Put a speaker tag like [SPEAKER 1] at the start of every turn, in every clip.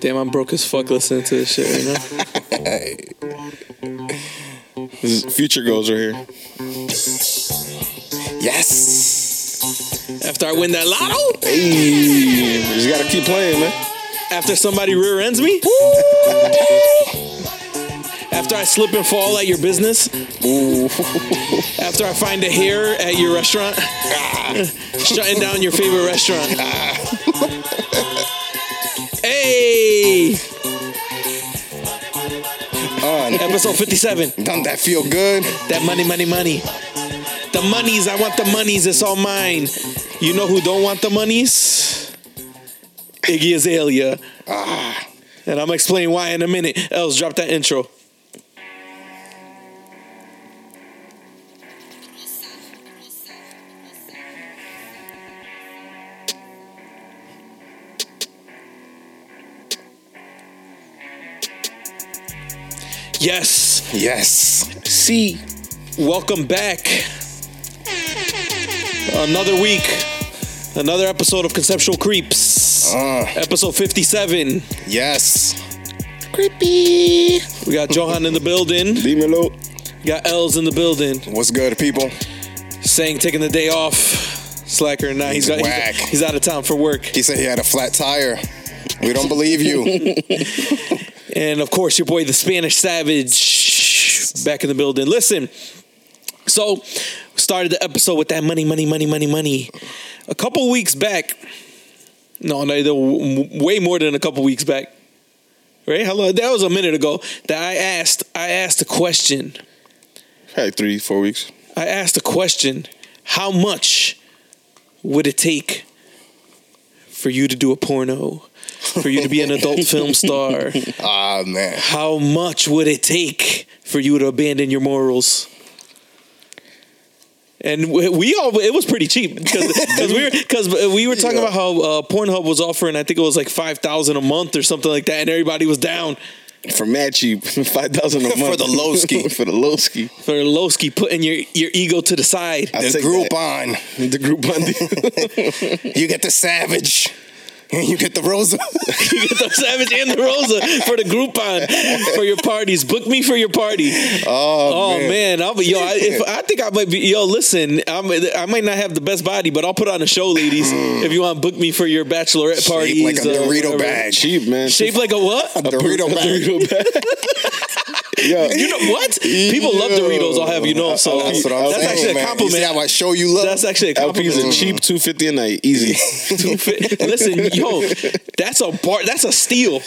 [SPEAKER 1] Damn, I'm broke as fuck listening to this shit right now.
[SPEAKER 2] This is future goals right here.
[SPEAKER 3] Yes.
[SPEAKER 1] After I win that lotto,
[SPEAKER 2] Hey, just gotta keep playing, man.
[SPEAKER 1] after somebody rear ends me, after I slip and fall at your business, after I find a hair at your restaurant,
[SPEAKER 3] Ah.
[SPEAKER 1] shutting down your favorite restaurant.
[SPEAKER 3] Ah.
[SPEAKER 1] hey,
[SPEAKER 3] On.
[SPEAKER 1] episode 57.
[SPEAKER 3] Don't that feel good?
[SPEAKER 1] That money, money, money. The monies, I want the monies, it's all mine. You know who don't want the monies? Iggy Azalea. Ah. And I'm explaining why in a minute. Els, drop that intro. Yes.
[SPEAKER 3] Yes.
[SPEAKER 1] C, welcome back. Another week, another episode of Conceptual Creeps.
[SPEAKER 3] Uh,
[SPEAKER 1] Episode 57.
[SPEAKER 3] yes.
[SPEAKER 1] We got Johan in the building,
[SPEAKER 2] Dímelo.
[SPEAKER 1] we got Els in the building,
[SPEAKER 3] What's good, people?
[SPEAKER 1] saying taking the day off. Slacker, nah, he's,
[SPEAKER 3] He's
[SPEAKER 1] got, he's-
[SPEAKER 3] whack.
[SPEAKER 1] he's out of town for work.
[SPEAKER 3] He said he had a flat tire. We don't believe you.
[SPEAKER 1] And of course, your boy, the Spanish Savage, back in the building. Listen, so we started the episode with that money, money, money, money, money. A couple weeks back, no, no, the- w- way more than a couple weeks back, right? How long? That was a minute ago that I asked. I asked a question.
[SPEAKER 2] Probably three, four weeks.
[SPEAKER 1] I asked a question. How much would it take for you to do a porno? For you to be an adult film star?
[SPEAKER 3] Ah, man.
[SPEAKER 1] How much would it take for you to abandon your morals? And we, we all it was pretty cheap because we were because we were talking
[SPEAKER 3] Yeah.
[SPEAKER 1] about how uh, Pornhub was offering I think it was like five thousand a month or something like that and everybody was down
[SPEAKER 2] For mad cheap, five thousand a month
[SPEAKER 3] For the low ski.
[SPEAKER 2] for the low ski,
[SPEAKER 1] for Lowski putting your your ego to the side.
[SPEAKER 2] I
[SPEAKER 3] The
[SPEAKER 2] take
[SPEAKER 3] group
[SPEAKER 2] that.
[SPEAKER 3] on.
[SPEAKER 2] the group Bundy.
[SPEAKER 3] You get the savage. And you get the Rosa.
[SPEAKER 1] You get the Savage and the Rosa for the Groupon for your parties. Book me for your party.
[SPEAKER 3] Oh,
[SPEAKER 1] Oh man, I'll be yo. I, if, I think I might be yo. Listen, I'm, I might not have the best body, but I'll put on a show, ladies. if you want to book me for your bachelorette parties,
[SPEAKER 3] Mm. Shaped like a
[SPEAKER 1] uh,
[SPEAKER 3] Dorito
[SPEAKER 1] whatever.
[SPEAKER 3] bag.
[SPEAKER 2] cheap man.
[SPEAKER 1] Shaped like a what?
[SPEAKER 3] A Dorito
[SPEAKER 2] A
[SPEAKER 3] bag.
[SPEAKER 2] Dorito bag.
[SPEAKER 1] You
[SPEAKER 2] yeah,
[SPEAKER 1] know what? People love
[SPEAKER 2] Yo.
[SPEAKER 1] Doritos. I'll have you know. So
[SPEAKER 3] That's
[SPEAKER 1] that's,
[SPEAKER 3] what I'm saying.
[SPEAKER 1] actually
[SPEAKER 3] man.
[SPEAKER 1] a
[SPEAKER 3] You see
[SPEAKER 1] compliment.
[SPEAKER 3] how I show you love?
[SPEAKER 1] That's actually a
[SPEAKER 2] LPs
[SPEAKER 1] compliment.
[SPEAKER 2] are cheap, two fifty a night, easy.
[SPEAKER 1] Two fi- Listen, yo, that's a bar. That's a steal.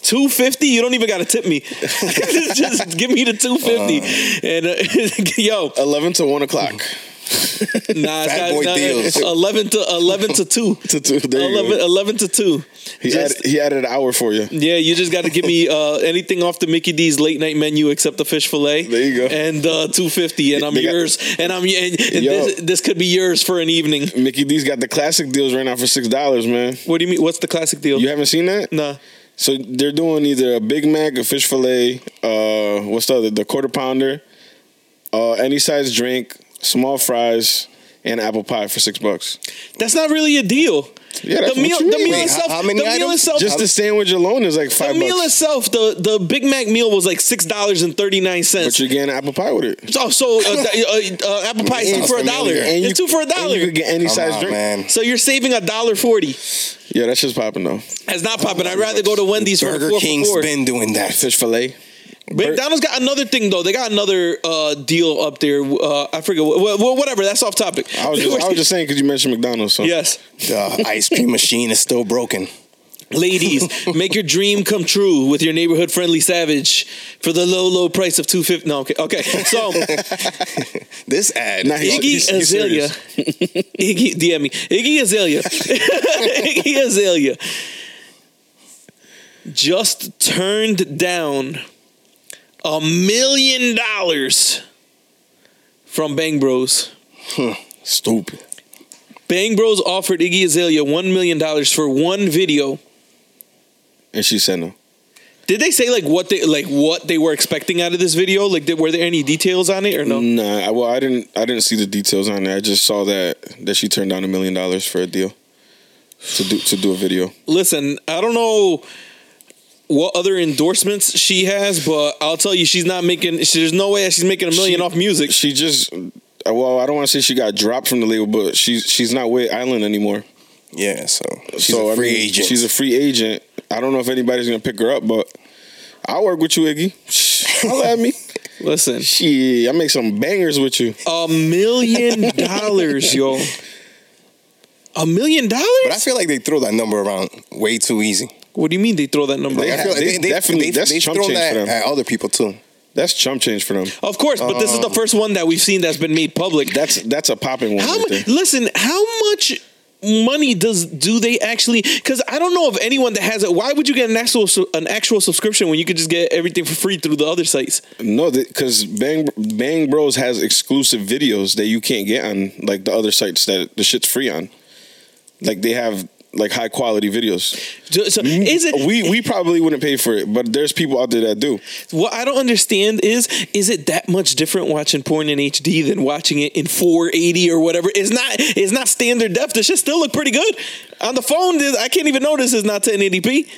[SPEAKER 1] Two fifty. You don't even got to tip me. Just give me the two fifty. and uh, yo,
[SPEAKER 2] Eleven to one o'clock.
[SPEAKER 1] nah, it's
[SPEAKER 3] Fat
[SPEAKER 1] got-
[SPEAKER 3] boy
[SPEAKER 1] nah,
[SPEAKER 3] deals.
[SPEAKER 1] eleven to eleven to two.
[SPEAKER 2] To two, there you
[SPEAKER 1] 11,
[SPEAKER 2] go.
[SPEAKER 1] 11 to 2.
[SPEAKER 2] He,
[SPEAKER 1] Just-
[SPEAKER 2] added, he added an hour for you.
[SPEAKER 1] yeah, you just got to give me uh, anything off the Mickey D's late night menu except the fish fillet.
[SPEAKER 2] There you go.
[SPEAKER 1] And uh, 250 and I'm
[SPEAKER 2] They got-
[SPEAKER 1] yours. and I'm and, and
[SPEAKER 2] Yo.
[SPEAKER 1] this, this could be yours for an evening.
[SPEAKER 2] Mickey D's got the classic deals right now for six dollars, man.
[SPEAKER 1] What do you mean? What's the classic deal?
[SPEAKER 2] You haven't seen that?
[SPEAKER 1] Nah.
[SPEAKER 2] So they're doing either a Big Mac, a fish fillet, uh, what's the other, the quarter pounder, uh, any size drink, small fries, and apple pie for six bucks.
[SPEAKER 1] That's not really a deal.
[SPEAKER 2] Yeah, that's
[SPEAKER 1] the
[SPEAKER 2] what
[SPEAKER 1] meal,
[SPEAKER 2] you
[SPEAKER 1] the
[SPEAKER 2] mean.
[SPEAKER 1] meal
[SPEAKER 3] Wait,
[SPEAKER 1] itself,
[SPEAKER 3] how- how many
[SPEAKER 1] the meal
[SPEAKER 3] items?
[SPEAKER 1] itself,
[SPEAKER 2] Just the sandwich alone is like
[SPEAKER 1] the
[SPEAKER 2] five
[SPEAKER 1] meal
[SPEAKER 2] bucks,
[SPEAKER 1] itself, the, the Big Mac meal was like six dollars and thirty nine
[SPEAKER 2] but
[SPEAKER 1] cents.
[SPEAKER 2] you're getting apple pie with it.
[SPEAKER 1] Oh, so uh, uh, uh, apple pie is two
[SPEAKER 3] Sounds
[SPEAKER 1] for a dollar.
[SPEAKER 3] familiar.
[SPEAKER 1] It's two for a
[SPEAKER 2] and You
[SPEAKER 1] dollar.
[SPEAKER 2] could get any
[SPEAKER 3] Come
[SPEAKER 2] size
[SPEAKER 3] on,
[SPEAKER 2] drink.
[SPEAKER 3] man.
[SPEAKER 1] So you're saving a dollar forty.
[SPEAKER 2] Yeah, that's just popping though.
[SPEAKER 1] That's not popping. I'd rather go to Wendy's for the
[SPEAKER 3] Burger
[SPEAKER 1] four
[SPEAKER 3] King's
[SPEAKER 1] for four.
[SPEAKER 3] been doing that.
[SPEAKER 2] Fish fillet.
[SPEAKER 1] McDonald's got another thing though. They got another uh, deal up there. Uh, I forget. Well, well, whatever. That's off topic.
[SPEAKER 2] I was just, I was just saying because you mentioned McDonald's. So.
[SPEAKER 1] yes,
[SPEAKER 3] The ice cream machine is still broken.
[SPEAKER 1] ladies, make your dream come true with your neighborhood friendly Savage for the low, low price of two fifty. No, okay, okay. So
[SPEAKER 3] This ad.
[SPEAKER 2] Nah, he's-
[SPEAKER 1] Iggy
[SPEAKER 2] he's- he's
[SPEAKER 1] Azalea,
[SPEAKER 2] serious.
[SPEAKER 1] Iggy DM me, Iggy Azalea, Iggy Azalea, just turned down a million dollars from Bang Bros.
[SPEAKER 2] hmm.
[SPEAKER 3] Stupid.
[SPEAKER 1] Bang Bros offered Iggy Azalea one million dollars for one video.
[SPEAKER 2] And she said no.
[SPEAKER 1] Did they say like what they like what they were expecting out of this video? Like, did, were there any details on it or no?
[SPEAKER 2] Nah, I, well, I didn't. I didn't see the details on it. I just saw that that she turned down a million dollars for a deal to do to do a video.
[SPEAKER 1] Listen, I don't know what other endorsements she has, but I'll tell you, she's not making. She, there's no way she's making a million
[SPEAKER 2] She-
[SPEAKER 1] off music.
[SPEAKER 2] She just uh, well, I don't want to say she got dropped from the label, but she's she's not with Island anymore.
[SPEAKER 3] Yeah, so she's
[SPEAKER 2] so
[SPEAKER 3] a free
[SPEAKER 2] I mean,
[SPEAKER 3] agent.
[SPEAKER 2] She's a free agent. I don't know if anybody's gonna pick her up, but I'll work with you, Iggy. Holla at me.
[SPEAKER 1] Listen,
[SPEAKER 2] She, I make some bangers with you.
[SPEAKER 1] a million dollars, yo. A million
[SPEAKER 3] but I
[SPEAKER 1] dollars?
[SPEAKER 3] feel like they throw that number around way too easy.
[SPEAKER 1] What do you mean they throw that number?
[SPEAKER 3] Like,
[SPEAKER 1] around?
[SPEAKER 3] I feel like
[SPEAKER 2] they definitely- that's
[SPEAKER 3] they've
[SPEAKER 2] chump
[SPEAKER 3] thrown
[SPEAKER 2] change
[SPEAKER 3] that
[SPEAKER 2] for them.
[SPEAKER 3] at other people too.
[SPEAKER 2] That's chump change for them.
[SPEAKER 1] Of course, but this is the first one that we've seen that's been made public.
[SPEAKER 2] Um, That's that's a popping one.
[SPEAKER 1] How
[SPEAKER 2] right there.
[SPEAKER 1] much? Listen, how much money does do they actually? Because I don't know of anyone that has it. Why would you get an actual su- an actual subscription when you could just get everything for free through the other sites?
[SPEAKER 2] No, because Bang Bang Bros has exclusive videos that you can't get on like the other sites that the shit's free on. Like they have like high quality videos.
[SPEAKER 1] So so is it?
[SPEAKER 2] Mm, we we probably wouldn't pay for it, but there's people out there that do.
[SPEAKER 1] what I don't understand is is it that much different watching porn in HD than watching it in 480 or whatever? It's not. It's not standard def. The shit still look pretty good on the phone. this- I can't even notice it's not 1080p.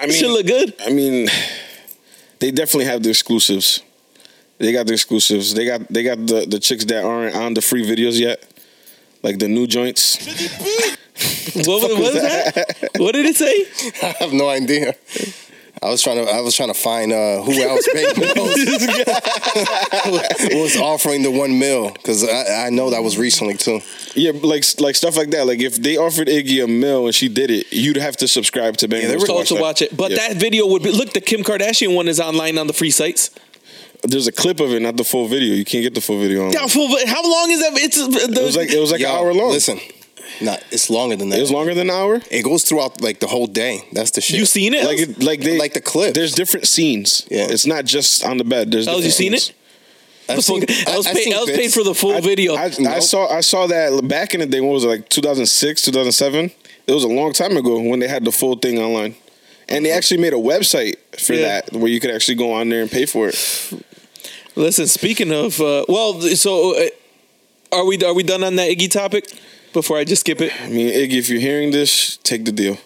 [SPEAKER 2] I
[SPEAKER 1] Shit look good.
[SPEAKER 2] I mean, they definitely have the exclusives. They got the exclusives. They got they got the the chicks that aren't on the free videos yet, like the new joints.
[SPEAKER 1] What, was- what is that? What did it say?
[SPEAKER 3] I have no idea. I was trying to I was trying to find uh, who else was, was offering the one mil because I, I know that was recently too.
[SPEAKER 2] Yeah, like like stuff like that. Like if they offered Iggy a mill and she did it, you'd have to subscribe to Bang.
[SPEAKER 3] they
[SPEAKER 2] Bros
[SPEAKER 3] were-
[SPEAKER 1] told to watch it. But
[SPEAKER 2] Yeah.
[SPEAKER 1] that video would be look. The Kim Kardashian one is online on the free sites.
[SPEAKER 2] there's a clip of it, not the full video. You can't get the full video. On.
[SPEAKER 1] Doubtful, but How long is that? It's the,
[SPEAKER 2] It was like it was like
[SPEAKER 3] Yo,
[SPEAKER 2] an hour long.
[SPEAKER 3] Listen, nah, it's longer than that.
[SPEAKER 2] it was longer than an hour.
[SPEAKER 3] It goes throughout like the whole day. That's the shit.
[SPEAKER 1] you seen it.
[SPEAKER 2] Like it, like they
[SPEAKER 3] Like the clip.
[SPEAKER 2] There's different scenes.
[SPEAKER 3] Yeah.
[SPEAKER 2] it's not just on the bed. There's
[SPEAKER 1] Ellis, you
[SPEAKER 2] different
[SPEAKER 1] seen it?
[SPEAKER 2] scenes.
[SPEAKER 1] I was, paid, I was paid for the full
[SPEAKER 2] I-
[SPEAKER 1] video.
[SPEAKER 2] I, I saw I saw that back in the day. What was it like 2006, 2007? It was a long time ago when they had the full thing online, and they actually made a website for
[SPEAKER 1] Yeah.
[SPEAKER 2] that where you could actually go on there and pay for it.
[SPEAKER 1] Listen, speaking of, uh, well, th- so uh, are we are we done on that Iggy topic? Before I just skip it,
[SPEAKER 2] I mean, Iggy, if you're hearing this, take the deal.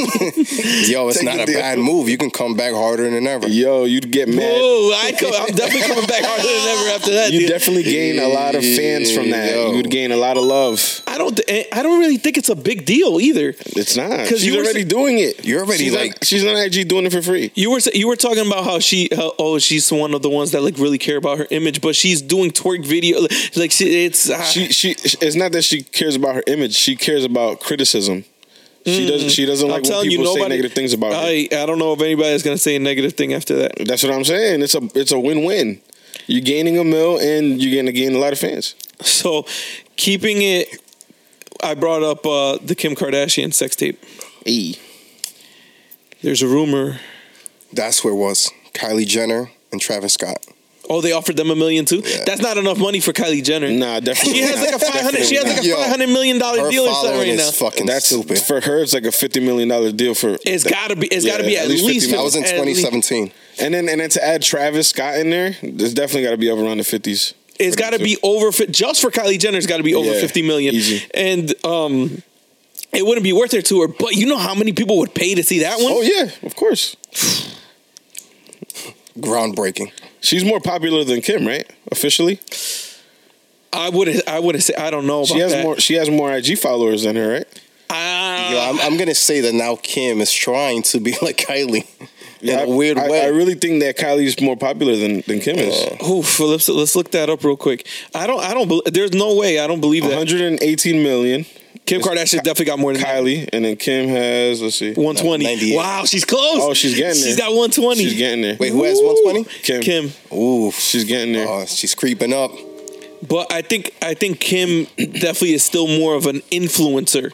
[SPEAKER 3] Yo, it's
[SPEAKER 2] Take
[SPEAKER 3] not
[SPEAKER 2] the
[SPEAKER 3] a
[SPEAKER 2] deal.
[SPEAKER 3] bad move. You can come back harder than ever.
[SPEAKER 2] Yo, you'd get mad.
[SPEAKER 1] oh, I come, I'm definitely coming back harder than ever after that.
[SPEAKER 2] You
[SPEAKER 1] dude.
[SPEAKER 2] definitely gain a lot of fans from that.
[SPEAKER 3] Yo.
[SPEAKER 2] You would gain a lot of love.
[SPEAKER 1] I don't, th- eh, I don't really think it's a big deal either.
[SPEAKER 2] It's not.
[SPEAKER 1] 'Cause
[SPEAKER 2] She's
[SPEAKER 1] you were
[SPEAKER 2] already
[SPEAKER 1] s-
[SPEAKER 2] doing it.
[SPEAKER 3] You're already,
[SPEAKER 2] She's on-
[SPEAKER 3] like-
[SPEAKER 2] she's on IG doing it for free.
[SPEAKER 1] You were you were talking about how she how, oh she's one of the ones that like really care about her image, but she's doing twerk video like she, it's uh,
[SPEAKER 2] she she it's not that she cares about her image. She cares about criticism. She
[SPEAKER 1] Mm.
[SPEAKER 2] doesn't she doesn't like when people say negative things about her.
[SPEAKER 1] I I don't know if anybody's gonna say a negative thing after that.
[SPEAKER 2] That's what I'm saying. It's a it's a win win. You're gaining a mill and you're gonna gain a lot of fans.
[SPEAKER 1] So keeping it, I brought up uh, the Kim Kardashian sex tape.
[SPEAKER 2] E.
[SPEAKER 1] There's a rumor.
[SPEAKER 3] That's where it was. Kylie Jenner and Travis Scott.
[SPEAKER 1] Oh, they offered them a million too.
[SPEAKER 3] Yeah.
[SPEAKER 1] That's not enough money for Kylie Jenner.
[SPEAKER 2] Nah, definitely.
[SPEAKER 1] She has like a
[SPEAKER 2] not.
[SPEAKER 1] five hundred. She has like a
[SPEAKER 3] Yo,
[SPEAKER 1] five hundred million dollar
[SPEAKER 3] Her
[SPEAKER 1] Oh, deal or something
[SPEAKER 3] following
[SPEAKER 1] right now.
[SPEAKER 3] is fucking
[SPEAKER 2] That's
[SPEAKER 3] stupid.
[SPEAKER 2] for her. It's like a fifty million dollar deal for.
[SPEAKER 1] it's gotta be. It's gotta
[SPEAKER 2] Yeah,
[SPEAKER 1] be
[SPEAKER 2] at
[SPEAKER 1] at,
[SPEAKER 2] least
[SPEAKER 1] least.
[SPEAKER 2] 50
[SPEAKER 3] I was in
[SPEAKER 1] at least-
[SPEAKER 3] 2017.
[SPEAKER 2] And then and then to add Travis Scott in there, there's definitely got to be up around the fifties.
[SPEAKER 1] It's got to be over fi- just for Kylie Jenner. It's got to be over
[SPEAKER 2] Yeah,
[SPEAKER 1] fifty million,
[SPEAKER 2] easy.
[SPEAKER 1] and um, it wouldn't be worth it to her. But you know how many people would pay to see that one?
[SPEAKER 2] Oh yeah, of course.
[SPEAKER 3] Groundbreaking.
[SPEAKER 2] She's more popular than Kim, right? Officially,
[SPEAKER 1] I would. I would say I don't know. About
[SPEAKER 2] she has
[SPEAKER 1] that.
[SPEAKER 2] more. She has more IG followers than her, right?
[SPEAKER 1] Ah,
[SPEAKER 3] Yo, I'm, I'm gonna say that now Kim is trying to be like Kylie
[SPEAKER 2] I-
[SPEAKER 3] in a weird
[SPEAKER 2] I,
[SPEAKER 3] way. Uh,
[SPEAKER 2] I really think that Kylie's more popular than, than Kim is.
[SPEAKER 1] Oof, let's let's look that up real quick. I don't. I don't. bel there's no way. I don't believe that.
[SPEAKER 2] 118 million.
[SPEAKER 1] Kim Kardashian definitely got more than that.
[SPEAKER 2] Kylie, and then Kim has let's see,
[SPEAKER 1] 120.
[SPEAKER 3] 98.
[SPEAKER 1] Wow, she's close.
[SPEAKER 2] Oh, she's getting
[SPEAKER 1] She's
[SPEAKER 2] there.
[SPEAKER 1] got 120.
[SPEAKER 2] she's getting there.
[SPEAKER 3] Wait, who has
[SPEAKER 1] Woo!
[SPEAKER 3] 120?
[SPEAKER 2] Kim,
[SPEAKER 1] Kim.
[SPEAKER 3] Ooh,
[SPEAKER 2] she's getting there.
[SPEAKER 3] oh, she's creeping up.
[SPEAKER 1] But I think I think Kim definitely is still more of an influencer.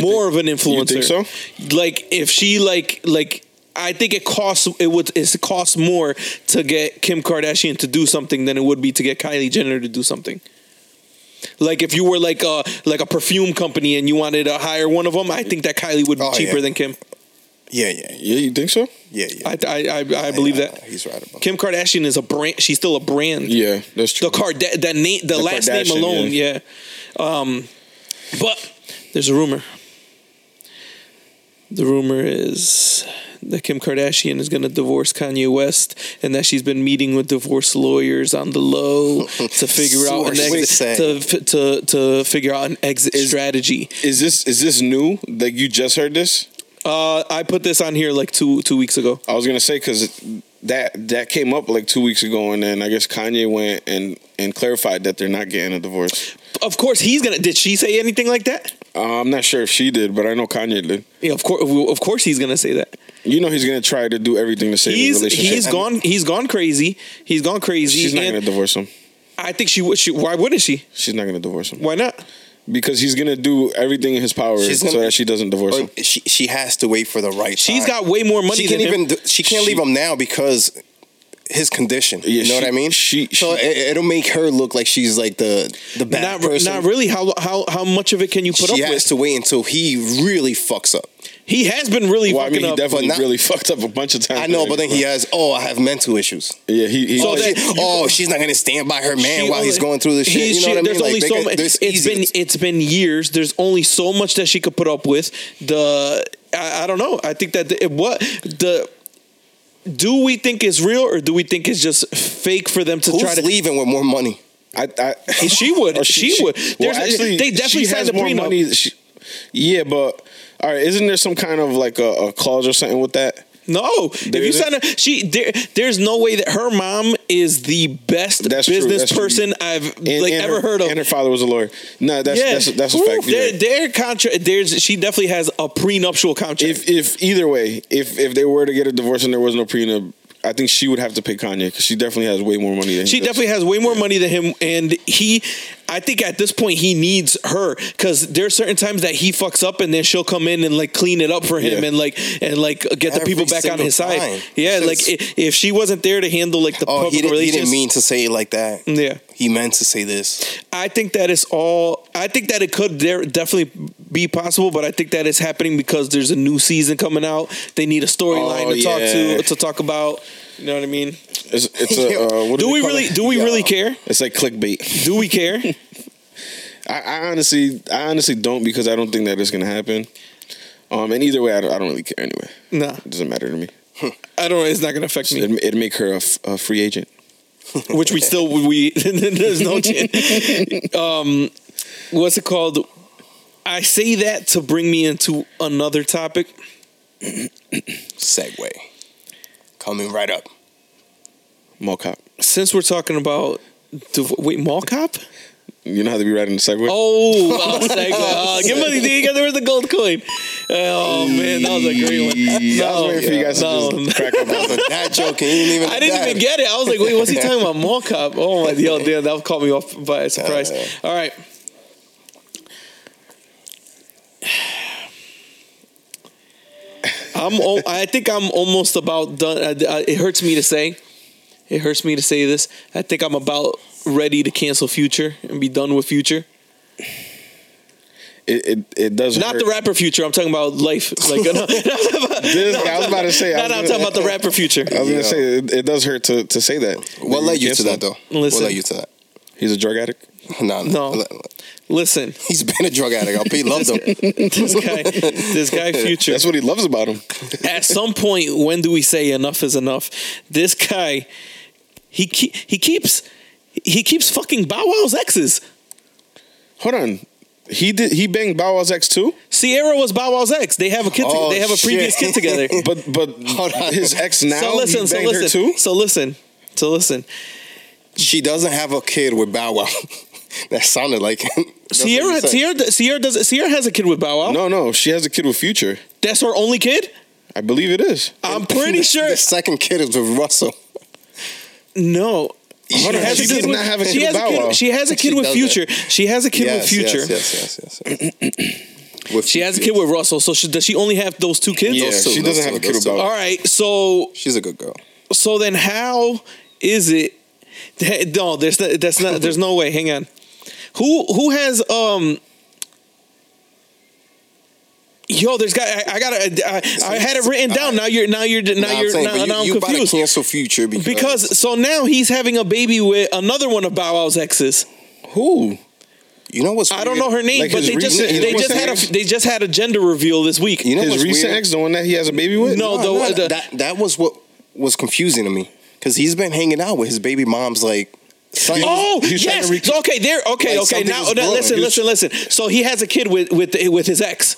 [SPEAKER 1] more of an influencer.
[SPEAKER 2] you think
[SPEAKER 1] Like if she like like I think it costs it would it costs more to get Kim Kardashian to do something than it would be to get Kylie Jenner to do something. Like if you were like a like a perfume company and you wanted to hire one of them, I think that Kylie would be
[SPEAKER 3] Oh,
[SPEAKER 1] cheaper
[SPEAKER 3] yeah.
[SPEAKER 1] than Kim.
[SPEAKER 3] Yeah, yeah,
[SPEAKER 2] yeah, you think so?
[SPEAKER 3] yeah, yeah.
[SPEAKER 1] I I I, I believe
[SPEAKER 3] Yeah,
[SPEAKER 1] that.
[SPEAKER 3] he's right about
[SPEAKER 1] Kim Kardashian is a brand. She's still a brand.
[SPEAKER 2] Yeah, that's true.
[SPEAKER 1] The card that, that name, the,
[SPEAKER 2] The
[SPEAKER 1] last name
[SPEAKER 2] Kardashian,
[SPEAKER 1] alone, yeah. Um, but there's a rumor. The rumor is that Kim Kardashian is going to divorce Kanye West and that she's been meeting with divorce lawyers on the low to figure out an
[SPEAKER 3] Sources say.
[SPEAKER 1] exit to, f- to to figure out an exit strategy.
[SPEAKER 2] Is this is this new? Like you just heard this?
[SPEAKER 1] Uh, I put this on here like two two weeks ago.
[SPEAKER 2] I was gonna say because that that came up like two weeks ago, and then I guess Kanye went and and clarified that they're not getting a divorce.
[SPEAKER 1] Of course, he's gonna. Did she say anything like that?
[SPEAKER 2] Uh, I'm not sure if she did, but I know Kanye did.
[SPEAKER 1] Yeah, of course. Of course, he's gonna say that.
[SPEAKER 2] You know he's gonna try to do everything to save
[SPEAKER 1] He's
[SPEAKER 2] his relationship.
[SPEAKER 1] he's gone. He's gone crazy. He's gone crazy.
[SPEAKER 2] She's not
[SPEAKER 1] and
[SPEAKER 2] gonna divorce him.
[SPEAKER 1] I think she would. She, why wouldn't she?
[SPEAKER 2] She's not gonna divorce him
[SPEAKER 1] Why not?
[SPEAKER 2] because he's gonna do everything in his power
[SPEAKER 3] She's gonna-
[SPEAKER 2] so that she doesn't
[SPEAKER 1] Oh,
[SPEAKER 2] divorce him.
[SPEAKER 3] But she she has to wait for the right.
[SPEAKER 1] She's
[SPEAKER 3] time.
[SPEAKER 1] got way more money.
[SPEAKER 3] She can't
[SPEAKER 1] than him.
[SPEAKER 3] even. do- She can't leave him now because his condition.
[SPEAKER 2] Yeah,
[SPEAKER 3] you know
[SPEAKER 2] she-
[SPEAKER 3] what I mean?
[SPEAKER 2] she-
[SPEAKER 3] so
[SPEAKER 2] she-
[SPEAKER 3] it, it'll make her look like she's like the the bad
[SPEAKER 1] Not, re-
[SPEAKER 3] person.
[SPEAKER 1] not really. How how how much of it can you put
[SPEAKER 3] she
[SPEAKER 1] up
[SPEAKER 3] has
[SPEAKER 1] with?
[SPEAKER 3] to wait until he really fucks up.
[SPEAKER 1] He has been really
[SPEAKER 2] Well, I
[SPEAKER 1] fucking
[SPEAKER 2] mean, he
[SPEAKER 1] up.
[SPEAKER 2] definitely
[SPEAKER 3] not-
[SPEAKER 2] really fucked up a bunch of times.
[SPEAKER 3] I know, but then he
[SPEAKER 2] already,
[SPEAKER 3] has. Oh, I have mental issues.
[SPEAKER 2] bro. yeah, he, he
[SPEAKER 1] So
[SPEAKER 3] Oh,
[SPEAKER 1] that-
[SPEAKER 3] she- oh, she's not gonna stand by her man
[SPEAKER 1] She
[SPEAKER 3] while he's
[SPEAKER 1] only-
[SPEAKER 3] going through this
[SPEAKER 1] he-
[SPEAKER 3] shit. You know
[SPEAKER 1] she-
[SPEAKER 3] what I mean?
[SPEAKER 1] There's
[SPEAKER 3] Like,
[SPEAKER 1] only
[SPEAKER 3] they
[SPEAKER 1] so
[SPEAKER 3] could-
[SPEAKER 1] much.
[SPEAKER 3] there's
[SPEAKER 1] It's
[SPEAKER 3] easy-
[SPEAKER 1] been it's been years. There's only so much that she could put up with. The I, I don't know. I think that the, it- what the do we think is real or do we think it's just fake for them to
[SPEAKER 3] who's
[SPEAKER 1] try to?
[SPEAKER 3] leaving with more money?
[SPEAKER 2] I, I,
[SPEAKER 1] She would.
[SPEAKER 2] Or
[SPEAKER 1] She would.
[SPEAKER 2] well,
[SPEAKER 1] There's- they definitely
[SPEAKER 2] she
[SPEAKER 1] signed
[SPEAKER 2] has
[SPEAKER 1] a
[SPEAKER 2] more
[SPEAKER 1] prenup.
[SPEAKER 2] money. She, yeah, but all right, isn't there some kind of like a, a clause or something with that?
[SPEAKER 1] No, if
[SPEAKER 2] There
[SPEAKER 1] you
[SPEAKER 2] isn't?
[SPEAKER 1] sign up, she there, there's no way that her mom is the best
[SPEAKER 2] That's true,
[SPEAKER 1] business
[SPEAKER 2] that's true.
[SPEAKER 1] person I've
[SPEAKER 2] And-
[SPEAKER 1] like
[SPEAKER 2] and
[SPEAKER 1] ever
[SPEAKER 2] her,
[SPEAKER 1] heard of.
[SPEAKER 2] And her father was a lawyer. No, that's
[SPEAKER 1] yeah,
[SPEAKER 2] that's that's a
[SPEAKER 1] Ooh,
[SPEAKER 2] fact. You're
[SPEAKER 1] Their,
[SPEAKER 2] right.
[SPEAKER 1] their contract, there's she definitely has a prenuptial contract.
[SPEAKER 2] If if either way, if if they were to get a divorce and there was no prenup, I think she would have to pay Kanye because she definitely has way more money than
[SPEAKER 1] She
[SPEAKER 2] he does.
[SPEAKER 1] definitely has way more money than him, and he, I think at this point he needs her because there are certain times that he fucks up, and then she'll come in and like clean it up for him,
[SPEAKER 2] Yeah.
[SPEAKER 1] and like and like get the
[SPEAKER 3] Every
[SPEAKER 1] people back on
[SPEAKER 3] single
[SPEAKER 1] his
[SPEAKER 3] time.
[SPEAKER 1] side. Yeah,
[SPEAKER 3] Since-
[SPEAKER 1] like i- if she wasn't there to handle like the
[SPEAKER 3] Oh,
[SPEAKER 1] public Mm.
[SPEAKER 3] he didn't, he
[SPEAKER 1] relations,
[SPEAKER 3] didn't mean to say it like that.
[SPEAKER 1] Yeah.
[SPEAKER 3] He meant to say this.
[SPEAKER 1] I think that it's all. I think that it could there definitely be possible, but I think that it's happening because there's a new season coming out. They need a storyline
[SPEAKER 2] Oh,
[SPEAKER 1] to talk
[SPEAKER 2] yeah.
[SPEAKER 1] to to talk about. You know what I mean?
[SPEAKER 2] It's, it's a, uh, what
[SPEAKER 1] Do
[SPEAKER 2] they
[SPEAKER 1] we
[SPEAKER 2] call
[SPEAKER 1] really?
[SPEAKER 2] it?
[SPEAKER 1] Do we
[SPEAKER 2] Yeah.
[SPEAKER 1] really care?
[SPEAKER 2] It's like clickbait.
[SPEAKER 1] Do we care?
[SPEAKER 2] I, I honestly, I honestly don't because I don't think that is going to happen. Um, and either way, I don't, I don't really care anyway.
[SPEAKER 1] nah,
[SPEAKER 2] It doesn't matter to me.
[SPEAKER 1] I don't. It's not gonna affect me.
[SPEAKER 2] It'd, it'd make her a, f- a free agent.
[SPEAKER 1] which we still we there's no chance. Um, what's it called? I say that to bring me into another topic.
[SPEAKER 3] Segue. Coming right up.
[SPEAKER 2] Mall cop.
[SPEAKER 1] Since we're talking about div- wait mall cop.
[SPEAKER 2] You know how they be riding the Segway?
[SPEAKER 1] Oh, wow, segue. Oh, give money, dude. You got there was the gold coin. Oh man, that was a great one. Oh,
[SPEAKER 2] I was waiting for you guys
[SPEAKER 1] No,
[SPEAKER 2] to
[SPEAKER 1] no.
[SPEAKER 2] just crack up.
[SPEAKER 3] That was a dad joke and you didn't even
[SPEAKER 1] I didn't
[SPEAKER 3] dad.
[SPEAKER 1] even get it. I was like, wait, what's he talking about? Mall cop. Oh my yo, damn, that caught me off by surprise.
[SPEAKER 3] Uh.
[SPEAKER 1] All right. I'm. al- I think I'm almost about done. I, I, it hurts me to say. It hurts me to say this. I think I'm about ready to cancel Future and be done with Future.
[SPEAKER 2] It, it, it doesn't
[SPEAKER 1] Not
[SPEAKER 2] hurt.
[SPEAKER 1] the rapper Future. I'm talking about life. Like, no, no,
[SPEAKER 2] This- I was about to say. I
[SPEAKER 1] no, no,
[SPEAKER 2] was
[SPEAKER 1] I'm
[SPEAKER 2] gonna-
[SPEAKER 1] talking about the rapper Future.
[SPEAKER 2] I was
[SPEAKER 3] Yeah.
[SPEAKER 2] gonna say it, it does hurt to, to say that.
[SPEAKER 3] What led you to
[SPEAKER 2] Cancel.
[SPEAKER 3] that though?
[SPEAKER 1] Listen.
[SPEAKER 3] What led you to that?
[SPEAKER 2] He's a drug addict.
[SPEAKER 3] No, no.
[SPEAKER 1] No. Listen,
[SPEAKER 3] He's been a drug addict. I'll be loved him.
[SPEAKER 1] this guy, this guy Future.
[SPEAKER 2] That's what he loves about him.
[SPEAKER 1] at some point, when do we say enough is enough? This guy, he ke- he keeps he keeps fucking Bow Wow's exes.
[SPEAKER 2] Hold on. He did. He banged Bow Wow's ex too,
[SPEAKER 1] Sierra was Bow Wow's ex. They have a kid. to-
[SPEAKER 3] Oh,
[SPEAKER 1] they have a previous kid
[SPEAKER 3] shit.
[SPEAKER 1] together.
[SPEAKER 2] but but
[SPEAKER 3] Hold on.
[SPEAKER 2] his ex now
[SPEAKER 1] so listen,
[SPEAKER 2] he
[SPEAKER 1] so
[SPEAKER 2] banged
[SPEAKER 1] listen,
[SPEAKER 2] her too.
[SPEAKER 1] so listen, so listen.
[SPEAKER 3] She doesn't have a kid with Bow Wow. that sounded like him. That's what
[SPEAKER 1] Sierra,
[SPEAKER 3] you said.
[SPEAKER 1] Sierra, Sierra does. Sierra has a kid with
[SPEAKER 3] Oh.
[SPEAKER 1] Bow Wow.
[SPEAKER 2] No, no, she has a kid with Future.
[SPEAKER 1] That's her only kid.
[SPEAKER 2] I believe it is.
[SPEAKER 1] I'm pretty sure.
[SPEAKER 3] The second kid is with Russell.
[SPEAKER 1] No.
[SPEAKER 2] Hold on,
[SPEAKER 1] has
[SPEAKER 2] she
[SPEAKER 1] a kid
[SPEAKER 2] does
[SPEAKER 1] with-
[SPEAKER 2] not have a
[SPEAKER 1] she
[SPEAKER 2] kid
[SPEAKER 1] has
[SPEAKER 2] with
[SPEAKER 1] a
[SPEAKER 2] Bow Wow.
[SPEAKER 1] kid. She has a
[SPEAKER 3] She
[SPEAKER 1] kid with
[SPEAKER 3] does
[SPEAKER 1] Future. She has a kid with
[SPEAKER 3] Yes, yes,
[SPEAKER 1] Future.
[SPEAKER 3] Yes, yes, yes, yes. With
[SPEAKER 1] She has a kid with Russell. So she, does she only have those two kids?
[SPEAKER 2] Yeah,
[SPEAKER 3] Those two,
[SPEAKER 2] she
[SPEAKER 3] those
[SPEAKER 2] doesn't
[SPEAKER 3] two,
[SPEAKER 2] have a kid
[SPEAKER 3] those
[SPEAKER 2] with
[SPEAKER 3] two.
[SPEAKER 2] Bow
[SPEAKER 1] All
[SPEAKER 2] Wow.
[SPEAKER 1] right. So
[SPEAKER 3] She's a good girl.
[SPEAKER 1] so then how is it? that- No, there's not, that's not. There's no way. Hang on. Who who has um. Yo, there's got I, I got I, I had it written down. Now you're now you're now
[SPEAKER 3] Nah, I'm
[SPEAKER 1] you're
[SPEAKER 3] saying,
[SPEAKER 1] now,
[SPEAKER 3] but you,
[SPEAKER 1] now I'm
[SPEAKER 3] you about
[SPEAKER 1] confused
[SPEAKER 3] to cancel Future because,
[SPEAKER 1] because so now he's having a baby with another one of Bow Wow's exes.
[SPEAKER 2] Who?
[SPEAKER 3] You know what's?
[SPEAKER 1] I don't
[SPEAKER 3] weird?
[SPEAKER 1] know her name,
[SPEAKER 2] Like
[SPEAKER 1] but
[SPEAKER 2] his
[SPEAKER 1] they just
[SPEAKER 2] recent-
[SPEAKER 1] they
[SPEAKER 2] his
[SPEAKER 1] just had a
[SPEAKER 2] recent-
[SPEAKER 1] they just had a gender reveal this week.
[SPEAKER 3] You know
[SPEAKER 2] His
[SPEAKER 3] what's
[SPEAKER 2] recent
[SPEAKER 3] weird?
[SPEAKER 2] ex, the one that he has a baby with.
[SPEAKER 1] No, the- the-
[SPEAKER 3] that that was what was confusing to me because he's been hanging out with his baby mom's like. son.
[SPEAKER 1] Oh
[SPEAKER 2] He's trying
[SPEAKER 1] yes,
[SPEAKER 2] to rec-
[SPEAKER 1] So, okay. There, okay, okay.
[SPEAKER 3] Like, something
[SPEAKER 1] Now,
[SPEAKER 3] was
[SPEAKER 1] now
[SPEAKER 3] growing.
[SPEAKER 1] listen,
[SPEAKER 3] He
[SPEAKER 1] listen, listen. So he has a kid with with with his ex.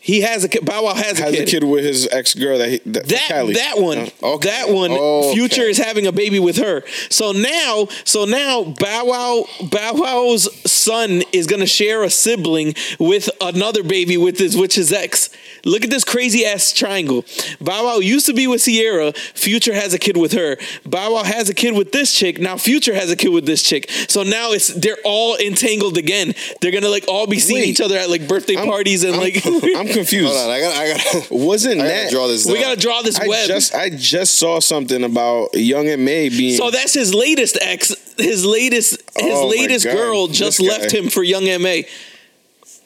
[SPEAKER 1] He has a kid. Bow Wow has a
[SPEAKER 2] has
[SPEAKER 1] kid.
[SPEAKER 2] a kid with his ex girl that he that,
[SPEAKER 1] That
[SPEAKER 2] Kylie. Uh,
[SPEAKER 1] that one,
[SPEAKER 3] okay.
[SPEAKER 1] that one.
[SPEAKER 3] Okay.
[SPEAKER 1] Future is having a baby with her. So now, so now, Bow Wow, Bow Wow's son is gonna share a sibling with another baby with his which his ex. Look at this crazy ass triangle. Bow Wow used to be with Sierra. Future has a kid with her. Bow Wow has a kid with this chick. Now Future has a kid with this chick. So now it's they're all entangled again. They're gonna like all be seeing
[SPEAKER 2] Wait.
[SPEAKER 1] each other at like birthday
[SPEAKER 2] I'm-
[SPEAKER 1] parties and
[SPEAKER 2] I'm-
[SPEAKER 1] like.
[SPEAKER 2] I'm confused.
[SPEAKER 3] Hold on, I got, I got,
[SPEAKER 2] Wasn't
[SPEAKER 3] I gotta
[SPEAKER 2] that
[SPEAKER 3] draw this.
[SPEAKER 1] we
[SPEAKER 3] down.
[SPEAKER 1] gotta draw this
[SPEAKER 2] I
[SPEAKER 1] web.
[SPEAKER 2] just I just saw something about Young and May being
[SPEAKER 1] So that's his latest ex. His latest, his
[SPEAKER 2] Oh my
[SPEAKER 1] latest
[SPEAKER 2] God,
[SPEAKER 1] girl
[SPEAKER 2] this
[SPEAKER 1] just
[SPEAKER 2] guy.
[SPEAKER 1] left him for Young Ma.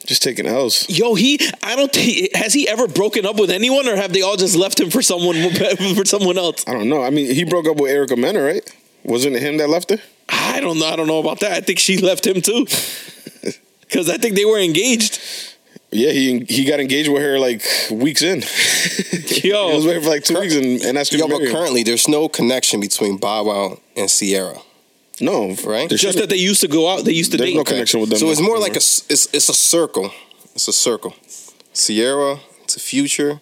[SPEAKER 2] just taking L's.
[SPEAKER 1] Yo, he. I don't. thi- has he ever broken up with anyone, or have they all just left him for someone for someone else?
[SPEAKER 2] I don't know. I mean, he broke up with Erica Mena, right? Wasn't it him that left her?
[SPEAKER 1] I don't know. I don't know about that. I think she left him too. Because I think they were engaged.
[SPEAKER 2] Yeah, he he got engaged with her like weeks in.
[SPEAKER 1] Yo.
[SPEAKER 2] he was with her for like two weeks, and, and that's
[SPEAKER 3] Yo,
[SPEAKER 2] when he
[SPEAKER 3] but
[SPEAKER 2] married her.
[SPEAKER 3] currently there's no connection between Bow Wow and Sierra.
[SPEAKER 2] no
[SPEAKER 3] Right?
[SPEAKER 2] there
[SPEAKER 1] Just
[SPEAKER 2] shouldn't-
[SPEAKER 1] that they used to go out. They used to
[SPEAKER 2] There's
[SPEAKER 1] date.
[SPEAKER 2] no connection with them.
[SPEAKER 3] So it's more like a
[SPEAKER 2] anymore.
[SPEAKER 3] s- it's it's a circle. It's a circle. Sierra to Future,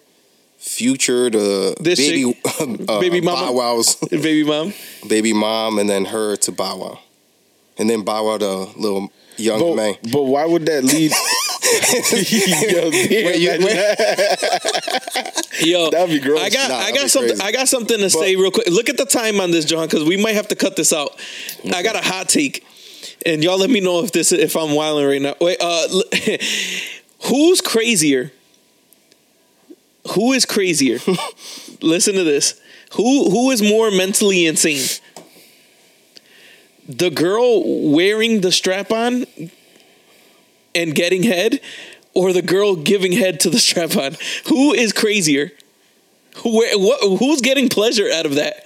[SPEAKER 3] Future to
[SPEAKER 1] This
[SPEAKER 3] baby uh,
[SPEAKER 1] Baby
[SPEAKER 3] baby
[SPEAKER 1] mama.
[SPEAKER 3] Bow Wow's
[SPEAKER 1] Baby mom.
[SPEAKER 3] baby mom, and then her to Bow Wow, and then Bow Wow to little young man.
[SPEAKER 2] but, but why would that lead? Yo, damn,
[SPEAKER 3] Wait, you-
[SPEAKER 2] imagine
[SPEAKER 3] wait.
[SPEAKER 2] that.
[SPEAKER 1] Yo,
[SPEAKER 2] That'd be gross.
[SPEAKER 1] I got,
[SPEAKER 3] Nah,
[SPEAKER 1] I
[SPEAKER 3] that'd
[SPEAKER 1] got
[SPEAKER 3] be
[SPEAKER 1] something,
[SPEAKER 3] crazy.
[SPEAKER 1] I got something to say real quick. Look at the time on this, John, because we might have to cut this out. I got a hot take, and y'all let me know if this, if I'm wilding right now. Wait, uh, l- who's crazier? Who is crazier? Listen to this. Who who is more mentally insane? The girl wearing the strap on and getting head, or the girl giving head to the strap on? Who is crazier? Who, where, what, who's getting pleasure out of that?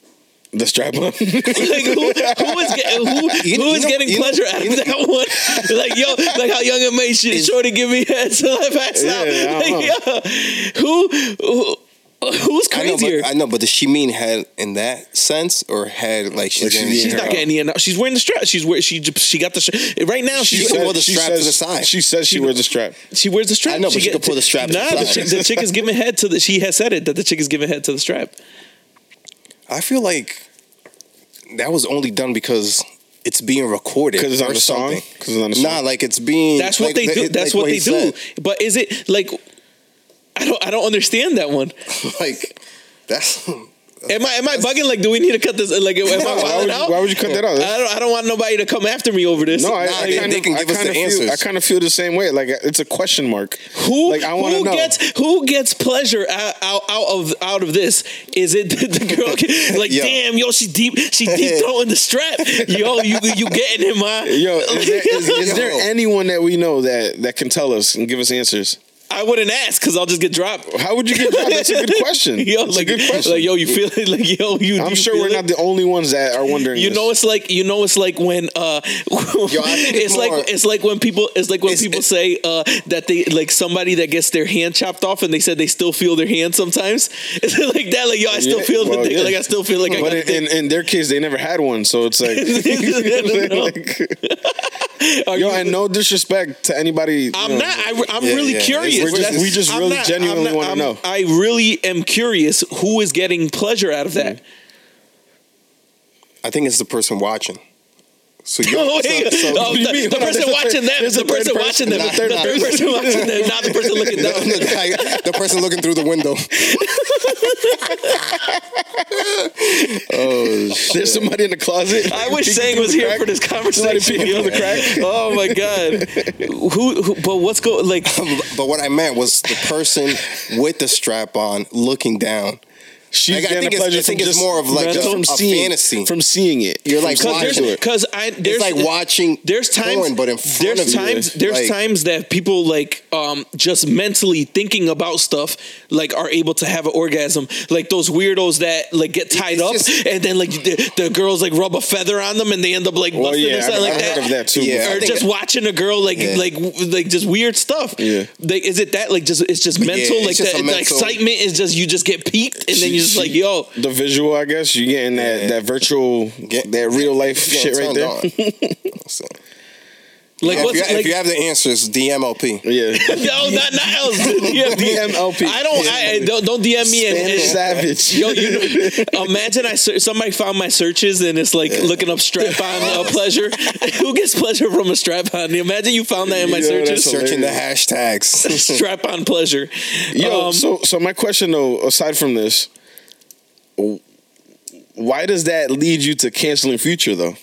[SPEAKER 2] the strap on.
[SPEAKER 1] Like who, who is get, who,
[SPEAKER 3] You-
[SPEAKER 1] who
[SPEAKER 3] you
[SPEAKER 1] is
[SPEAKER 3] know-
[SPEAKER 1] getting
[SPEAKER 3] you know-
[SPEAKER 1] pleasure out of that one? like yo, like how Young and May shit, Shorty give me head till I pass
[SPEAKER 2] Yeah,
[SPEAKER 1] out.
[SPEAKER 2] I
[SPEAKER 1] Like, yo, who, who who's
[SPEAKER 3] I know,
[SPEAKER 1] crazier?
[SPEAKER 3] but, I know, but does she mean head in that sense or head like she's,
[SPEAKER 2] Like she's
[SPEAKER 3] in-
[SPEAKER 2] eating
[SPEAKER 1] She's not getting any. She's wearing the strap. She's wear, she she got the strap. right now. She
[SPEAKER 3] She
[SPEAKER 1] she,
[SPEAKER 3] said- wore the strap to
[SPEAKER 2] says,
[SPEAKER 3] the side.
[SPEAKER 2] She says she wears the strap.
[SPEAKER 1] wears the strap.
[SPEAKER 3] I know, but she
[SPEAKER 1] get-
[SPEAKER 3] could pull the strap to
[SPEAKER 1] Nah,
[SPEAKER 3] the
[SPEAKER 1] the
[SPEAKER 3] side.
[SPEAKER 1] chick, the chick is giving head to the. She has said it that the chick is giving head to the strap.
[SPEAKER 3] I feel like that was only done because it's being recorded
[SPEAKER 2] Because it's on
[SPEAKER 3] or
[SPEAKER 2] the song.
[SPEAKER 3] something.
[SPEAKER 2] Because it's on the song.
[SPEAKER 3] Nah, like it's being.
[SPEAKER 1] That's what
[SPEAKER 3] like,
[SPEAKER 1] they do.
[SPEAKER 3] it-
[SPEAKER 1] That's
[SPEAKER 3] like
[SPEAKER 1] what,
[SPEAKER 3] he
[SPEAKER 1] they do.
[SPEAKER 3] said.
[SPEAKER 1] But is it like I don't I don't understand that one.
[SPEAKER 3] Like that's
[SPEAKER 1] Am I am I bugging? Like, do we need to cut this? Like, am I Uh,
[SPEAKER 2] why,
[SPEAKER 1] wilding
[SPEAKER 2] would
[SPEAKER 1] out?
[SPEAKER 2] you, why would you cut that out?
[SPEAKER 1] I don't I don't want nobody to come after me over this.
[SPEAKER 2] no, I,
[SPEAKER 3] Nah,
[SPEAKER 2] I
[SPEAKER 3] they-
[SPEAKER 2] kind
[SPEAKER 3] they
[SPEAKER 2] of,
[SPEAKER 3] can
[SPEAKER 2] I
[SPEAKER 3] give us
[SPEAKER 2] kind
[SPEAKER 3] the
[SPEAKER 2] of feel,
[SPEAKER 3] answers.
[SPEAKER 2] I kind of feel the same way. Like uh, it's a question mark.
[SPEAKER 1] who
[SPEAKER 2] Like I want to
[SPEAKER 1] who
[SPEAKER 2] know.
[SPEAKER 1] gets who gets pleasure out, out, out of out of this? Is it the, the girl? get- Like,
[SPEAKER 3] Yo.
[SPEAKER 1] damn, yo, she deep she deep throwing the strap. Yo, you you getting him? Huh?
[SPEAKER 2] Yo, is there, is, is there
[SPEAKER 3] Yo.
[SPEAKER 2] anyone that we know that that can tell us and give us answers?
[SPEAKER 1] I wouldn't ask because I'll just get dropped.
[SPEAKER 2] How would you get that? That's a good question.
[SPEAKER 1] Yo,
[SPEAKER 2] That's
[SPEAKER 1] like,
[SPEAKER 2] a good question.
[SPEAKER 1] like, yo, you feel it? Like, yo, you.
[SPEAKER 2] I'm
[SPEAKER 1] you
[SPEAKER 2] sure
[SPEAKER 1] feel
[SPEAKER 2] we're
[SPEAKER 1] it?
[SPEAKER 2] not the only ones that are wondering.
[SPEAKER 1] You
[SPEAKER 2] this.
[SPEAKER 1] know it's like you know it's like when uh
[SPEAKER 3] think
[SPEAKER 1] it's
[SPEAKER 3] it's
[SPEAKER 1] like
[SPEAKER 3] more-
[SPEAKER 1] it's like when people it's like when
[SPEAKER 3] It's-
[SPEAKER 1] people
[SPEAKER 3] it-
[SPEAKER 1] say uh that they like somebody that gets their hand chopped off and they said they still feel their hand sometimes. It's like that like yo I still
[SPEAKER 2] Yeah,
[SPEAKER 1] feel the
[SPEAKER 2] well,
[SPEAKER 1] dick
[SPEAKER 2] yeah.
[SPEAKER 1] like I still feel like I
[SPEAKER 2] but
[SPEAKER 1] got
[SPEAKER 2] in, in, in their case, they never had one, so it's like,
[SPEAKER 1] No. Are
[SPEAKER 2] yo,
[SPEAKER 1] you-
[SPEAKER 2] and no disrespect to anybody. you
[SPEAKER 1] I'm
[SPEAKER 2] know,
[SPEAKER 1] not. I, I'm
[SPEAKER 3] Yeah,
[SPEAKER 1] really
[SPEAKER 3] yeah.
[SPEAKER 1] curious.
[SPEAKER 3] We're just-
[SPEAKER 1] That's-
[SPEAKER 2] we just
[SPEAKER 1] I'm
[SPEAKER 2] really
[SPEAKER 1] I'm
[SPEAKER 2] genuinely wanna
[SPEAKER 1] I'm-
[SPEAKER 2] know.
[SPEAKER 1] I really am curious who is getting pleasure out of
[SPEAKER 2] Mm.
[SPEAKER 1] that.
[SPEAKER 3] I think it's the person watching. So you
[SPEAKER 1] Oh,
[SPEAKER 3] so,
[SPEAKER 1] wait.
[SPEAKER 3] so,
[SPEAKER 1] Oh,
[SPEAKER 2] you
[SPEAKER 1] the, the
[SPEAKER 2] mean? Hold
[SPEAKER 1] person
[SPEAKER 2] on, there's a
[SPEAKER 1] watching
[SPEAKER 2] third-
[SPEAKER 1] them,
[SPEAKER 2] there's a
[SPEAKER 1] the person
[SPEAKER 2] third person,
[SPEAKER 1] watching them,
[SPEAKER 2] not
[SPEAKER 1] the
[SPEAKER 2] a third
[SPEAKER 1] third person watching them, not the person looking
[SPEAKER 3] the,
[SPEAKER 1] down.
[SPEAKER 3] the guy, the person looking through the window. oh shit!
[SPEAKER 2] There's somebody in the closet.
[SPEAKER 1] I wish Sang was here for this conversation.
[SPEAKER 2] peeking through the crack.
[SPEAKER 1] Oh my god. Who, who? But what's go like?
[SPEAKER 3] But what I meant was the person with the strap on looking down.
[SPEAKER 2] She's
[SPEAKER 3] Like, I
[SPEAKER 2] getting
[SPEAKER 3] think
[SPEAKER 2] a
[SPEAKER 3] it's-
[SPEAKER 2] pleasure
[SPEAKER 3] I think
[SPEAKER 2] from
[SPEAKER 3] it's
[SPEAKER 2] just
[SPEAKER 3] more of, like,
[SPEAKER 2] just
[SPEAKER 3] just
[SPEAKER 2] from
[SPEAKER 3] a
[SPEAKER 2] seeing,
[SPEAKER 3] fantasy.
[SPEAKER 2] from seeing it.
[SPEAKER 3] You're, like,
[SPEAKER 2] From seeing
[SPEAKER 3] watching
[SPEAKER 2] it.
[SPEAKER 3] it.
[SPEAKER 1] Because I there's
[SPEAKER 3] like watching
[SPEAKER 1] there's times
[SPEAKER 3] porn, but in front
[SPEAKER 1] there's
[SPEAKER 3] of you.
[SPEAKER 1] times there's
[SPEAKER 3] Like-
[SPEAKER 1] times that people like um just mentally thinking about stuff like are able to have an orgasm like those weirdos that like get tied
[SPEAKER 3] It's
[SPEAKER 1] up
[SPEAKER 3] just-
[SPEAKER 1] and then like the, the girls like rub a feather on them and they end up like busting
[SPEAKER 2] Well, oh, yeah,
[SPEAKER 1] or something
[SPEAKER 2] I've-
[SPEAKER 1] like
[SPEAKER 2] I've
[SPEAKER 1] that.
[SPEAKER 2] heard of that, too,
[SPEAKER 3] Yeah,
[SPEAKER 1] or
[SPEAKER 3] I think-
[SPEAKER 1] just watching a girl like
[SPEAKER 3] Yeah.
[SPEAKER 1] like w- like just weird stuff.
[SPEAKER 2] Yeah.
[SPEAKER 1] like is it that like just it's just mental
[SPEAKER 3] it's
[SPEAKER 1] like
[SPEAKER 3] just
[SPEAKER 1] that
[SPEAKER 3] a
[SPEAKER 1] the
[SPEAKER 3] mental-
[SPEAKER 1] excitement is just you just get peaked and then
[SPEAKER 2] She-
[SPEAKER 1] you're just
[SPEAKER 2] she-
[SPEAKER 1] like yo
[SPEAKER 2] the visual, I guess. You're getting that,
[SPEAKER 3] Yeah.
[SPEAKER 2] that virtual,
[SPEAKER 3] Get-
[SPEAKER 2] that real life
[SPEAKER 3] You're
[SPEAKER 2] shit right
[SPEAKER 3] getting
[SPEAKER 2] there.
[SPEAKER 3] turned on. So,
[SPEAKER 1] like
[SPEAKER 3] if,
[SPEAKER 1] what's
[SPEAKER 3] you, if
[SPEAKER 1] like
[SPEAKER 3] you have the answers, DMLP.
[SPEAKER 2] Yeah.
[SPEAKER 1] no, not not else. DM,
[SPEAKER 2] DMLP.
[SPEAKER 1] I don't. I, I- don't don't DM me. And,
[SPEAKER 2] Spanish
[SPEAKER 1] and,
[SPEAKER 2] savage.
[SPEAKER 1] yo, you know, imagine I ser- somebody found my searches and it's like looking up strap on uh, pleasure. Who gets pleasure from a strap on? Imagine you found that in my
[SPEAKER 2] Yo, that's
[SPEAKER 1] searches.
[SPEAKER 2] hilarious.
[SPEAKER 3] Searching the hashtags.
[SPEAKER 1] Strap on pleasure.
[SPEAKER 2] Yo,
[SPEAKER 1] Um,
[SPEAKER 2] so so my question though, aside from this, w- why does that lead you to canceling future though?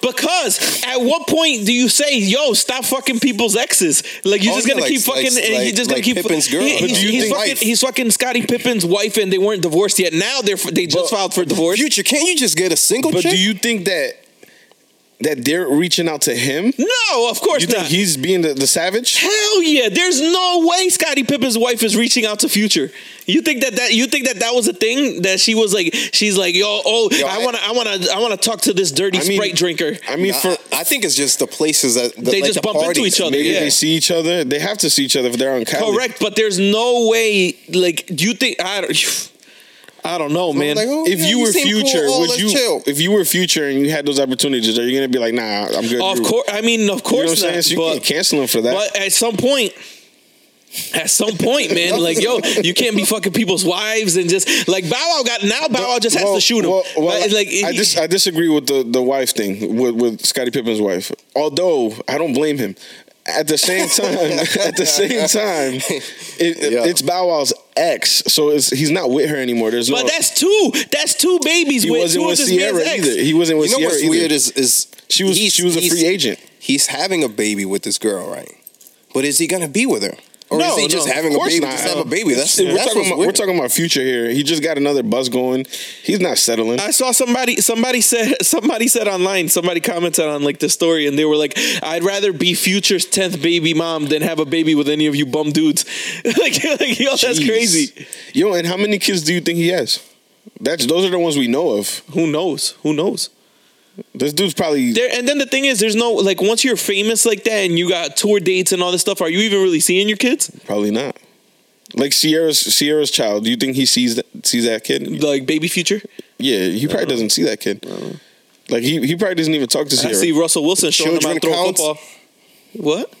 [SPEAKER 1] because at what point do you say, "Yo, stop fucking people's exes"? Like you're
[SPEAKER 3] Oh,
[SPEAKER 1] just
[SPEAKER 3] yeah,
[SPEAKER 1] gonna
[SPEAKER 3] like-
[SPEAKER 1] keep fucking,
[SPEAKER 3] like-
[SPEAKER 1] and you're
[SPEAKER 3] like-
[SPEAKER 1] just gonna
[SPEAKER 3] like
[SPEAKER 1] keep
[SPEAKER 3] Pippin's girl.
[SPEAKER 1] He-
[SPEAKER 3] But
[SPEAKER 1] he's,
[SPEAKER 3] do you
[SPEAKER 1] he's
[SPEAKER 3] think-
[SPEAKER 1] fucking, he's fucking Scottie Pippen's wife, and they weren't divorced yet. Now they're they just
[SPEAKER 2] But-
[SPEAKER 1] filed for divorce.
[SPEAKER 3] Future, can't you just get a single
[SPEAKER 2] But
[SPEAKER 3] chick?
[SPEAKER 2] do you think that that they're reaching out to him?
[SPEAKER 1] no, of course
[SPEAKER 2] You
[SPEAKER 1] not.
[SPEAKER 2] think he's being the, the savage?
[SPEAKER 1] Hell yeah! There's no way Scottie Pippen's wife is reaching out to Future. You think that that you think that that was a thing that she was like she's like yo oh
[SPEAKER 3] Yo,
[SPEAKER 1] I
[SPEAKER 3] I-
[SPEAKER 1] want to I want to I want to talk to this dirty
[SPEAKER 2] I mean-
[SPEAKER 1] Sprite drinker.
[SPEAKER 2] I mean,
[SPEAKER 3] Nah,
[SPEAKER 2] for
[SPEAKER 3] I, I think it's just the places that the,
[SPEAKER 1] They
[SPEAKER 3] like
[SPEAKER 1] just
[SPEAKER 3] the
[SPEAKER 1] bump into
[SPEAKER 3] parties.
[SPEAKER 1] each other.
[SPEAKER 2] maybe
[SPEAKER 1] yeah.
[SPEAKER 2] they see each other. They have to see each other if they're on Cali.
[SPEAKER 1] Correct, but there's no way like do you think I don't I don't know man.
[SPEAKER 3] like, oh,
[SPEAKER 2] If
[SPEAKER 3] yeah,
[SPEAKER 2] you were
[SPEAKER 3] seem cool.
[SPEAKER 2] future,
[SPEAKER 3] Oh,
[SPEAKER 2] would
[SPEAKER 3] let's
[SPEAKER 2] you?
[SPEAKER 3] chill.
[SPEAKER 2] If you were future and you had those opportunities, are you gonna be like, nah, I'm good?
[SPEAKER 1] Of
[SPEAKER 2] You-
[SPEAKER 1] course, I mean of
[SPEAKER 2] you know what I'm
[SPEAKER 1] course
[SPEAKER 2] saying?
[SPEAKER 1] not.
[SPEAKER 2] So you
[SPEAKER 1] but
[SPEAKER 2] can't cancel him for that.
[SPEAKER 1] But at some point, at some point, man, like yo, you can't be fucking people's wives and just like Bow Wow got now. Bow Wow just has to shoot him.
[SPEAKER 2] Well, well,
[SPEAKER 1] But, like
[SPEAKER 2] I, dis- I disagree with the, the wife thing with, with Scottie Pippen's wife. Although I don't blame him. At the same time, at the same time, it,
[SPEAKER 3] Yeah.
[SPEAKER 2] it's Bow Wow's ex, so it's, he's not with her anymore. There's no.
[SPEAKER 1] But that's two. That's two babies.
[SPEAKER 2] he
[SPEAKER 1] with,
[SPEAKER 2] wasn't
[SPEAKER 1] two
[SPEAKER 2] with
[SPEAKER 1] of this man's
[SPEAKER 2] Sierra
[SPEAKER 1] ex.
[SPEAKER 2] either. He wasn't with
[SPEAKER 3] You know
[SPEAKER 2] Sierra
[SPEAKER 3] what's
[SPEAKER 2] either.
[SPEAKER 3] weird is is
[SPEAKER 2] she was
[SPEAKER 3] he's-
[SPEAKER 2] she was a
[SPEAKER 3] he's-
[SPEAKER 2] free agent.
[SPEAKER 3] He's having a baby with this girl, right? But is he gonna be with her, or
[SPEAKER 1] No,
[SPEAKER 3] is he
[SPEAKER 1] no,
[SPEAKER 3] just
[SPEAKER 1] of
[SPEAKER 3] having a
[SPEAKER 2] course
[SPEAKER 3] baby?
[SPEAKER 2] not.
[SPEAKER 3] Just have a baby. That's,
[SPEAKER 2] we're,
[SPEAKER 3] that's
[SPEAKER 2] talking
[SPEAKER 3] what's
[SPEAKER 2] about, we're
[SPEAKER 3] weird.
[SPEAKER 2] talking about future here. He just got another buzz going. He's not settling.
[SPEAKER 1] I saw somebody somebody said somebody said online, somebody commented on like the story and they were like, I'd rather be future's tenth baby mom than have a baby with any of you bum dudes. like, like, yo, that's
[SPEAKER 2] Jeez.
[SPEAKER 1] crazy.
[SPEAKER 2] Yo, and how many kids do you think he has? That's those are the ones we know of.
[SPEAKER 1] Who knows? Who knows?
[SPEAKER 2] This dude's probably
[SPEAKER 1] There and then the thing is there's no like once you're famous like that and you got tour dates and all this stuff, are you even really seeing your kids?
[SPEAKER 2] Probably not. Like Sierra's Sierra's child. Do you think he sees that sees that kid?
[SPEAKER 1] Like baby future?
[SPEAKER 2] Yeah, he probably doesn't see that kid. Like he, he probably doesn't even talk to
[SPEAKER 1] I see
[SPEAKER 2] Sierra.
[SPEAKER 1] Russell Wilson showing them how to
[SPEAKER 3] Children
[SPEAKER 1] throw
[SPEAKER 3] counts?
[SPEAKER 1] football. What?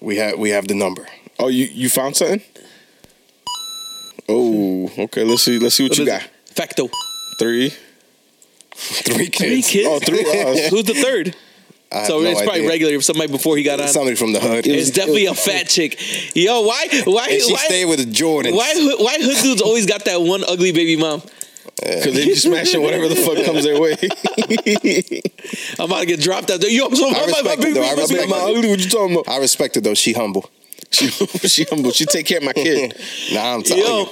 [SPEAKER 3] we have we have the number.
[SPEAKER 2] Oh, you, you found something? Oh, okay. Let's see. Let's see what,
[SPEAKER 1] What
[SPEAKER 2] you
[SPEAKER 1] is
[SPEAKER 2] got.
[SPEAKER 1] it? Facto.
[SPEAKER 2] Three.
[SPEAKER 3] Three kids.
[SPEAKER 1] Three kids?
[SPEAKER 2] Oh, three. Oh,
[SPEAKER 1] Who's the third?
[SPEAKER 3] I have
[SPEAKER 1] So
[SPEAKER 3] no
[SPEAKER 1] it's probably
[SPEAKER 3] idea.
[SPEAKER 1] regular somebody before he got on.
[SPEAKER 3] Somebody from the hood.
[SPEAKER 1] It's definitely a fat chick. Yo, why why
[SPEAKER 3] and she
[SPEAKER 1] why,
[SPEAKER 3] stayed with Jordan.
[SPEAKER 1] why hood- why hood dudes always got that one ugly baby mom?
[SPEAKER 2] because they be smashing whatever the fuck comes their way.
[SPEAKER 1] I'm about to get dropped out there. Yo, I'm so
[SPEAKER 3] I
[SPEAKER 1] my, my, my
[SPEAKER 3] respect it,
[SPEAKER 1] baby
[SPEAKER 3] though. I
[SPEAKER 1] mama-
[SPEAKER 3] respect
[SPEAKER 2] My
[SPEAKER 1] my-
[SPEAKER 2] ugly, what you talking about?
[SPEAKER 3] I respect it though. She humble.
[SPEAKER 2] She, she humble. She take care of my kid.
[SPEAKER 3] Nah, I'm telling
[SPEAKER 1] Yo.
[SPEAKER 3] you.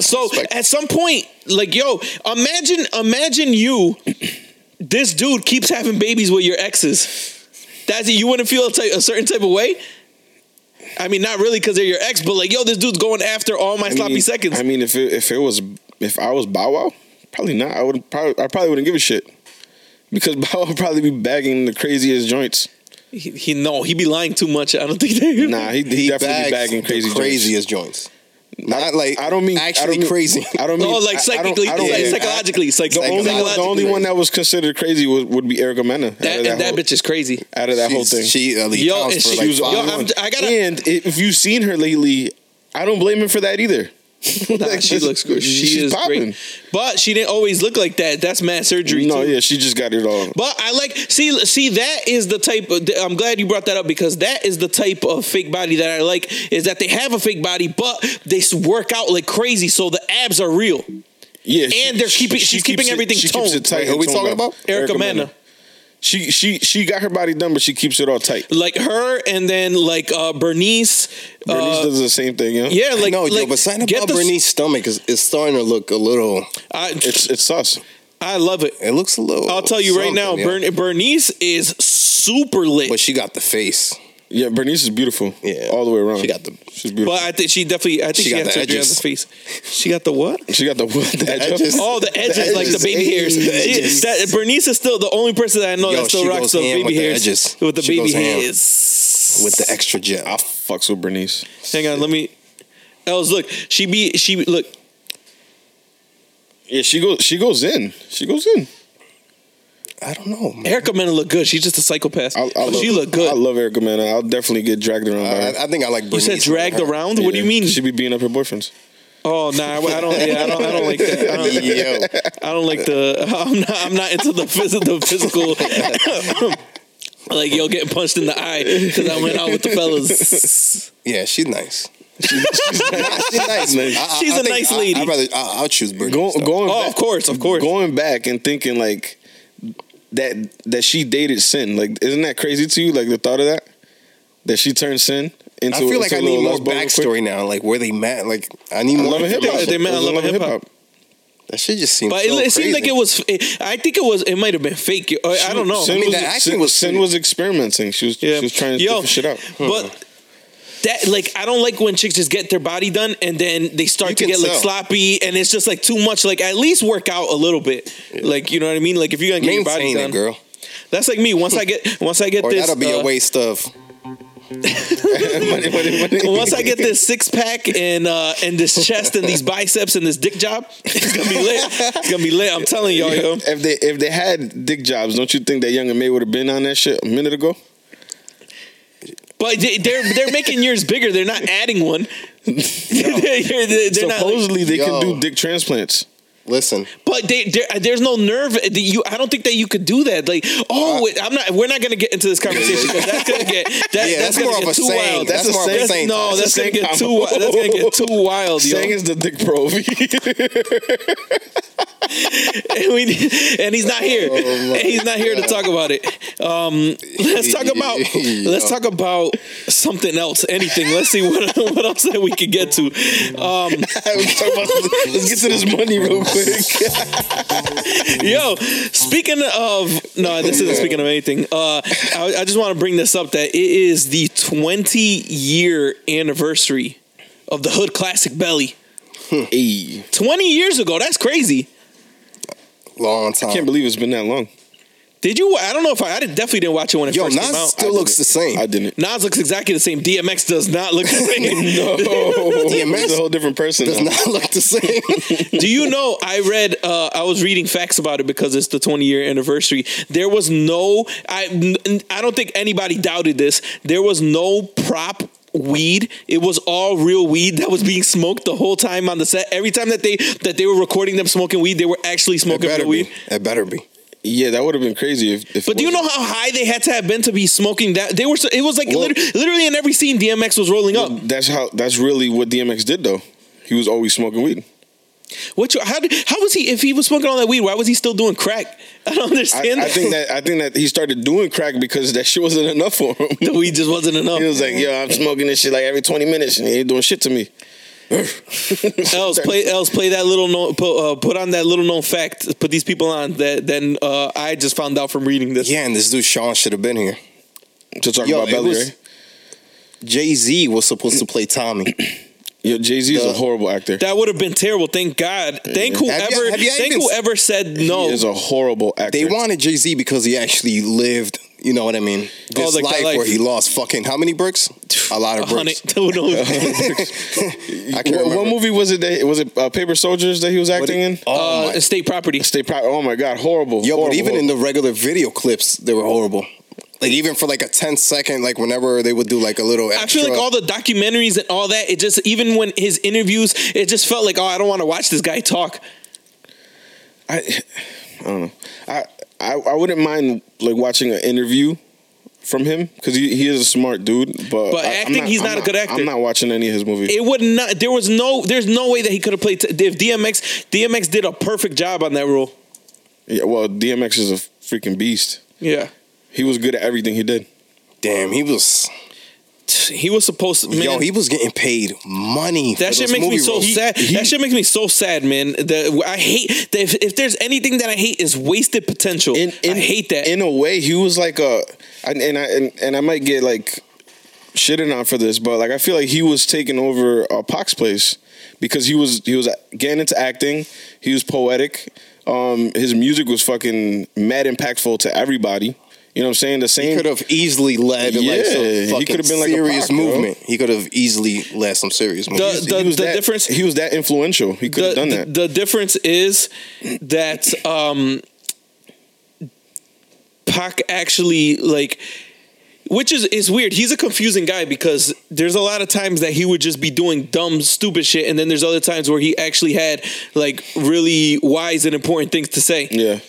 [SPEAKER 1] So
[SPEAKER 3] Respect.
[SPEAKER 1] at some point, like yo, imagine imagine you this dude keeps having babies with your exes. That's it. You wouldn't feel a, type, a certain type of way? I mean, not really because they're your ex, but like, yo, this dude's going after all my
[SPEAKER 2] I
[SPEAKER 1] sloppy
[SPEAKER 2] mean-
[SPEAKER 1] seconds.
[SPEAKER 2] I mean, if it, if it was if I was Bow Wow, probably not. I would probably I probably wouldn't give a shit because Bow Wow would probably be bagging the craziest joints.
[SPEAKER 1] he, he no, he be lying too much. I don't think they.
[SPEAKER 2] Nah, he, he, definitely
[SPEAKER 3] bags
[SPEAKER 2] be bagging
[SPEAKER 3] the
[SPEAKER 2] crazy, joints.
[SPEAKER 3] craziest joints. Not like
[SPEAKER 2] I don't mean
[SPEAKER 3] actually
[SPEAKER 2] I don't mean-
[SPEAKER 3] crazy.
[SPEAKER 2] I don't mean
[SPEAKER 1] No, like
[SPEAKER 2] I- I don't-
[SPEAKER 1] psychically,
[SPEAKER 2] I don't-
[SPEAKER 1] like
[SPEAKER 3] yeah.
[SPEAKER 1] psychologically, psych-
[SPEAKER 2] the only one, the
[SPEAKER 1] psychologically.
[SPEAKER 2] only one that was considered crazy would, would be Erica
[SPEAKER 1] That,
[SPEAKER 2] Mena. out of that,
[SPEAKER 1] and that
[SPEAKER 2] whole,
[SPEAKER 1] bitch is crazy.
[SPEAKER 2] out of that whole
[SPEAKER 3] She's-
[SPEAKER 2] thing.
[SPEAKER 3] She at least
[SPEAKER 1] Yo,
[SPEAKER 3] counts
[SPEAKER 1] and
[SPEAKER 3] for
[SPEAKER 1] she
[SPEAKER 3] like
[SPEAKER 1] was- yo,
[SPEAKER 3] five
[SPEAKER 1] I'm-
[SPEAKER 3] months.
[SPEAKER 1] I gotta-
[SPEAKER 2] and if you've seen her lately, I don't blame him for that either.
[SPEAKER 1] Nah,
[SPEAKER 2] Like,
[SPEAKER 1] she looks good. She
[SPEAKER 2] she's
[SPEAKER 1] is
[SPEAKER 2] popping.
[SPEAKER 1] great. But she didn't always look like that. That's mad surgery.
[SPEAKER 2] No,
[SPEAKER 1] too.
[SPEAKER 2] yeah, she just got it all.
[SPEAKER 1] But I like see see that is the type of I'm glad you brought that up because that is the type of fake body that I like is that they have a fake body but they s- work out like crazy so the abs are real.
[SPEAKER 2] Yeah,
[SPEAKER 1] And they're keeping- she's keeping
[SPEAKER 2] keeps it-
[SPEAKER 1] everything
[SPEAKER 2] she
[SPEAKER 1] toned.
[SPEAKER 2] Keeps it tight
[SPEAKER 3] Wait, who
[SPEAKER 2] and
[SPEAKER 3] we
[SPEAKER 2] toned
[SPEAKER 3] talking
[SPEAKER 2] up.
[SPEAKER 3] about?
[SPEAKER 1] Erica Mena.
[SPEAKER 2] She she she got her body done, but she keeps it all tight.
[SPEAKER 1] Like her, and then like uh, Bernice. uh,
[SPEAKER 2] Bernice does the same thing, you know?
[SPEAKER 1] yeah, like
[SPEAKER 3] no, yo,
[SPEAKER 1] like,
[SPEAKER 3] but something
[SPEAKER 1] get
[SPEAKER 3] about
[SPEAKER 1] the-
[SPEAKER 3] Bernice's stomach is, is starting to look a little.
[SPEAKER 1] I,
[SPEAKER 2] It's it's sus.
[SPEAKER 1] I love it.
[SPEAKER 3] It looks a little.
[SPEAKER 1] I'll tell you right
[SPEAKER 3] something,
[SPEAKER 1] now,
[SPEAKER 3] yo.
[SPEAKER 1] Bern- Bernice is super lit.
[SPEAKER 3] But she got the face.
[SPEAKER 2] Yeah, Bernice is beautiful.
[SPEAKER 3] Yeah.
[SPEAKER 2] All the way around.
[SPEAKER 3] She got the-
[SPEAKER 2] She's beautiful.
[SPEAKER 1] But I think she definitely. I think she,
[SPEAKER 3] She got
[SPEAKER 1] had
[SPEAKER 3] the
[SPEAKER 1] surgery on the
[SPEAKER 3] edges.
[SPEAKER 1] face. She got the what?
[SPEAKER 2] she got the what? The edge up?
[SPEAKER 3] edges.
[SPEAKER 1] Oh, the edges, like the
[SPEAKER 3] edges.
[SPEAKER 1] baby hairs.
[SPEAKER 3] The
[SPEAKER 1] She-
[SPEAKER 3] edges.
[SPEAKER 1] that, Bernice is still the only person that I know
[SPEAKER 3] Yo,
[SPEAKER 1] that still
[SPEAKER 3] she
[SPEAKER 1] rocks
[SPEAKER 3] goes
[SPEAKER 1] the
[SPEAKER 3] ham
[SPEAKER 1] baby
[SPEAKER 3] with the
[SPEAKER 1] hairs
[SPEAKER 3] edges.
[SPEAKER 1] with the
[SPEAKER 3] She
[SPEAKER 1] baby
[SPEAKER 3] goes ham.
[SPEAKER 1] hairs.
[SPEAKER 3] With the extra gel.
[SPEAKER 2] I fucks with Bernice.
[SPEAKER 1] Hang on, let me. Els, look, she be she be- look.
[SPEAKER 2] Yeah, she goes she goes in. She goes in.
[SPEAKER 3] I don't know, man.
[SPEAKER 1] Erica Mena look good. She's just a psychopath.
[SPEAKER 2] I, I
[SPEAKER 1] But
[SPEAKER 2] love,
[SPEAKER 1] she look
[SPEAKER 2] I
[SPEAKER 1] good.
[SPEAKER 2] love Erica Man. I'll definitely get dragged around by her.
[SPEAKER 3] I, I think I like.
[SPEAKER 1] You
[SPEAKER 3] Bernice
[SPEAKER 1] said dragged
[SPEAKER 3] more than her.
[SPEAKER 1] around. What do you mean?
[SPEAKER 2] She be beating up her boyfriends.
[SPEAKER 1] Oh nah, I I don't. Yeah, I don't. I don't like that. I don't, I don't like the. I'm not. I'm not into the physical. The physical. like yo, getting punched in the eye because I went out with the fellas.
[SPEAKER 3] Yo, yeah, she's nice. She's, she's nice. She's nice. man. I- I-
[SPEAKER 1] She's
[SPEAKER 3] I
[SPEAKER 1] a
[SPEAKER 3] think
[SPEAKER 1] nice
[SPEAKER 3] I-
[SPEAKER 1] lady.
[SPEAKER 3] I'd rather I, I'll choose Bernice.
[SPEAKER 2] Go,
[SPEAKER 3] though.
[SPEAKER 2] going
[SPEAKER 1] Oh,
[SPEAKER 2] back,
[SPEAKER 1] of course, of course.
[SPEAKER 2] Going back and thinking like that that she dated Sin. Like, isn't that crazy to you? Like the thought of that? That she turned Sin into
[SPEAKER 3] I feel like
[SPEAKER 2] into
[SPEAKER 3] I
[SPEAKER 2] a little
[SPEAKER 3] need more
[SPEAKER 2] lesbo real quick?
[SPEAKER 3] backstory now, like where they met. Like I need more.
[SPEAKER 2] Love and hip hop.
[SPEAKER 1] They- they met on
[SPEAKER 2] It was
[SPEAKER 1] Love and Hip Hop.
[SPEAKER 3] That shit just seems.
[SPEAKER 1] But
[SPEAKER 3] so
[SPEAKER 1] it, it
[SPEAKER 3] crazy.
[SPEAKER 1] seemed like it was. It, I think it was. It might have been fake. I, I don't know.
[SPEAKER 2] Sin
[SPEAKER 3] I mean,
[SPEAKER 2] was,
[SPEAKER 3] the acting
[SPEAKER 2] Sin,
[SPEAKER 3] was
[SPEAKER 2] Sin
[SPEAKER 3] pretty-
[SPEAKER 2] was experimenting. She was
[SPEAKER 1] Yeah.
[SPEAKER 2] she was trying to
[SPEAKER 1] Yo,
[SPEAKER 2] different shit out.
[SPEAKER 1] But that like I don't like when chicks just get their body done and then they start
[SPEAKER 3] You
[SPEAKER 1] to
[SPEAKER 3] can
[SPEAKER 1] get like
[SPEAKER 3] tell.
[SPEAKER 1] sloppy and it's just like too much. Like at least work out a little bit. Like you know what I mean. Like if you're gonna get your body
[SPEAKER 3] maintain
[SPEAKER 1] done,
[SPEAKER 3] it, girl,
[SPEAKER 1] that's like me. Once I get once I get
[SPEAKER 3] or
[SPEAKER 1] this,
[SPEAKER 3] that'll be
[SPEAKER 1] uh,
[SPEAKER 3] a waste of.
[SPEAKER 2] Money, money, money.
[SPEAKER 1] Once I get this six pack and uh, and this chest and these biceps and this dick job, it's gonna be lit. It's gonna be lit. I'm telling y'all, yo.
[SPEAKER 2] if they if they had dick jobs, don't you think that Young and May would have been on that shit a minute ago?
[SPEAKER 1] But they- they're they're making yours bigger. They're not adding one. they're, they're- they're not, like-
[SPEAKER 2] Supposedly they can
[SPEAKER 3] Yo.
[SPEAKER 2] do dick transplants.
[SPEAKER 3] Listen,
[SPEAKER 1] But they, there, there's no nerve. that You, I don't think that you could do that. Like, oh,
[SPEAKER 3] Uh,
[SPEAKER 1] it- I'm not. We're not gonna get into this conversation because that's gonna get. That,
[SPEAKER 3] Yeah,
[SPEAKER 1] that's,
[SPEAKER 3] that's
[SPEAKER 1] gonna
[SPEAKER 3] more
[SPEAKER 1] get
[SPEAKER 3] of a
[SPEAKER 1] too
[SPEAKER 3] saying.
[SPEAKER 1] wild.
[SPEAKER 3] That's more of a saying.
[SPEAKER 1] No, that's,
[SPEAKER 2] That's a
[SPEAKER 1] gonna
[SPEAKER 2] saying
[SPEAKER 1] get too.
[SPEAKER 2] combo.
[SPEAKER 1] wi- That's gonna get too wild, yo.
[SPEAKER 2] Sang is the dick provi.
[SPEAKER 1] and, we, and he's not here. and he's not here to talk about it. Um, let's talk about let's talk about something else. Anything. Let's see what what else that we could get to. Um,
[SPEAKER 2] Let's get to this money real quick.
[SPEAKER 1] yo, speaking of no, this isn't speaking of anything. Uh, I, I just want to bring this up that it is the 20 year anniversary of the Hood Classic Belly.
[SPEAKER 2] Hey,
[SPEAKER 1] 20 years ago. That's crazy.
[SPEAKER 3] long time.
[SPEAKER 2] can't believe it's been that long.
[SPEAKER 1] Did you? I don't know if I. I did- definitely didn't watch it when it
[SPEAKER 3] Yo,
[SPEAKER 1] first
[SPEAKER 3] Nas
[SPEAKER 1] came out.
[SPEAKER 3] still looks the same.
[SPEAKER 2] I didn't.
[SPEAKER 1] Nas looks exactly the same. DMX does not look the same.
[SPEAKER 2] Oh,
[SPEAKER 3] DMX
[SPEAKER 2] he's a whole different person.
[SPEAKER 3] Does
[SPEAKER 2] now.
[SPEAKER 3] not look the same.
[SPEAKER 1] Do you know? I read. Uh, I was reading facts about it because it's the 20 year anniversary. There was no. I. n- I don't think anybody doubted this. There was no prop weed it was all real weed that was being smoked the whole time on the set every time that they that they were recording them smoking weed they were actually
[SPEAKER 3] it
[SPEAKER 1] smoking
[SPEAKER 3] better
[SPEAKER 1] real
[SPEAKER 3] be.
[SPEAKER 1] weed
[SPEAKER 3] It better be.
[SPEAKER 2] Yeah, that would have been crazy if. if
[SPEAKER 1] but
[SPEAKER 2] it
[SPEAKER 1] do you know
[SPEAKER 2] wasn't.
[SPEAKER 1] how high they had to have been to be smoking that they were so, it was like
[SPEAKER 2] Well-
[SPEAKER 1] liter- literally in every scene dmx was rolling up
[SPEAKER 2] That's how. That's really what DMX did though. He was always smoking weed.
[SPEAKER 1] What? You, how? Did, how was he? If he was smoking all that weed, why was he still doing crack? I don't
[SPEAKER 2] I,
[SPEAKER 1] understand.
[SPEAKER 2] I think that I think that he started doing crack because that shit wasn't enough for him.
[SPEAKER 1] the weed just wasn't enough.
[SPEAKER 2] He was like, "Yo, I'm smoking this shit like every 20 minutes, and he ain't doing shit to me."
[SPEAKER 1] else play, else play that little known, put, uh, put on that little known fact. Put these people on that. Then uh, I just found out from reading this.
[SPEAKER 3] Yeah, and this dude Sean should have been here.
[SPEAKER 2] To talk
[SPEAKER 3] Yo,
[SPEAKER 2] about
[SPEAKER 3] it
[SPEAKER 2] Belly,
[SPEAKER 3] was-
[SPEAKER 2] right?
[SPEAKER 3] Jay Z was supposed to play Tommy.
[SPEAKER 2] Yo, Jay Z is
[SPEAKER 3] The-
[SPEAKER 2] a horrible actor.
[SPEAKER 1] That would have been terrible. Thank God. Thank
[SPEAKER 2] Have you-
[SPEAKER 1] whoever.
[SPEAKER 3] have you
[SPEAKER 1] thank
[SPEAKER 3] even-
[SPEAKER 1] whoever said no.
[SPEAKER 2] he is a horrible actor.
[SPEAKER 3] They wanted Jay Z because he actually lived. You know what I mean? This
[SPEAKER 1] like that
[SPEAKER 3] life,
[SPEAKER 1] life.
[SPEAKER 3] where he lost fucking how many bricks? A lot of
[SPEAKER 1] Honey,
[SPEAKER 3] bricks.
[SPEAKER 1] who knows?
[SPEAKER 3] I can't
[SPEAKER 2] What,
[SPEAKER 3] remember.
[SPEAKER 2] what movie was it? That was it uh, Paper Soldiers that he was
[SPEAKER 3] But
[SPEAKER 2] acting
[SPEAKER 3] it-
[SPEAKER 2] in?
[SPEAKER 3] oh my
[SPEAKER 1] uh, estate property.
[SPEAKER 2] Stay proud. Oh my god, horrible.
[SPEAKER 3] Yo,
[SPEAKER 2] horrible,
[SPEAKER 3] but even in the regular video clips, they were horrible. Like even for like a 10 second, like whenever they would do like a little
[SPEAKER 1] I
[SPEAKER 3] extra.
[SPEAKER 1] feel like all the documentaries and all that. It just even when his interviews, it just felt like oh, I don't want to watch this guy talk.
[SPEAKER 2] I, I don't know. I, I I wouldn't mind like watching an interview from him because he, he is a smart dude. But
[SPEAKER 1] But
[SPEAKER 2] I, I'm
[SPEAKER 1] acting, he's
[SPEAKER 2] I'm
[SPEAKER 1] not a good actor.
[SPEAKER 2] I'm not watching any of his movies.
[SPEAKER 1] it would not. There was no. There's no way that he could have played. T- if DMX, DMX did a perfect job on that role.
[SPEAKER 2] yeah, well, DMX is a freaking beast.
[SPEAKER 1] Yeah.
[SPEAKER 2] He was good at everything he did.
[SPEAKER 3] Damn, he was
[SPEAKER 1] He was supposed to. Man,
[SPEAKER 3] yo, he was getting paid money. for
[SPEAKER 1] That shit
[SPEAKER 3] those
[SPEAKER 1] makes me
[SPEAKER 3] movie
[SPEAKER 1] so
[SPEAKER 3] roles.
[SPEAKER 1] sad. that shit makes me so sad, man. The, I hate that if, if there's anything that I hate is wasted potential.
[SPEAKER 2] In, in,
[SPEAKER 1] I hate that.
[SPEAKER 2] In a way, he was like a, and, and I and, and I might get like shitting on for this, but like I feel like he was taking over uh, Pac's place because he was he was getting into acting. He was poetic. Um, his music was fucking mad impactful to everybody. You know what I'm saying? The
[SPEAKER 3] He
[SPEAKER 2] same.
[SPEAKER 3] could have easily led
[SPEAKER 2] Yeah,
[SPEAKER 3] like
[SPEAKER 2] he
[SPEAKER 3] some fucking
[SPEAKER 2] could've been like a
[SPEAKER 3] serious
[SPEAKER 2] Pac, bro.
[SPEAKER 3] movement. He could have easily led some serious movement.
[SPEAKER 1] the- the
[SPEAKER 2] that-
[SPEAKER 1] difference-
[SPEAKER 2] He was that influential. He could
[SPEAKER 1] the,
[SPEAKER 2] have done
[SPEAKER 1] the-
[SPEAKER 2] that.
[SPEAKER 1] the difference is that um Pac actually like which is is weird. He's a confusing guy because there's a lot of times that he would just be doing dumb, stupid shit, and then there's other times where he actually had like really wise and important things to say.
[SPEAKER 2] yeah.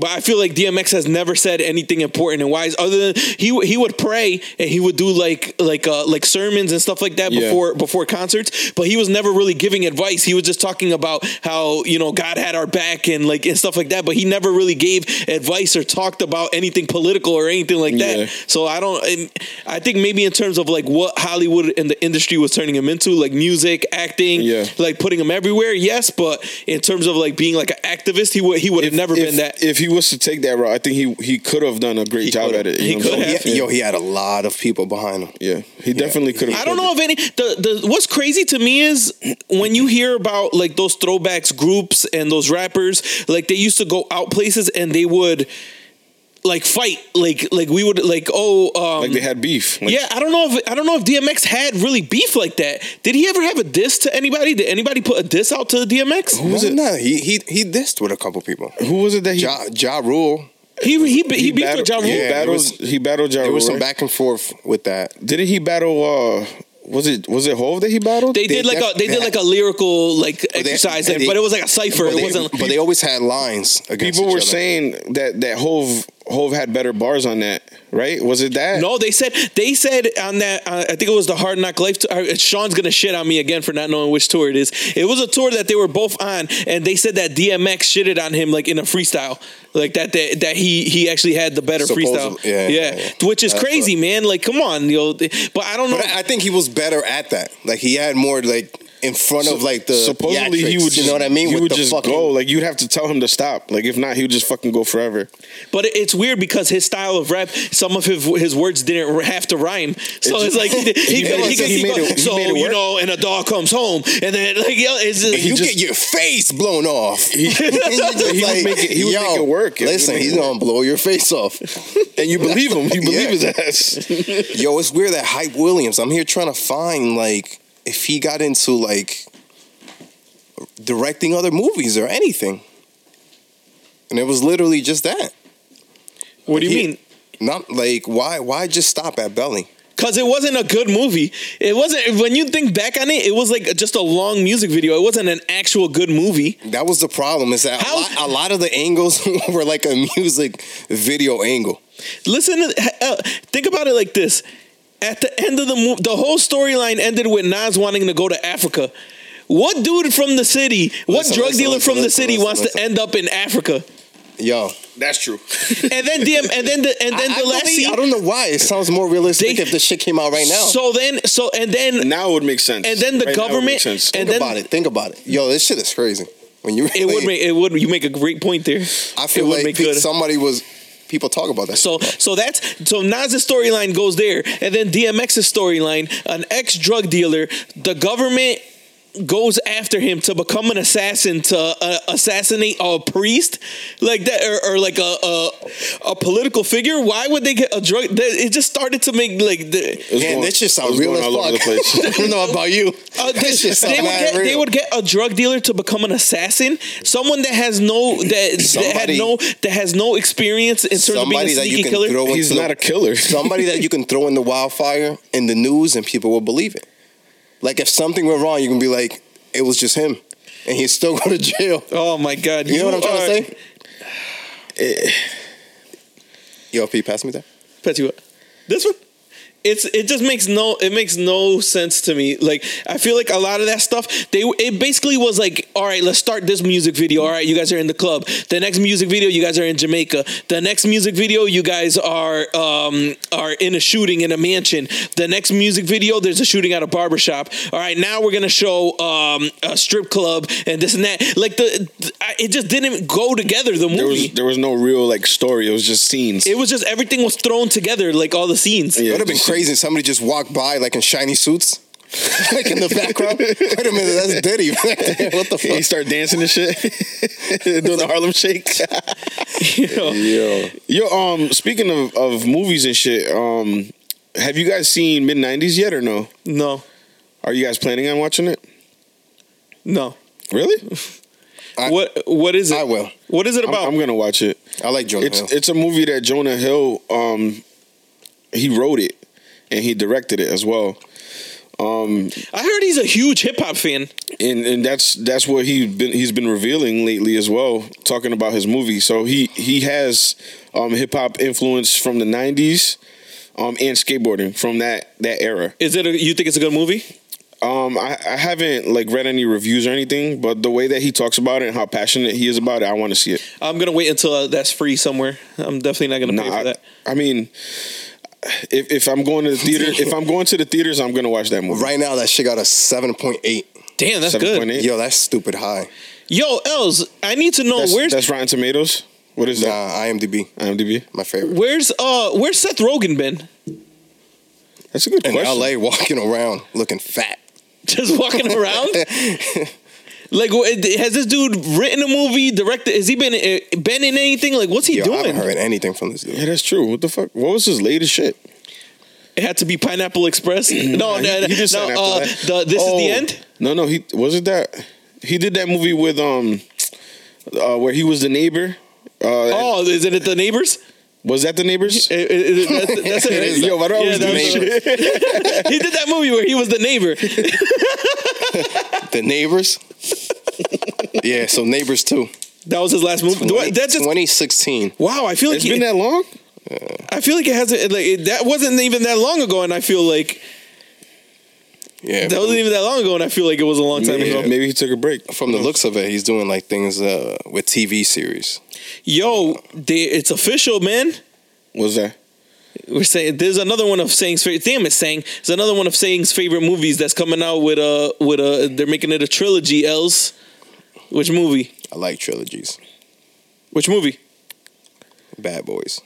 [SPEAKER 1] But I feel like DMX has never said anything important and wise other than he w- he would pray and he would do like like uh, like sermons and stuff like that
[SPEAKER 2] Yeah.
[SPEAKER 1] before before concerts. But he was never really giving advice. He was just talking about how you know God had our back and like and stuff like that. But he never really gave advice or talked about anything political or anything like that.
[SPEAKER 2] Yeah.
[SPEAKER 1] So I don't. and I think maybe in terms of like what Hollywood and the industry was turning him into, like music, acting,
[SPEAKER 2] Yeah.
[SPEAKER 1] like putting him everywhere. Yes, but in terms of like being like an activist, he would he would have never
[SPEAKER 2] if,
[SPEAKER 1] been that.
[SPEAKER 2] If he was to take that route, I think he he could have done a great job
[SPEAKER 3] could've.
[SPEAKER 2] at it. you
[SPEAKER 1] He
[SPEAKER 2] know what I'm
[SPEAKER 1] could've.
[SPEAKER 2] saying?
[SPEAKER 3] He- yo, he had a lot of people behind him.
[SPEAKER 2] Yeah, he definitely could have.
[SPEAKER 1] I don't know if any the, the what's crazy to me is when you hear about like those throwbacks groups and those rappers like they used to go out places and they would like fight like like we would like oh um
[SPEAKER 2] Like they had beef. Like,
[SPEAKER 1] yeah I don't know if I don't know if DMX had really beef like that did he ever have a diss to anybody did anybody put a diss out to DMX
[SPEAKER 3] Who
[SPEAKER 2] was it?
[SPEAKER 3] No, he he he dissed with a couple people.
[SPEAKER 2] Who was it that he
[SPEAKER 3] Ja, ja Rule.
[SPEAKER 1] he he, he, beefed with Ja Rule
[SPEAKER 2] He
[SPEAKER 3] Yeah, there
[SPEAKER 2] battled.
[SPEAKER 3] was-
[SPEAKER 2] he battled Ja
[SPEAKER 3] There was some
[SPEAKER 2] Rule, right?
[SPEAKER 3] back and forth with that.
[SPEAKER 2] Didn't he battle? uh Was it was it Hove that he battled?
[SPEAKER 1] they, did
[SPEAKER 3] they
[SPEAKER 1] like a
[SPEAKER 3] def-
[SPEAKER 1] they
[SPEAKER 3] they
[SPEAKER 1] did
[SPEAKER 3] had-
[SPEAKER 1] like a lyrical like
[SPEAKER 3] they-
[SPEAKER 1] exercise
[SPEAKER 3] and they-
[SPEAKER 1] but it was like a cipher
[SPEAKER 3] But
[SPEAKER 1] it
[SPEAKER 3] they,
[SPEAKER 1] wasn't
[SPEAKER 3] but they always had lines against
[SPEAKER 2] People
[SPEAKER 3] each other.
[SPEAKER 2] were saying that that Hove Hove had better bars on that, right? Was it that?
[SPEAKER 1] No, they said they said on that. Uh, I think it was the Hard Knock Life. Tour, uh, Sean's gonna shit on me again for not knowing which tour it is. It was a tour that they were both on, and they said that DMX shitted on him like in a freestyle, like that that, that he he actually had the better freestyle.
[SPEAKER 3] Supposedly, yeah, yeah, yeah.
[SPEAKER 1] which is
[SPEAKER 3] That's
[SPEAKER 1] crazy, man. Like, come on, yo. But I don't know.
[SPEAKER 3] But I, I think he was better at that. Like he had more like in front of like the
[SPEAKER 2] supposedly he
[SPEAKER 3] theatrics,
[SPEAKER 2] would. Just,
[SPEAKER 3] you know what I mean?
[SPEAKER 2] He
[SPEAKER 3] With
[SPEAKER 2] would
[SPEAKER 3] the
[SPEAKER 2] just
[SPEAKER 3] fucking-
[SPEAKER 2] go. Like you'd have to tell him to stop. Like if not, he would just fucking go forever.
[SPEAKER 1] But it- it's weird because his style of rap, some of his, his words didn't r- have to rhyme. So it's,
[SPEAKER 2] It's
[SPEAKER 1] like he, he,
[SPEAKER 2] he made
[SPEAKER 1] could-
[SPEAKER 2] it-
[SPEAKER 1] he could
[SPEAKER 2] he
[SPEAKER 1] keep
[SPEAKER 2] made
[SPEAKER 1] going,
[SPEAKER 2] it- he
[SPEAKER 1] so
[SPEAKER 2] made it
[SPEAKER 1] you
[SPEAKER 2] work.
[SPEAKER 1] know, and a dog comes home, and then like yo, it's just,
[SPEAKER 3] you
[SPEAKER 2] just-
[SPEAKER 3] get your face blown off. He,
[SPEAKER 2] would make it- he would make it work. It would
[SPEAKER 3] Listen,
[SPEAKER 2] make it
[SPEAKER 3] he's
[SPEAKER 2] work.
[SPEAKER 3] gonna blow your face off.
[SPEAKER 2] And you believe him. You
[SPEAKER 3] Yeah.
[SPEAKER 2] believe his ass.
[SPEAKER 3] Yo, it's weird that Hype Williams. I'm here trying to find like if he got into like directing other movies or anything. And it was literally just that.
[SPEAKER 1] what do you
[SPEAKER 3] he-
[SPEAKER 1] mean?
[SPEAKER 3] Not like why why just stop at Belly?
[SPEAKER 1] Cause it wasn't a good movie. It wasn't. When you think back on it, it was like just a long music video. It wasn't an actual good movie.
[SPEAKER 3] That was the problem. Is that a
[SPEAKER 1] How-
[SPEAKER 3] lot, a lot of the angles were like a music video angle.
[SPEAKER 1] Listen, to, uh, think about it like this: at the end of the movie, the whole storyline ended with Nas wanting to go to Africa. What dude from the city? What
[SPEAKER 3] Listen,
[SPEAKER 1] drug
[SPEAKER 3] listen,
[SPEAKER 1] dealer
[SPEAKER 3] listen,
[SPEAKER 1] from the
[SPEAKER 3] listen,
[SPEAKER 1] city
[SPEAKER 3] listen,
[SPEAKER 1] wants
[SPEAKER 3] listen.
[SPEAKER 1] to end up in Africa?
[SPEAKER 3] Yo,
[SPEAKER 2] That's true.
[SPEAKER 1] And then DM, and then the, and then
[SPEAKER 3] I,
[SPEAKER 1] the
[SPEAKER 3] I
[SPEAKER 1] last
[SPEAKER 3] believe-
[SPEAKER 1] scene.
[SPEAKER 3] I don't know why it sounds more realistic
[SPEAKER 1] They-
[SPEAKER 3] if the shit came out right now.
[SPEAKER 1] So then, so and then,
[SPEAKER 2] Now it would make sense.
[SPEAKER 1] And then the
[SPEAKER 2] Right now it would
[SPEAKER 1] government-
[SPEAKER 2] make sense.
[SPEAKER 1] and
[SPEAKER 3] think
[SPEAKER 1] then-
[SPEAKER 3] about it. Think about it. Yo, this shit is crazy. When you
[SPEAKER 1] it would make it would you make a great point there.
[SPEAKER 3] I feel
[SPEAKER 1] it would
[SPEAKER 3] like
[SPEAKER 1] make
[SPEAKER 3] pe-
[SPEAKER 1] good.
[SPEAKER 3] somebody was people talk about that.
[SPEAKER 1] So so that's so Nas's storyline goes there, and then DMX's storyline, an ex drug dealer, the government goes after him to become an assassin to uh, assassinate a priest like that or, or like a, a a political figure why would they get a drug that- it just started to make like the,
[SPEAKER 2] It was
[SPEAKER 3] Man,
[SPEAKER 2] going-
[SPEAKER 3] that shit
[SPEAKER 2] it
[SPEAKER 3] sounds
[SPEAKER 2] was
[SPEAKER 3] real
[SPEAKER 2] going
[SPEAKER 3] as
[SPEAKER 2] all over the
[SPEAKER 3] fuck.
[SPEAKER 2] place.
[SPEAKER 3] I don't know about you.
[SPEAKER 1] Uh,
[SPEAKER 3] that shit
[SPEAKER 1] they,
[SPEAKER 3] sounds
[SPEAKER 1] they would
[SPEAKER 3] mad
[SPEAKER 1] get, they
[SPEAKER 3] real.
[SPEAKER 1] would get a drug dealer to become an assassin, someone that has no that, that had
[SPEAKER 3] Somebody-
[SPEAKER 1] no that has no experience in terms of being a
[SPEAKER 3] Somebody that you
[SPEAKER 1] sneaky
[SPEAKER 3] can
[SPEAKER 1] killer.
[SPEAKER 3] throw into
[SPEAKER 2] He's
[SPEAKER 3] the-
[SPEAKER 2] not a killer.
[SPEAKER 3] somebody that you can throw in the wildfire in the news and people will believe it. Like if something went wrong, you can be like, it was just him, and he'd still go to jail.
[SPEAKER 1] Oh my god!
[SPEAKER 3] You know what I'm trying
[SPEAKER 1] are-
[SPEAKER 3] to say? Yo, Pete, pass me that.
[SPEAKER 1] Pass you up. This one. it's it just makes no it makes no sense to me. Like I feel like a lot of that stuff they it basically was like all right, let's start this music video. All right, you guys are in the club. The next music video, you guys are in Jamaica. The next music video, you guys are um are in a shooting in a mansion. The next music video, there's a shooting at a barbershop. All right, now we're gonna show um a strip club and this and that. Like the I- it just didn't go together. The movie.
[SPEAKER 2] There was there was no real like story. It was just scenes.
[SPEAKER 1] It was just everything was thrown together, like all the scenes.
[SPEAKER 3] It would have been crazy if somebody just walked by like in shiny suits, like in the background. Wait a minute, that's Diddy. back there. what the
[SPEAKER 2] He
[SPEAKER 3] fuck?
[SPEAKER 2] started dancing and shit, doing the Harlem Shake.
[SPEAKER 1] You know?
[SPEAKER 2] Yo, yo. Um, speaking of, of movies and shit, um, have you guys seen mid '90s yet or no?
[SPEAKER 1] No,
[SPEAKER 2] Are you guys planning on watching it?
[SPEAKER 1] no.
[SPEAKER 2] Really?
[SPEAKER 3] I-
[SPEAKER 1] what what is it?
[SPEAKER 3] I will.
[SPEAKER 1] What is it
[SPEAKER 2] I'm,
[SPEAKER 1] about?
[SPEAKER 2] I'm gonna watch it.
[SPEAKER 3] I like Jonah
[SPEAKER 2] It's
[SPEAKER 3] Hill.
[SPEAKER 2] it's a movie that Jonah Hill um he wrote it and he directed it as well. Um
[SPEAKER 1] I heard he's a huge hip hop fan.
[SPEAKER 2] and and that's that's what he been he's been revealing lately as well, talking about his movie. So he he has um hip hop influence from the '90s, um and skateboarding from that that era.
[SPEAKER 1] Is it? A, you think it's a good movie?
[SPEAKER 2] Um I, I haven't like read any reviews or anything, but the way that he talks about it and how passionate he is about it, I want to see it.
[SPEAKER 1] I'm gonna wait until uh, that's free somewhere. I'm definitely not gonna pay
[SPEAKER 2] Nah,
[SPEAKER 1] for
[SPEAKER 2] I,
[SPEAKER 1] that.
[SPEAKER 2] I mean, if if I'm going to the theater, if I'm going to the theaters, I'm going to watch that movie.
[SPEAKER 3] Right now, that shit got a seven point eight.
[SPEAKER 1] Damn, that's good.
[SPEAKER 2] 7.8?
[SPEAKER 3] Yo, that's stupid high.
[SPEAKER 1] Yo, Els, I need to know
[SPEAKER 2] That's,
[SPEAKER 1] where's
[SPEAKER 2] that's Rotten Tomatoes. What is
[SPEAKER 3] Nah,
[SPEAKER 2] that?
[SPEAKER 3] IMDb,
[SPEAKER 2] IMDb.
[SPEAKER 3] my favorite.
[SPEAKER 1] where's uh where's Seth Rogen been?
[SPEAKER 2] That's a good
[SPEAKER 3] In
[SPEAKER 2] question.
[SPEAKER 3] LA, walking around looking fat.
[SPEAKER 1] Just walking around. Like, wh- has this dude written a movie? Directed? Has he been eh, been in anything? Like, what's he
[SPEAKER 3] Yo, I
[SPEAKER 1] doing?
[SPEAKER 3] haven't heard anything from this
[SPEAKER 2] Yeah,
[SPEAKER 3] dude.
[SPEAKER 2] that's true. What the fuck? What was his latest shit?
[SPEAKER 1] It had to be Pineapple Express. No,
[SPEAKER 2] Nah,
[SPEAKER 1] Oh, no,
[SPEAKER 2] he- he did
[SPEAKER 1] no,
[SPEAKER 2] something
[SPEAKER 1] no, uh,
[SPEAKER 2] after
[SPEAKER 1] the,
[SPEAKER 2] that.
[SPEAKER 1] this is the
[SPEAKER 2] Oh,
[SPEAKER 1] end.
[SPEAKER 2] No, no, he wasn't that. He did that movie with um, uh, where he was the neighbor. Uh, oh.
[SPEAKER 1] Oh, uh, isn't it the neighbors?
[SPEAKER 2] was that the neighbors?
[SPEAKER 1] I- I- I- that's, that's it.
[SPEAKER 3] It is.
[SPEAKER 2] Yo, why do I always
[SPEAKER 1] that
[SPEAKER 2] do
[SPEAKER 1] was-
[SPEAKER 2] shit?
[SPEAKER 1] he did that movie where he was the neighbor.
[SPEAKER 3] The neighbors. yeah, so neighbors too.
[SPEAKER 1] That was his last movie. Do I- that just
[SPEAKER 3] 2016.
[SPEAKER 1] wow. I feel like
[SPEAKER 2] It's
[SPEAKER 1] he,
[SPEAKER 2] been that long.
[SPEAKER 1] I feel like it hasn't like it, that wasn't even that long ago, and I feel like
[SPEAKER 3] Yeah,
[SPEAKER 1] that wasn't even that long ago, and I feel like it was a long time
[SPEAKER 2] Maybe,
[SPEAKER 1] ago.
[SPEAKER 2] maybe he took a break.
[SPEAKER 3] from the looks of it, he's doing like things uh, with TV series.
[SPEAKER 1] Yo, they, it's official, man.
[SPEAKER 2] Was that?
[SPEAKER 1] We're saying there's another one of Sang's favorite. Damn it, Sang. There's another one of Sang's favorite movies that's coming out with a with a. They're making it a trilogy. Else, which movie?
[SPEAKER 3] I like trilogies.
[SPEAKER 1] Which movie?
[SPEAKER 3] Bad Boys.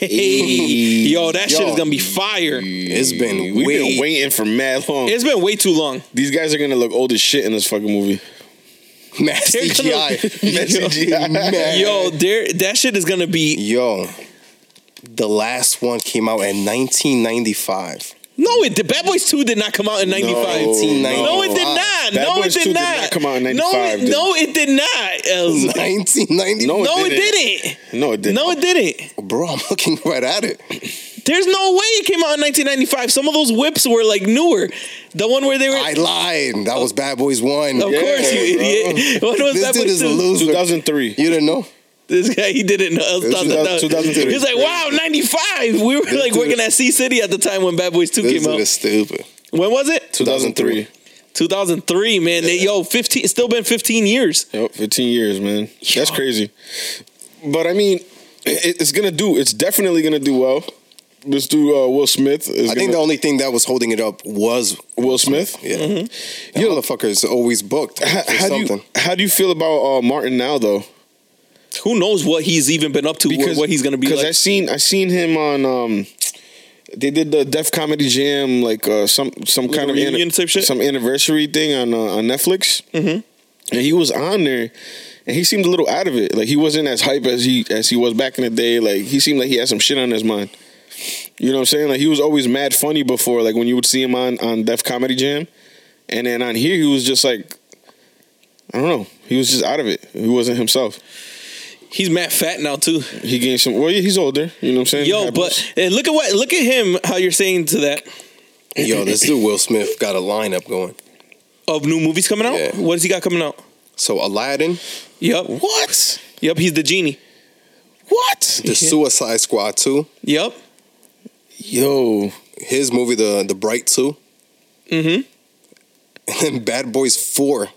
[SPEAKER 1] Hey, yo, that shit is gonna be fire.
[SPEAKER 3] It's been
[SPEAKER 2] We've
[SPEAKER 3] way-
[SPEAKER 2] been waiting for mad long.
[SPEAKER 1] It's been way too long.
[SPEAKER 2] These guys are gonna look old as shit in this fucking movie.
[SPEAKER 3] Mad
[SPEAKER 1] They're gonna-
[SPEAKER 3] CGI. Mad.
[SPEAKER 1] Yo, there that shit is gonna be.
[SPEAKER 3] Yo, the last one came out in 1995.
[SPEAKER 1] No, it did. Bad Boys Two did not come out in '95. No, it did not.
[SPEAKER 2] Bad
[SPEAKER 1] no,
[SPEAKER 2] Boys
[SPEAKER 1] it
[SPEAKER 2] 2
[SPEAKER 1] did
[SPEAKER 2] did
[SPEAKER 1] not.
[SPEAKER 2] not come out in
[SPEAKER 1] No, it,
[SPEAKER 2] 95, dude.
[SPEAKER 1] no, it did not. Els.
[SPEAKER 3] 1995.
[SPEAKER 2] No,
[SPEAKER 1] No, it
[SPEAKER 2] didn't.
[SPEAKER 1] didn't.
[SPEAKER 2] No, it didn't.
[SPEAKER 1] No, it didn't.
[SPEAKER 3] Bro, I'm looking right at it.
[SPEAKER 1] There's no way it came out in 1995. Some of those whips were like newer. The one where they were.
[SPEAKER 3] I lied. That was Bad Boys 1.
[SPEAKER 1] of course, you
[SPEAKER 2] bro.
[SPEAKER 1] idiot. What was
[SPEAKER 3] This
[SPEAKER 1] Bad
[SPEAKER 3] dude
[SPEAKER 1] Boys
[SPEAKER 3] is a
[SPEAKER 1] 2?
[SPEAKER 3] loser.
[SPEAKER 2] 2003.
[SPEAKER 3] You didn't know?
[SPEAKER 1] This guy, he didn't know. Else uh, thought that-
[SPEAKER 2] 2003.
[SPEAKER 1] He was like, wow, 95. We were like
[SPEAKER 3] dude-
[SPEAKER 1] working at C City at the time when Bad Boys 2
[SPEAKER 3] This
[SPEAKER 1] came
[SPEAKER 3] dude
[SPEAKER 1] out.
[SPEAKER 3] is stupid.
[SPEAKER 1] When was it?
[SPEAKER 2] 2003.
[SPEAKER 1] 2003, man. They, yo, 15, it's still been 15 years.
[SPEAKER 2] Yep, 15 years, man. That's crazy. But I mean, it, it's gonna do. It's definitely gonna do well. This dude uh, Will Smith is.
[SPEAKER 3] I think the
[SPEAKER 2] gonna-
[SPEAKER 3] only thing that was holding it up was
[SPEAKER 2] Will Smith.
[SPEAKER 3] Yeah.
[SPEAKER 1] Mm-hmm.
[SPEAKER 3] That motherfucker is always booked for
[SPEAKER 2] How, how do
[SPEAKER 3] something.
[SPEAKER 2] you how do you feel about uh, Martin now though?
[SPEAKER 1] Who knows what he's even been up to, what, what he's going to be
[SPEAKER 2] Because
[SPEAKER 1] like.
[SPEAKER 2] I seen I seen him on. Um, they did the Def Comedy Jam, like uh, some some kind
[SPEAKER 1] a
[SPEAKER 2] of
[SPEAKER 1] reunion type shit?
[SPEAKER 2] some anniversary thing on uh, on Netflix, mm-hmm. and he was on there, and he seemed a little out of it. Like he wasn't as hype as he as he was back in the day. Like he seemed like he had some shit on his mind. You know what I'm saying? Like he was always mad funny before. Like when you would see him on on Def Comedy Jam, and then on here he was just like, I don't know. He was just out of it. He wasn't himself.
[SPEAKER 1] he's mad fat now, too.
[SPEAKER 2] He gained some. Well, yeah, he's older. You know what I'm saying?
[SPEAKER 1] Yo,
[SPEAKER 2] Happens.
[SPEAKER 1] but and look at what, look at him, how you're saying to that
[SPEAKER 3] Yo, this dude Will Smith got a lineup going.
[SPEAKER 1] of new movies coming out.
[SPEAKER 3] Yeah.
[SPEAKER 1] What has he got coming out?
[SPEAKER 3] So Aladdin,
[SPEAKER 1] Yep. What? Yep, he's the genie.
[SPEAKER 2] what?
[SPEAKER 3] The Suicide Squad 2.
[SPEAKER 1] Yep.
[SPEAKER 2] Yo,
[SPEAKER 3] his movie, the the Bright 2
[SPEAKER 1] Mhm.
[SPEAKER 3] and then Bad Boys Four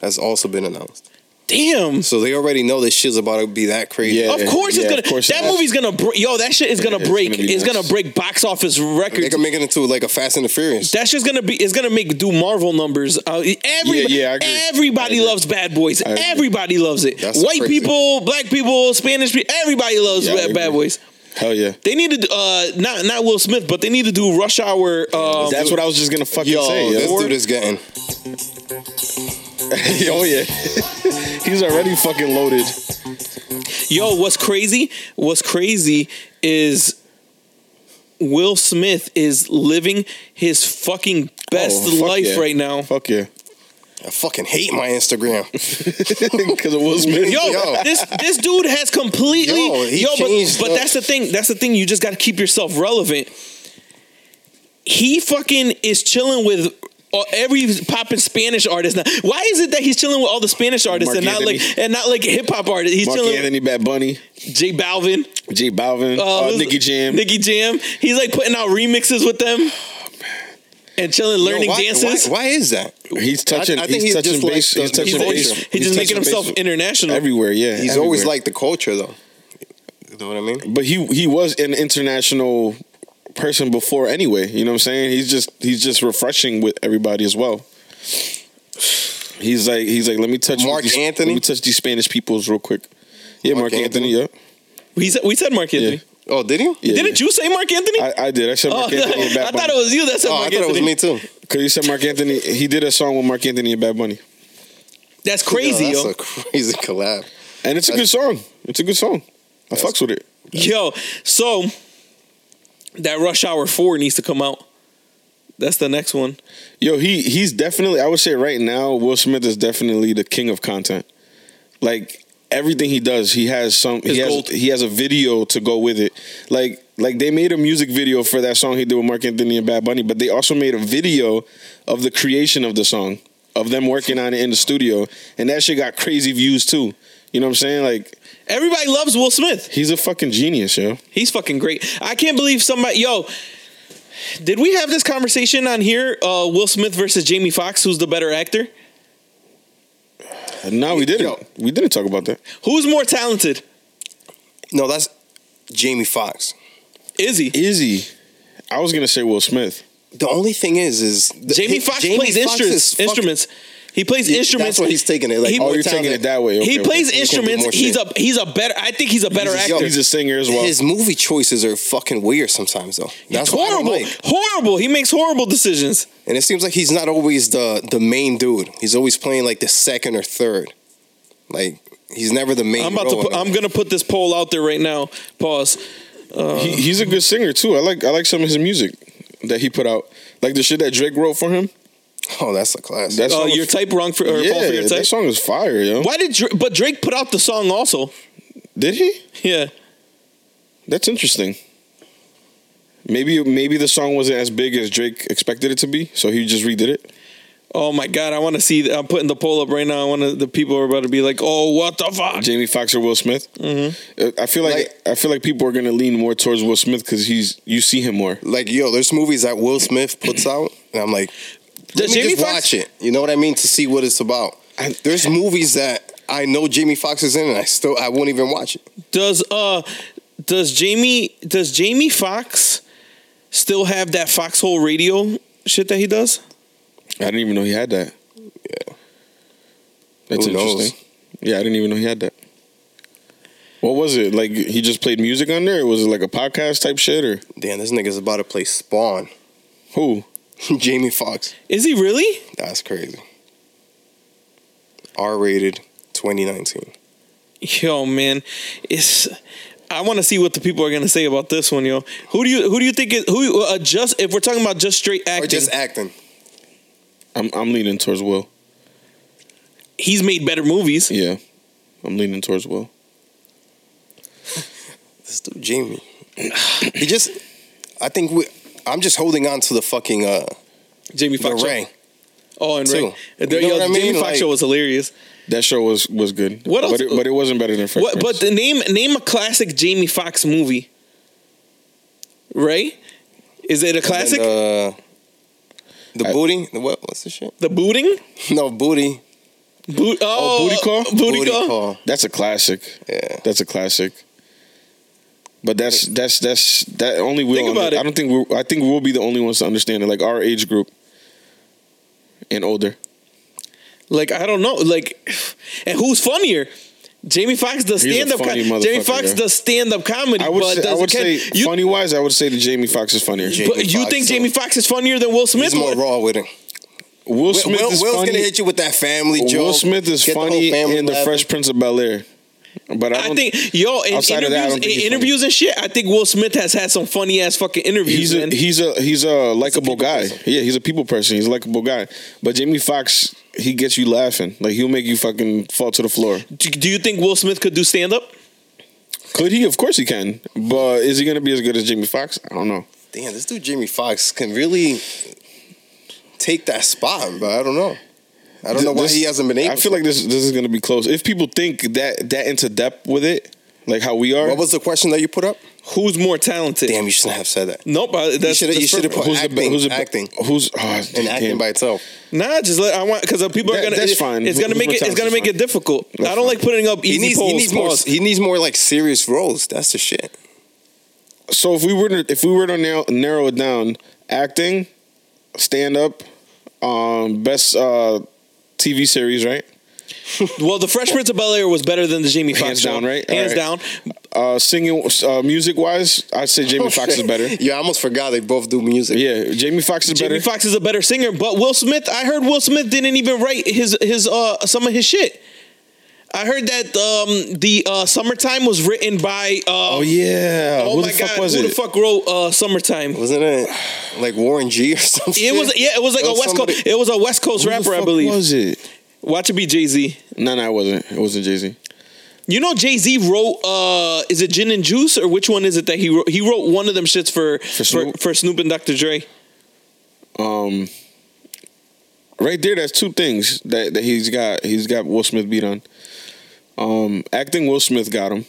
[SPEAKER 3] has also been announced.
[SPEAKER 1] Damn.
[SPEAKER 3] So they already know this shit's about to be that crazy.
[SPEAKER 2] Yeah.
[SPEAKER 1] Of course
[SPEAKER 2] yeah,
[SPEAKER 1] it's gonna.
[SPEAKER 2] of course it
[SPEAKER 1] that
[SPEAKER 2] is.
[SPEAKER 1] movie's gonna. Br- yo, that shit is gonna
[SPEAKER 2] it's
[SPEAKER 1] break.
[SPEAKER 2] gonna be
[SPEAKER 1] it's gonna
[SPEAKER 2] nuts.
[SPEAKER 1] break box office records.
[SPEAKER 3] They can make it into like a Fast and the Furious.
[SPEAKER 1] That shit's gonna be. It's gonna make do Marvel numbers. Uh, every,
[SPEAKER 2] Yeah, yeah, I agree.
[SPEAKER 1] Everybody
[SPEAKER 2] I agree.
[SPEAKER 1] loves Bad Boys.
[SPEAKER 2] agree.
[SPEAKER 1] Everybody loves it.
[SPEAKER 3] That's
[SPEAKER 1] White
[SPEAKER 3] crazy.
[SPEAKER 1] people, black people, Spanish people. Everybody loves
[SPEAKER 2] Yeah, I
[SPEAKER 1] Bad, Bad
[SPEAKER 2] agree.
[SPEAKER 1] Boys.
[SPEAKER 2] Hell yeah.
[SPEAKER 1] They need to do- uh, not not Will Smith, but they need to do Rush Hour. Um,
[SPEAKER 2] That's what I was just gonna fucking
[SPEAKER 3] Yo,
[SPEAKER 2] say.
[SPEAKER 3] this
[SPEAKER 2] Yo.
[SPEAKER 3] dude is getting.
[SPEAKER 2] oh yeah. He's already fucking loaded.
[SPEAKER 1] yo, what's crazy? What's crazy is Will Smith is living his fucking best
[SPEAKER 2] Oh, fuck
[SPEAKER 1] life
[SPEAKER 2] yeah.
[SPEAKER 1] right now.
[SPEAKER 2] Fuck yeah.
[SPEAKER 3] I fucking hate my Instagram.
[SPEAKER 2] Because it was Smith.
[SPEAKER 1] Yo,
[SPEAKER 3] Yo.
[SPEAKER 1] this this dude has completely
[SPEAKER 3] Yo,
[SPEAKER 1] yo,
[SPEAKER 3] he
[SPEAKER 1] but,
[SPEAKER 3] changed
[SPEAKER 1] but
[SPEAKER 3] up.
[SPEAKER 1] that's the thing. That's the thing. You just got to keep yourself relevant. He fucking is chilling with all- every popping Spanish artist now. Why is it that he's chilling with all the Spanish artists and
[SPEAKER 2] Mark
[SPEAKER 1] not like
[SPEAKER 2] Anthony.
[SPEAKER 1] and not like hip hop artists? He's
[SPEAKER 2] Mark
[SPEAKER 1] chilling
[SPEAKER 2] Anthony, Bad Bunny,
[SPEAKER 1] with J Balvin,
[SPEAKER 2] J Balvin,
[SPEAKER 1] uh,
[SPEAKER 2] uh,
[SPEAKER 1] who's-
[SPEAKER 2] Nicki Jam.
[SPEAKER 1] Nicki Jam. He's like putting out remixes with them. And chilling,
[SPEAKER 3] Yo,
[SPEAKER 1] learning
[SPEAKER 3] why,
[SPEAKER 1] dances.
[SPEAKER 3] why, why is that?
[SPEAKER 2] He's touching.
[SPEAKER 3] I- I think he's
[SPEAKER 2] he's, touching
[SPEAKER 3] just like
[SPEAKER 2] base.
[SPEAKER 3] the-
[SPEAKER 2] he's touching
[SPEAKER 1] He's,
[SPEAKER 3] Touching
[SPEAKER 1] like,
[SPEAKER 2] base.
[SPEAKER 1] he's just making
[SPEAKER 2] touching
[SPEAKER 1] himself
[SPEAKER 2] base
[SPEAKER 1] international.
[SPEAKER 2] everywhere. Yeah,
[SPEAKER 3] He's always
[SPEAKER 2] everywhere.
[SPEAKER 3] like the culture, though. You know what I mean?
[SPEAKER 2] But he he was an international person before anyway. You know what I'm saying? He's just he's just refreshing with everybody as well. He's like he's like let me touch
[SPEAKER 3] Mark
[SPEAKER 2] these,
[SPEAKER 3] Anthony?
[SPEAKER 2] Let me touch these Spanish peoples real quick. Yeah, Mark,
[SPEAKER 3] Mark
[SPEAKER 2] Anthony.
[SPEAKER 1] We said, we said Mark
[SPEAKER 2] Yeah,
[SPEAKER 1] Anthony.
[SPEAKER 2] yeah.
[SPEAKER 3] Oh, did you?
[SPEAKER 2] yeah
[SPEAKER 1] Didn't you say Mark Anthony?
[SPEAKER 2] I, I did. I said
[SPEAKER 1] Oh,
[SPEAKER 2] Mark Anthony. And
[SPEAKER 1] I
[SPEAKER 2] Bad
[SPEAKER 1] thought
[SPEAKER 2] Bunny.
[SPEAKER 1] it was you that said
[SPEAKER 3] Oh, I
[SPEAKER 1] Mark
[SPEAKER 3] thought it was
[SPEAKER 1] Anthony.
[SPEAKER 3] me too.
[SPEAKER 2] Cause you said Mark Anthony. He did a song with Mark Anthony and Bad Bunny,
[SPEAKER 1] That's crazy,
[SPEAKER 3] Yo,
[SPEAKER 1] yo.
[SPEAKER 3] that's a crazy collab.
[SPEAKER 2] and it's a good song. It's a good song. I fucks with it.
[SPEAKER 1] Yo, so that Rush Hour 4 needs to come out. That's the next one.
[SPEAKER 2] Yo, he he's definitely. I would say right now, Will Smith is definitely the king of content. Like everything he does, he has some.
[SPEAKER 1] It's
[SPEAKER 2] He has
[SPEAKER 1] gold.
[SPEAKER 2] he has a video to go with it. Like like they made a music video for that song he did with Mark Anthony and Bad Bunny, but they also made a video of the creation of the song of them working on it in the studio, and that shit got crazy views too. You know what I'm saying? Like
[SPEAKER 1] Everybody loves Will Smith.
[SPEAKER 2] he's a fucking genius, yo.
[SPEAKER 1] He's fucking great. I can't believe somebody. Yo, did we have this conversation on here? Uh, Will Smith versus Jamie Foxx, who's the better actor?
[SPEAKER 2] No, we didn't.
[SPEAKER 3] Yo.
[SPEAKER 2] We didn't talk about that.
[SPEAKER 1] Who's more talented?
[SPEAKER 3] No, that's Jamie Foxx.
[SPEAKER 1] Is he?
[SPEAKER 2] Izzy, I was gonna say Will Smith.
[SPEAKER 3] The only thing is, is the-
[SPEAKER 1] Jamie
[SPEAKER 3] his-
[SPEAKER 1] Foxx
[SPEAKER 3] Jamie
[SPEAKER 1] plays
[SPEAKER 3] Foxx is
[SPEAKER 1] instruments.
[SPEAKER 3] fucking-
[SPEAKER 1] Instruments. He plays
[SPEAKER 3] Yeah,
[SPEAKER 1] instruments.
[SPEAKER 3] That's what he's taking it. Like,
[SPEAKER 1] He-
[SPEAKER 2] Oh,
[SPEAKER 1] More
[SPEAKER 2] you're taking it that way. Okay,
[SPEAKER 1] he
[SPEAKER 2] okay.
[SPEAKER 1] plays
[SPEAKER 3] okay. He can do more
[SPEAKER 1] instruments. He's a
[SPEAKER 3] shit.
[SPEAKER 1] he's a better. I think he's a better
[SPEAKER 3] He's-
[SPEAKER 1] actor.
[SPEAKER 3] yo,
[SPEAKER 2] He's a singer as well.
[SPEAKER 3] His movie choices are fucking weird sometimes, though. That's what I don't
[SPEAKER 1] horrible,
[SPEAKER 3] like.
[SPEAKER 1] horrible. He makes horrible decisions.
[SPEAKER 3] And it seems like he's not always the the main dude. He's always playing like the second or third. Like he's never the main.
[SPEAKER 1] I'm about to.
[SPEAKER 3] role
[SPEAKER 1] Put,
[SPEAKER 3] in
[SPEAKER 1] I'm
[SPEAKER 3] it.
[SPEAKER 1] gonna put this poll out there right now. Pause. Uh,
[SPEAKER 2] he, he's a good singer too. I like I like some of his music that he put out. Like the shit that Drake wrote for him.
[SPEAKER 3] Oh, that's a classic.
[SPEAKER 2] That's-
[SPEAKER 1] Uh,
[SPEAKER 2] song
[SPEAKER 1] your
[SPEAKER 2] was-
[SPEAKER 1] type wrong for or fall for your
[SPEAKER 2] Yeah,
[SPEAKER 1] type.
[SPEAKER 2] that song is fire, yo.
[SPEAKER 1] Why did Drake, but Drake put out the song also?
[SPEAKER 2] Did he?
[SPEAKER 1] Yeah,
[SPEAKER 2] That's interesting. Maybe maybe the song wasn't as big as Drake expected it to be, so he just redid it.
[SPEAKER 1] Oh my god, I want to see. I'm putting the poll up right now. I want to. The people are about to be like, "Oh, what the fuck?"
[SPEAKER 2] Jamie Foxx or Will Smith. Mm-hmm. I feel like, I feel like people are gonna lean more towards Will Smith because he's you see him more.
[SPEAKER 3] like yo, there's movies that Will Smith puts out, and I'm like, let
[SPEAKER 1] Does
[SPEAKER 3] me
[SPEAKER 1] Jamie
[SPEAKER 3] just
[SPEAKER 1] Foxx-
[SPEAKER 3] watch it. You know what I mean? To see what it's about.
[SPEAKER 2] I-
[SPEAKER 3] there's movies that I know Jamie Foxx is in, and I still I won't even watch it.
[SPEAKER 1] Does uh, does Jamie does Jamie Fox still have that Foxhole Radio shit that he does?
[SPEAKER 2] I didn't even know he had that.
[SPEAKER 3] Yeah.
[SPEAKER 2] That's
[SPEAKER 3] Who knows?
[SPEAKER 2] interesting. Yeah, I didn't even know he had that. What was it? Like he just played music on there? Was it like a podcast type shit or
[SPEAKER 3] Damn, this nigga's about to play Spawn.
[SPEAKER 2] who?
[SPEAKER 3] Jamie Foxx.
[SPEAKER 1] Is he really?
[SPEAKER 3] That's crazy. R rated 2019.
[SPEAKER 1] Yo, man, it's. I want to see what the people are gonna say about this one, yo. Who do you who do you think is who uh, just if we're talking about just straight
[SPEAKER 3] Or
[SPEAKER 1] acting?
[SPEAKER 3] just acting.
[SPEAKER 2] I'm I'm leaning towards Will.
[SPEAKER 1] he's made better movies.
[SPEAKER 2] Yeah. I'm leaning towards Will.
[SPEAKER 3] This dude, Jamie. he just, I think we, I'm just holding on to the fucking, uh,
[SPEAKER 1] Jamie
[SPEAKER 3] the
[SPEAKER 1] Foxx. show.
[SPEAKER 3] ring.
[SPEAKER 1] Oh, and Ray.
[SPEAKER 3] too. You know
[SPEAKER 1] yo,
[SPEAKER 3] what I mean?
[SPEAKER 1] Jamie Foxx
[SPEAKER 3] Like-
[SPEAKER 1] show was hilarious.
[SPEAKER 2] That show was was good.
[SPEAKER 1] What else-
[SPEAKER 2] But it, but it wasn't better than Fresh
[SPEAKER 1] What? But
[SPEAKER 2] Prince.
[SPEAKER 1] the name name a classic Jamie Foxx movie. Right? Is it a classic?
[SPEAKER 3] And, uh, the
[SPEAKER 2] I-
[SPEAKER 3] booty. The what? What's the shit?
[SPEAKER 1] the booting?
[SPEAKER 3] No booty.
[SPEAKER 1] Boot, oh,
[SPEAKER 2] Booty Call?
[SPEAKER 1] Booty, call.
[SPEAKER 2] That's a classic.
[SPEAKER 3] Yeah.
[SPEAKER 2] That's a classic. But that's that's that's that only we
[SPEAKER 1] Think about it.
[SPEAKER 2] I don't think we are I think we'll be the only ones to understand it like our age group and older.
[SPEAKER 1] Like I don't know. Like, and who's funnier? Jamie Foxx does
[SPEAKER 2] He's a
[SPEAKER 1] stand up.
[SPEAKER 2] funny
[SPEAKER 1] Com- Jamie
[SPEAKER 2] motherfucker,
[SPEAKER 1] Foxx
[SPEAKER 2] yeah.
[SPEAKER 1] does stand up comedy.
[SPEAKER 2] I would
[SPEAKER 1] but
[SPEAKER 2] say, I
[SPEAKER 1] does-
[SPEAKER 2] would
[SPEAKER 1] can-
[SPEAKER 2] say
[SPEAKER 1] you,
[SPEAKER 2] funny wise I would say that Jamie Fox is funnier.
[SPEAKER 3] Yeah.
[SPEAKER 1] But you
[SPEAKER 3] Foxx,
[SPEAKER 1] think
[SPEAKER 3] so-
[SPEAKER 1] Jamie Foxx is funnier than Will Smith?
[SPEAKER 3] He's more raw with it.
[SPEAKER 2] Will
[SPEAKER 3] Will,
[SPEAKER 2] Smith
[SPEAKER 3] Will-
[SPEAKER 2] is
[SPEAKER 3] Will's
[SPEAKER 2] funny.
[SPEAKER 3] gonna hit you with that family joke.
[SPEAKER 2] Will Smith is
[SPEAKER 3] Get the whole
[SPEAKER 2] funny
[SPEAKER 3] family
[SPEAKER 2] in the
[SPEAKER 3] laughing.
[SPEAKER 2] Fresh Prince of Bel Air. But I,
[SPEAKER 1] I
[SPEAKER 2] don't,
[SPEAKER 1] think yo in
[SPEAKER 2] Outside
[SPEAKER 1] interviews,
[SPEAKER 2] of that, I don't think he's
[SPEAKER 1] in
[SPEAKER 2] funny.
[SPEAKER 1] interviews and shit. I think Will Smith has had some funny ass fucking interviews.
[SPEAKER 2] he's a
[SPEAKER 1] man.
[SPEAKER 2] he's a he's a likable
[SPEAKER 3] people
[SPEAKER 2] guy.
[SPEAKER 3] person.
[SPEAKER 2] Yeah, he's a people person. He's a likable guy. But Jamie Foxx, he gets you laughing. Like he'll make you fucking fall to the floor.
[SPEAKER 1] do, do you think Will Smith could do stand up?
[SPEAKER 2] Could he? Of course he can. But is he going to be as good as Jamie Foxx? I don't know.
[SPEAKER 3] Damn, this dude Jamie Foxx can really take that spot, but I don't know. I don't know why
[SPEAKER 2] This-
[SPEAKER 3] he hasn't been able.
[SPEAKER 2] I feel like this this is going to be close. If people think that that into depth with it, like how we are,
[SPEAKER 3] What was the question that you put up?
[SPEAKER 1] Who's more talented?
[SPEAKER 3] Damn, you shouldn't have said that.
[SPEAKER 1] Nope. I, that's,
[SPEAKER 3] shoulda-
[SPEAKER 1] that's
[SPEAKER 3] you shoulda
[SPEAKER 1] perfect.
[SPEAKER 3] put-
[SPEAKER 2] the be-
[SPEAKER 3] acting,
[SPEAKER 2] the be-
[SPEAKER 3] acting.
[SPEAKER 2] who's oh,
[SPEAKER 3] And
[SPEAKER 2] damn.
[SPEAKER 3] acting by itself.
[SPEAKER 1] Nah, just let I want because people are
[SPEAKER 2] That-
[SPEAKER 1] gonna.
[SPEAKER 2] that's
[SPEAKER 1] it-
[SPEAKER 2] fine.
[SPEAKER 1] It's gonna
[SPEAKER 2] Who's
[SPEAKER 1] make
[SPEAKER 2] more
[SPEAKER 1] it. It's
[SPEAKER 2] talented
[SPEAKER 1] gonna
[SPEAKER 2] is
[SPEAKER 1] make it
[SPEAKER 2] fine.
[SPEAKER 1] difficult.
[SPEAKER 2] That's
[SPEAKER 1] I don't
[SPEAKER 2] fine.
[SPEAKER 1] like putting up easy
[SPEAKER 3] He needs,
[SPEAKER 1] polls.
[SPEAKER 3] he needs more.
[SPEAKER 1] pause.
[SPEAKER 3] He needs more like serious roles. That's the shit.
[SPEAKER 2] So if we were to, if we were to narrow, narrow it down, acting, stand up, um, best uh, TV series, right?
[SPEAKER 1] Well, the Fresh Prince of Bel Air was better than the Jamie Foxx
[SPEAKER 2] Hands
[SPEAKER 1] show.
[SPEAKER 2] down, right?
[SPEAKER 1] Hands
[SPEAKER 2] Alright.
[SPEAKER 1] down.
[SPEAKER 2] Uh, singing, uh, music wise, I'd say
[SPEAKER 1] Oh,
[SPEAKER 2] Jamie Foxx is better.
[SPEAKER 3] Oh, yeah, I almost forgot they both do music.
[SPEAKER 2] Yeah, Jamie Foxx is
[SPEAKER 1] Jamie
[SPEAKER 2] better.
[SPEAKER 1] Foxx is a better singer, but Will Smith. I heard Will Smith didn't even write his his uh some of his shit. I heard that um the uh summertime was written by uh
[SPEAKER 2] oh yeah,
[SPEAKER 1] oh
[SPEAKER 2] who
[SPEAKER 1] my
[SPEAKER 2] the fuck
[SPEAKER 1] god
[SPEAKER 2] was
[SPEAKER 1] who
[SPEAKER 2] it?
[SPEAKER 1] the fuck wrote uh summertime.
[SPEAKER 3] Wasn't it like Warren G or something?
[SPEAKER 1] It was yeah, it was like
[SPEAKER 3] It
[SPEAKER 1] a
[SPEAKER 3] was
[SPEAKER 1] West Coast.
[SPEAKER 3] somebody-
[SPEAKER 1] It was a West Coast
[SPEAKER 2] Who the
[SPEAKER 1] rapper, I
[SPEAKER 2] fuck
[SPEAKER 1] believe.
[SPEAKER 2] Was it?
[SPEAKER 1] Watch it be Jay Z.
[SPEAKER 2] No, no, it wasn't. It wasn't Jay Z.
[SPEAKER 1] You know Jay Z wrote uh is it Gin and Juice or which one is it that he wrote? He wrote one of them shits for for Snoop,
[SPEAKER 2] Snoop?
[SPEAKER 1] for, Snoop and Dr. Dre.
[SPEAKER 2] Um, right there, that's two things that, that he's got. He's got Will Smith beat on. Um, acting Will Smith got him.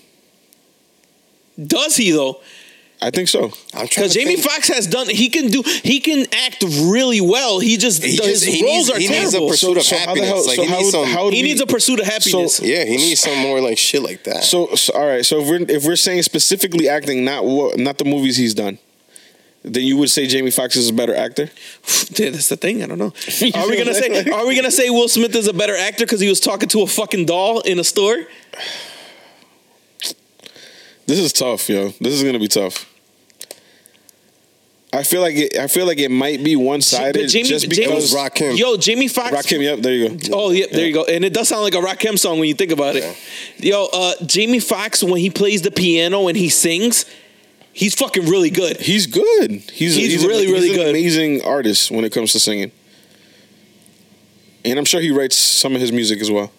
[SPEAKER 1] Does he though?
[SPEAKER 2] I think so.
[SPEAKER 3] I'm trying
[SPEAKER 1] Because
[SPEAKER 3] to
[SPEAKER 1] Jamie
[SPEAKER 3] think.
[SPEAKER 1] Foxx has done, he can do, he can act really well. He just
[SPEAKER 3] He
[SPEAKER 1] his
[SPEAKER 3] just- he
[SPEAKER 1] roles
[SPEAKER 3] needs-
[SPEAKER 1] are
[SPEAKER 3] he needs a
[SPEAKER 1] terrible.
[SPEAKER 3] pursuit of
[SPEAKER 2] So how the
[SPEAKER 3] happiness.
[SPEAKER 2] hell-
[SPEAKER 3] like,
[SPEAKER 2] so
[SPEAKER 3] he
[SPEAKER 2] how
[SPEAKER 3] needs
[SPEAKER 2] would-
[SPEAKER 3] some,
[SPEAKER 2] how would-
[SPEAKER 1] he needs a pursuit of happiness.
[SPEAKER 3] yeah, he needs some more like shit like that.
[SPEAKER 2] So, so all right. So if we're if we're saying specifically acting, not what, not the movies he's done, then you would say Jamie Foxx is a better actor.
[SPEAKER 1] Dude, that's the thing. I don't know. Are we gonna say? Are we gonna say Will Smith is a better actor because he was talking to a fucking doll in a store?
[SPEAKER 2] This is tough, yo. This is gonna be tough. I feel like it. I feel like it might be one sided
[SPEAKER 1] But Jamie-
[SPEAKER 2] just
[SPEAKER 1] Jamie-
[SPEAKER 2] because
[SPEAKER 3] That was Rakim.
[SPEAKER 1] Yo, Jamie Foxx.
[SPEAKER 2] Rakim. Yep, there you go.
[SPEAKER 1] Oh yeah, there you go. And it does sound like a Rakim song when you think about it. Yo, uh, Jamie Foxx when he plays the piano and he sings, he's fucking really good.
[SPEAKER 2] He's good. He's
[SPEAKER 1] He's
[SPEAKER 2] a-
[SPEAKER 1] really, really
[SPEAKER 2] an
[SPEAKER 1] good.
[SPEAKER 2] Amazing artist when it comes to singing, and I'm sure he writes some of his music as well.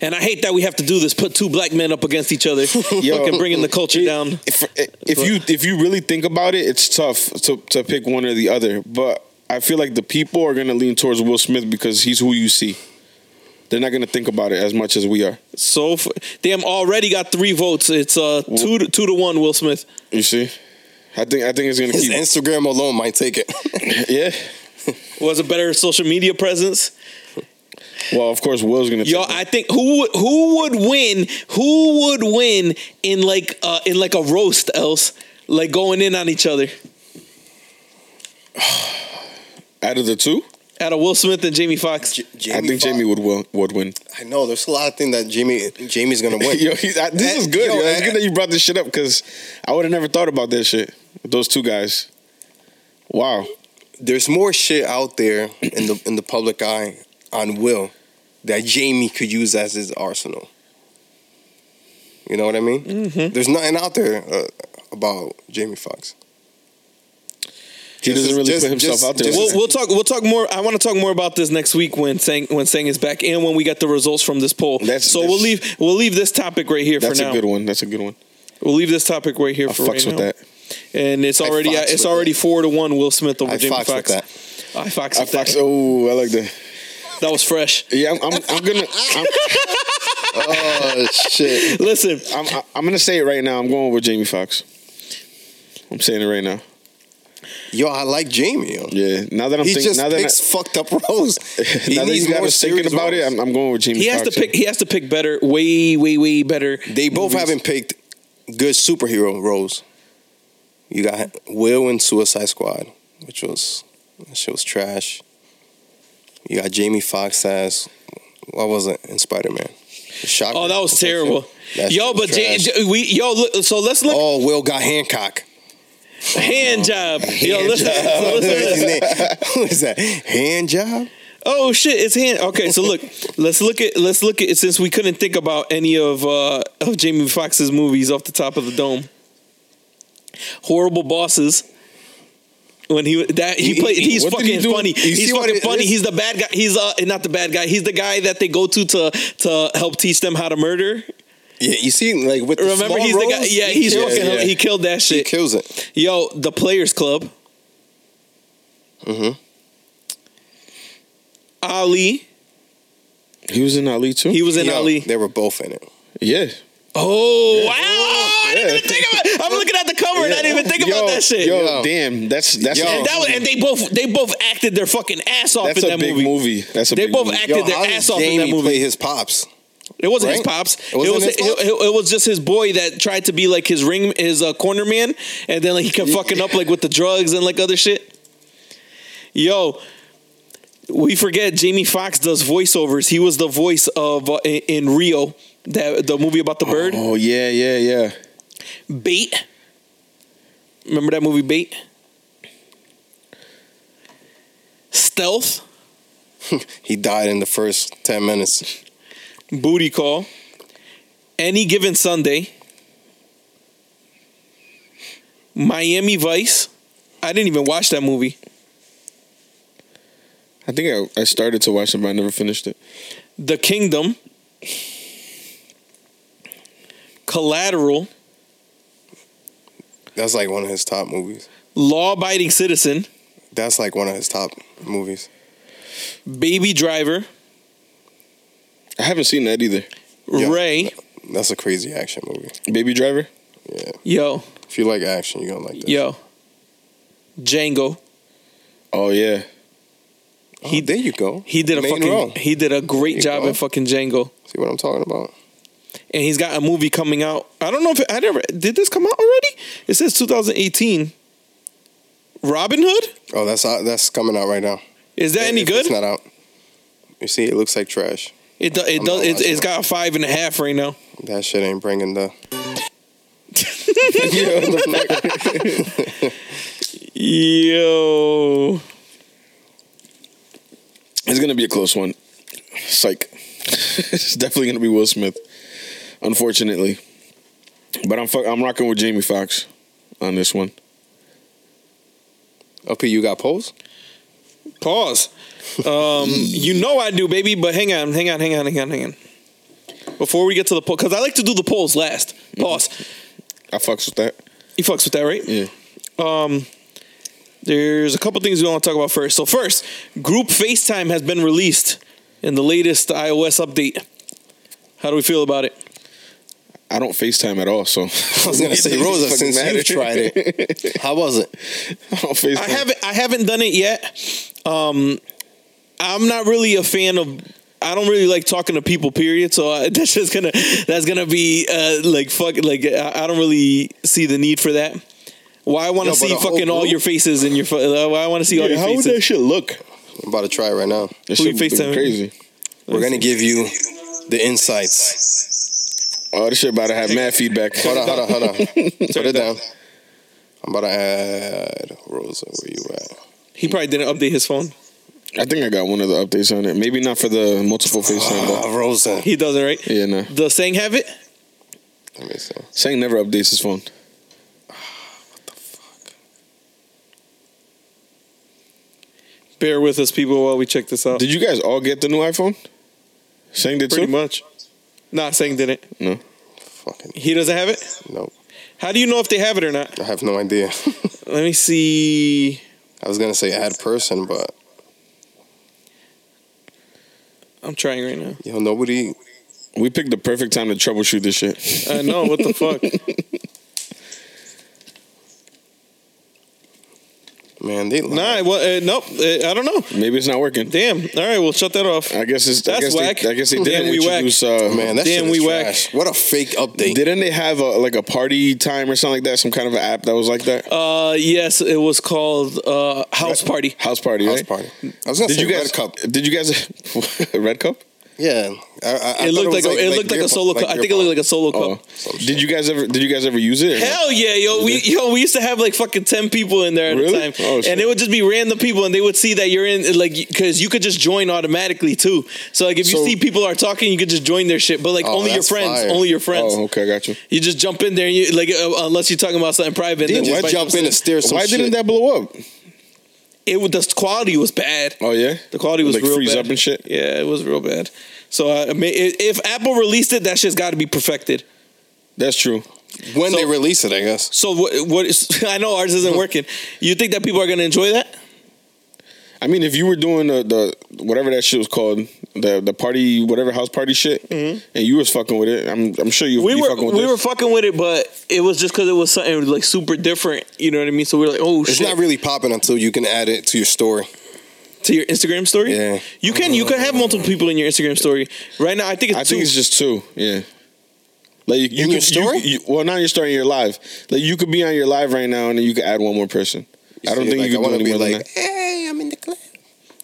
[SPEAKER 1] And I hate that we have to do this. Put two black men up against each other, fucking bringing the culture down.
[SPEAKER 2] If if you if you really think about it, it's tough to to pick one or the other. But I feel like the people are gonna lean towards Will Smith because he's who you see. They're not gonna think about it as much as we are.
[SPEAKER 1] So f- damn, already got three votes. It's uh two to, two to one. Will Smith.
[SPEAKER 2] You see, I think I think it's gonna
[SPEAKER 3] His
[SPEAKER 2] keep.
[SPEAKER 3] Instagram alone might take it.
[SPEAKER 2] Yeah.
[SPEAKER 1] Was a better social media presence.
[SPEAKER 2] Well, of course, Will's gonna.
[SPEAKER 1] Yo,
[SPEAKER 2] take it.
[SPEAKER 1] I think who would who would win? Who would win in like uh in like a roast? Else, like going in on each other.
[SPEAKER 2] out of the two,
[SPEAKER 1] Out of Will Smith and Jamie Foxx.
[SPEAKER 2] I think Jamie would will, would win.
[SPEAKER 3] I know there's a lot of things that Jamie Jamie's gonna win.
[SPEAKER 2] yo, he's, I, this
[SPEAKER 3] That-
[SPEAKER 2] is good.
[SPEAKER 3] yo,
[SPEAKER 2] Yo, it's
[SPEAKER 3] that-
[SPEAKER 2] good that you brought this shit up because I would have never thought about that shit. Those two guys. Wow.
[SPEAKER 3] there's more shit out there in the in the public eye on Will that Jamie could use as his arsenal. You know what I mean?
[SPEAKER 2] Mm-hmm.
[SPEAKER 3] There's nothing out there uh, about Jamie Foxx.
[SPEAKER 2] He doesn't really put himself out there.
[SPEAKER 1] We'll, we'll talk. We'll talk more. I want to talk more about this next week when Sang when Sang is back and when we get the results from this poll.
[SPEAKER 2] That's-
[SPEAKER 1] so we'll
[SPEAKER 2] that's-
[SPEAKER 1] leave. We'll leave this topic right here
[SPEAKER 2] That's
[SPEAKER 1] for
[SPEAKER 2] a
[SPEAKER 1] now.
[SPEAKER 2] good one. That's a good one.
[SPEAKER 1] We'll leave this topic right here
[SPEAKER 2] I
[SPEAKER 1] for
[SPEAKER 2] fucks
[SPEAKER 1] right
[SPEAKER 2] with
[SPEAKER 1] now.
[SPEAKER 2] that.
[SPEAKER 1] And it's
[SPEAKER 3] I
[SPEAKER 1] already
[SPEAKER 3] fucks
[SPEAKER 1] it's
[SPEAKER 3] with
[SPEAKER 1] already four to one Will Smith over
[SPEAKER 3] I
[SPEAKER 1] Jamie
[SPEAKER 3] fucks with
[SPEAKER 1] Fox.
[SPEAKER 3] that.
[SPEAKER 1] I fox
[SPEAKER 2] I
[SPEAKER 1] with that.
[SPEAKER 2] fucks. Oh, I like that.
[SPEAKER 1] That was fresh.
[SPEAKER 2] Yeah, I'm. I'm, I'm gonna. I'm,
[SPEAKER 3] Oh shit!
[SPEAKER 1] Listen,
[SPEAKER 2] I'm, I'm gonna say it right now. I'm going with Jamie Foxx. I'm saying it right now.
[SPEAKER 3] Yo, I like Jamie. Yo.
[SPEAKER 2] Yeah. Now that I'm
[SPEAKER 3] He
[SPEAKER 2] thinking,
[SPEAKER 3] just
[SPEAKER 2] now that, I,
[SPEAKER 3] picks fucked up roles. He
[SPEAKER 2] now that
[SPEAKER 3] needs
[SPEAKER 2] you got
[SPEAKER 3] more
[SPEAKER 2] us thinking
[SPEAKER 3] serious
[SPEAKER 2] about it,
[SPEAKER 3] roles.
[SPEAKER 2] I'm, I'm going with Jamie.
[SPEAKER 1] He has to
[SPEAKER 2] Foxx.
[SPEAKER 1] pick. He has to pick better. Way, way, way better.
[SPEAKER 3] They both haven't picked good superhero roles. You got Will in Suicide Squad, which was that shit was trash. You got Jamie Foxx as what was it in Spider Man?
[SPEAKER 1] Oh, that was terrible. yo, but J- J- we yo look, so let's look
[SPEAKER 3] oh, Will got Hancock.
[SPEAKER 1] hand job. yo,
[SPEAKER 3] Hand
[SPEAKER 1] listen,
[SPEAKER 3] job.
[SPEAKER 1] so listen to this.
[SPEAKER 3] Who is that? Hand job.
[SPEAKER 1] Oh shit, it's hand. Okay, so look, let's look at let's look at since we couldn't think about any of uh of Jamie Foxx's movies off the top of the dome. Horrible bosses. When he that he
[SPEAKER 3] He-
[SPEAKER 1] played,
[SPEAKER 3] he-
[SPEAKER 1] he's
[SPEAKER 3] what did
[SPEAKER 1] fucking
[SPEAKER 3] he do?
[SPEAKER 1] funny.
[SPEAKER 3] You
[SPEAKER 1] He's
[SPEAKER 3] see what
[SPEAKER 1] fucking
[SPEAKER 3] it
[SPEAKER 1] funny.
[SPEAKER 3] is?
[SPEAKER 1] He's the bad guy. He's uh not the bad guy. He's the guy that they go to to to help teach them how to murder.
[SPEAKER 3] Yeah, you see, like with the
[SPEAKER 1] Remember,
[SPEAKER 3] small
[SPEAKER 1] he's
[SPEAKER 3] roles,
[SPEAKER 1] the guy. Yeah, he's
[SPEAKER 3] kills
[SPEAKER 1] fucking.
[SPEAKER 3] it.
[SPEAKER 1] He killed that
[SPEAKER 3] He
[SPEAKER 1] shit.
[SPEAKER 3] kills it.
[SPEAKER 1] Yo, the Players Club.
[SPEAKER 3] Mhm.
[SPEAKER 1] Ali,
[SPEAKER 2] He was in Ali too.
[SPEAKER 1] he was in
[SPEAKER 3] Yo,
[SPEAKER 1] Ali.
[SPEAKER 3] They were both in it.
[SPEAKER 2] yeah.
[SPEAKER 1] Oh, wow! I didn't
[SPEAKER 2] Yeah.
[SPEAKER 1] even think about. I'm looking at the cover and I didn't even think about
[SPEAKER 2] Yo,
[SPEAKER 1] that shit.
[SPEAKER 2] Yo,
[SPEAKER 3] Yo.
[SPEAKER 2] damn, that's that's
[SPEAKER 3] Yo.
[SPEAKER 1] and that was, and they both they both acted their fucking ass off
[SPEAKER 2] that's
[SPEAKER 1] in
[SPEAKER 2] a
[SPEAKER 1] that
[SPEAKER 2] big
[SPEAKER 1] movie.
[SPEAKER 2] movie. That's a
[SPEAKER 1] They
[SPEAKER 2] big
[SPEAKER 1] both
[SPEAKER 2] movie.
[SPEAKER 1] acted their
[SPEAKER 3] how did
[SPEAKER 1] ass off in
[SPEAKER 3] Jamie
[SPEAKER 1] that movie.
[SPEAKER 3] play his pops?
[SPEAKER 1] It wasn't his
[SPEAKER 3] Right?
[SPEAKER 1] pops. It,
[SPEAKER 3] It wasn't
[SPEAKER 1] was
[SPEAKER 3] his
[SPEAKER 1] it, it- it was just his boy that tried to be like his ring his uh, corner man, and then like, he kept fucking up like with the drugs and like other shit. Yo, we forget Jamie Foxx does voiceovers. He was the voice of uh, in, in Rio, that the movie about the bird
[SPEAKER 2] Oh yeah, yeah, yeah.
[SPEAKER 1] Bait. Remember that movie Bait? Stealth,
[SPEAKER 3] He died in the first ten minutes.
[SPEAKER 1] Booty Call, Any Given Sunday, Miami Vice. I didn't even watch that movie.
[SPEAKER 2] I think I, I started to watch it, but I never finished it.
[SPEAKER 1] The Kingdom, Collateral,
[SPEAKER 3] That's like one of his top movies.
[SPEAKER 1] Law Abiding Citizen,
[SPEAKER 3] That's like one of his top movies.
[SPEAKER 1] Baby Driver,
[SPEAKER 2] I haven't seen that either.
[SPEAKER 3] Yeah.
[SPEAKER 1] Ray.
[SPEAKER 3] That's a crazy action movie.
[SPEAKER 2] Baby Driver.
[SPEAKER 3] Yeah.
[SPEAKER 1] Yo,
[SPEAKER 3] If you like action, you're gonna like that.
[SPEAKER 1] yo. Django.
[SPEAKER 2] Oh yeah.
[SPEAKER 3] Oh,
[SPEAKER 1] He-
[SPEAKER 3] there you go.
[SPEAKER 1] He did a
[SPEAKER 3] Main
[SPEAKER 1] fucking
[SPEAKER 3] role.
[SPEAKER 1] he did a great
[SPEAKER 3] There you
[SPEAKER 1] job
[SPEAKER 3] go.
[SPEAKER 1] in fucking Django.
[SPEAKER 3] See what I'm talking about?
[SPEAKER 1] And he's got a movie coming out. I don't know if I never did this come out already? It says 2018. Robin Hood?
[SPEAKER 3] Oh, that's out, that's coming out right now.
[SPEAKER 1] Is that any
[SPEAKER 3] If
[SPEAKER 1] good?
[SPEAKER 3] It's not out. You see, it looks like trash.
[SPEAKER 1] it do, it
[SPEAKER 3] I'm
[SPEAKER 1] does
[SPEAKER 3] not
[SPEAKER 1] it,
[SPEAKER 3] watching
[SPEAKER 1] it's
[SPEAKER 3] it.
[SPEAKER 1] got a five and a half right now.
[SPEAKER 3] That shit ain't bringing the.
[SPEAKER 1] Yo.
[SPEAKER 2] It's gonna be a close one. Psych. it's definitely gonna be Will Smith, unfortunately. But I'm fuck, I'm rocking with Jamie Foxx on this one.
[SPEAKER 3] OP, you got polls?
[SPEAKER 1] Pause. Um, you know I do, baby, but hang on, hang on, hang on, hang on, hang on. Before we get to the poll, because I like to do the polls last.
[SPEAKER 3] Mm-hmm.
[SPEAKER 1] Pause.
[SPEAKER 2] I fucks with that.
[SPEAKER 1] You fucks with that, right?
[SPEAKER 2] Yeah.
[SPEAKER 1] um, there's a couple things we want to talk about first. So first, Group FaceTime has been released in the latest iOS update. How do we feel about it?
[SPEAKER 2] I don't FaceTime at all, so
[SPEAKER 3] I was gonna say Rosa since you tried it. How was it?
[SPEAKER 2] I don't FaceTime.
[SPEAKER 1] I haven't I haven't done it yet. Um, I'm not really a fan of. I don't really like talking to people. Period. So I, that's just gonna that's gonna be uh, like fuck. Like I, I don't really see the need for that. Why I want
[SPEAKER 3] Yo,
[SPEAKER 1] to
[SPEAKER 3] but
[SPEAKER 1] see
[SPEAKER 3] a whole
[SPEAKER 1] fucking all
[SPEAKER 3] group?
[SPEAKER 1] your faces and your. fu- Why I want to see all
[SPEAKER 2] Yeah,
[SPEAKER 1] your
[SPEAKER 2] how would
[SPEAKER 1] faces.
[SPEAKER 2] that shit look?
[SPEAKER 3] I'm about to try it right now.
[SPEAKER 2] That
[SPEAKER 1] Who you
[SPEAKER 2] shit would be
[SPEAKER 1] FaceTiming?
[SPEAKER 2] Crazy.
[SPEAKER 3] We're gonna give you the insights.
[SPEAKER 2] Oh, this shit about to have mad feedback.
[SPEAKER 3] Hold on, hold on, hold on. Put
[SPEAKER 1] it
[SPEAKER 3] it
[SPEAKER 1] down.
[SPEAKER 3] down. I'm about to add Rosa. Where you at?
[SPEAKER 1] He probably didn't update his phone.
[SPEAKER 2] I think I got one of the updates on it. Maybe not for the multiple FaceTime, but
[SPEAKER 3] Ah, Rosa.
[SPEAKER 1] He doesn't, right?
[SPEAKER 2] yeah, no.
[SPEAKER 1] Does Sang have it?
[SPEAKER 3] Let me see.
[SPEAKER 2] Sang never updates his phone.
[SPEAKER 1] Bear with us, people, while we check this
[SPEAKER 3] Oh.
[SPEAKER 1] out.
[SPEAKER 2] Did you guys all get the new iPhone? Sang did
[SPEAKER 1] Pretty
[SPEAKER 2] too.
[SPEAKER 1] much. Nah, Sang didn't.
[SPEAKER 2] No.
[SPEAKER 3] Fucking
[SPEAKER 1] He doesn't have it?
[SPEAKER 3] nope.
[SPEAKER 1] How do you know if they have it or not?
[SPEAKER 3] I have no idea.
[SPEAKER 1] Let me see.
[SPEAKER 3] I was gonna say add person, but
[SPEAKER 1] I'm trying right now.
[SPEAKER 3] yo, nobody.
[SPEAKER 2] We picked the perfect time to troubleshoot this shit.
[SPEAKER 1] I know, what the fuck?
[SPEAKER 3] Man, they lying.
[SPEAKER 1] Nah, well, uh, nope. Uh, I don't know.
[SPEAKER 2] Maybe it's not working.
[SPEAKER 1] Damn. All right, we'll shut that off.
[SPEAKER 2] I guess it's. I
[SPEAKER 1] That's
[SPEAKER 2] guess
[SPEAKER 1] whack.
[SPEAKER 2] They, I guess they didn't
[SPEAKER 1] Damn, we whack.
[SPEAKER 2] introduce. Uh,
[SPEAKER 3] man, that
[SPEAKER 1] Damn,
[SPEAKER 3] shit is
[SPEAKER 1] we whack.
[SPEAKER 3] trash. What a fake update.
[SPEAKER 2] didn't they have a, like a party time or something like that? Some kind of an app that was like that.
[SPEAKER 1] Uh, yes, it was called uh, House Party.
[SPEAKER 2] House party.
[SPEAKER 3] House
[SPEAKER 2] right?
[SPEAKER 3] party. I was gonna
[SPEAKER 2] Did
[SPEAKER 3] say
[SPEAKER 2] you guys?
[SPEAKER 3] Red Cup.
[SPEAKER 2] Did you guys? Red cup.
[SPEAKER 3] Yeah, I, I, I thought
[SPEAKER 1] It looked like,
[SPEAKER 3] was
[SPEAKER 1] a, it looked like
[SPEAKER 3] beer
[SPEAKER 1] a solo.
[SPEAKER 3] pong-
[SPEAKER 1] cup. I think it looked like a solo
[SPEAKER 2] Oh,
[SPEAKER 1] cup.
[SPEAKER 2] did you guys ever? Did you guys ever use it? or no?
[SPEAKER 1] Hell yeah, yo, we yo, we used to have like fucking ten people in there at
[SPEAKER 2] Really?
[SPEAKER 1] a time,
[SPEAKER 2] Oh, shit.
[SPEAKER 1] and it would just be random people, and they would see that you're in, like, because you could just join automatically too. So like, if you
[SPEAKER 2] So-
[SPEAKER 1] see people are talking, you could just join their shit, but like
[SPEAKER 3] Oh,
[SPEAKER 1] only your
[SPEAKER 3] that's
[SPEAKER 1] friends,
[SPEAKER 3] fire.
[SPEAKER 1] only your friends.
[SPEAKER 2] Oh, okay, I got you.
[SPEAKER 1] You just jump in there, and you like uh, unless you're talking about something private.
[SPEAKER 3] Damn,
[SPEAKER 1] and then
[SPEAKER 3] why
[SPEAKER 1] just
[SPEAKER 3] jump in and steer some
[SPEAKER 2] Why
[SPEAKER 3] shit?
[SPEAKER 2] didn't that blow up?
[SPEAKER 1] It was the quality was bad.
[SPEAKER 2] Oh yeah,
[SPEAKER 1] The quality was
[SPEAKER 2] like
[SPEAKER 1] real
[SPEAKER 2] freeze
[SPEAKER 1] bad.
[SPEAKER 2] up and shit.
[SPEAKER 1] Yeah, it was real bad. So uh, I mean, i- if Apple released it, that shit's got to be perfected.
[SPEAKER 2] That's true.
[SPEAKER 3] when
[SPEAKER 1] So-
[SPEAKER 3] they release it? I guess.
[SPEAKER 1] So what? What is, I know ours isn't working. You think that people are gonna enjoy that?
[SPEAKER 2] I mean, if you were doing the, the whatever that shit was called, the the party, whatever house party shit, and you was fucking with it, I'm I'm sure you
[SPEAKER 1] We
[SPEAKER 2] you
[SPEAKER 1] were
[SPEAKER 2] fucking with
[SPEAKER 1] we
[SPEAKER 2] this.
[SPEAKER 1] were fucking with it, but it was just because it was something like super different. You know what I mean? So we are like, oh
[SPEAKER 3] It's
[SPEAKER 1] shit,
[SPEAKER 3] not really popping until you can add it to your story.
[SPEAKER 1] to your Instagram story.
[SPEAKER 3] Yeah.
[SPEAKER 1] you can you can have multiple people in your Instagram story. Right now, I think it's
[SPEAKER 2] Mm-hmm. I
[SPEAKER 1] two.
[SPEAKER 2] think it's just two. Yeah. Like you, you
[SPEAKER 3] In
[SPEAKER 2] could,
[SPEAKER 3] your story?
[SPEAKER 2] you- you- well, not in your story, in your live. Like you could be on your live right now, and then you could add one more person. I don't
[SPEAKER 3] So
[SPEAKER 2] think
[SPEAKER 3] you're
[SPEAKER 2] you
[SPEAKER 3] like,
[SPEAKER 2] could do
[SPEAKER 3] wanna
[SPEAKER 2] any
[SPEAKER 3] be
[SPEAKER 2] more than
[SPEAKER 3] like,
[SPEAKER 2] that.
[SPEAKER 3] hey, I'm in the club.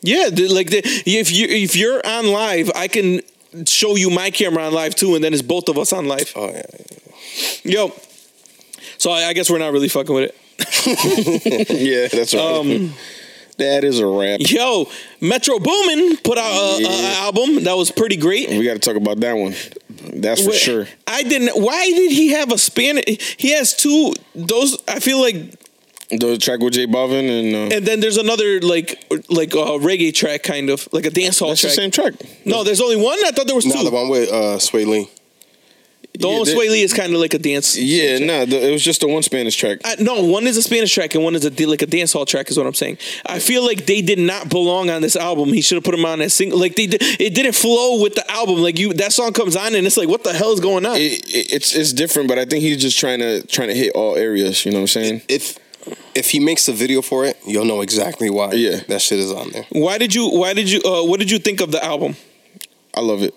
[SPEAKER 1] yeah, the, like the, if you if you're on live, I can show you my camera on live too, and then it's both of us on live.
[SPEAKER 3] Oh yeah, yeah.
[SPEAKER 1] Yo, so I, I guess we're not really fucking with it.
[SPEAKER 2] yeah, that's right. that is a wrap.
[SPEAKER 1] Yo, Metro Boomin put out a, a-
[SPEAKER 2] Yeah.
[SPEAKER 1] a album that was pretty great.
[SPEAKER 2] We got to talk about that one. That's for
[SPEAKER 1] Wait,
[SPEAKER 2] sure.
[SPEAKER 1] I didn't. Why did he have a Spanish? He has two. Those I feel like,
[SPEAKER 2] The track with Jay Balvin and. Uh,
[SPEAKER 1] and then there's another like like a reggae track, kind of like a dance hall
[SPEAKER 2] that's
[SPEAKER 1] track.
[SPEAKER 2] the same track.
[SPEAKER 1] No, there's only one. I thought there was
[SPEAKER 3] Now
[SPEAKER 1] two.
[SPEAKER 3] the one with uh, Sway Lee.
[SPEAKER 1] the one with
[SPEAKER 2] Yeah,
[SPEAKER 1] Sway Lee is kind of like a dance.
[SPEAKER 2] Yeah, no, the, it was just the one Spanish track.
[SPEAKER 1] I, no, one is a Spanish track and one is a da- like a dance hall track is what I'm saying. I feel like they did not belong on this album. He should have put them on as single. Like they did, it didn't flow with the album. Like you, that song comes on and it's like, what the hell is going on?
[SPEAKER 2] It, it, it's it's different, but I think he's just trying to trying to hit all areas. You know what I'm saying?
[SPEAKER 3] If if he makes a video for it, you'll know exactly why.
[SPEAKER 2] Yeah.
[SPEAKER 3] that shit is on there.
[SPEAKER 1] why did you? Why did you? Uh, what did you think of the album?
[SPEAKER 2] I love it.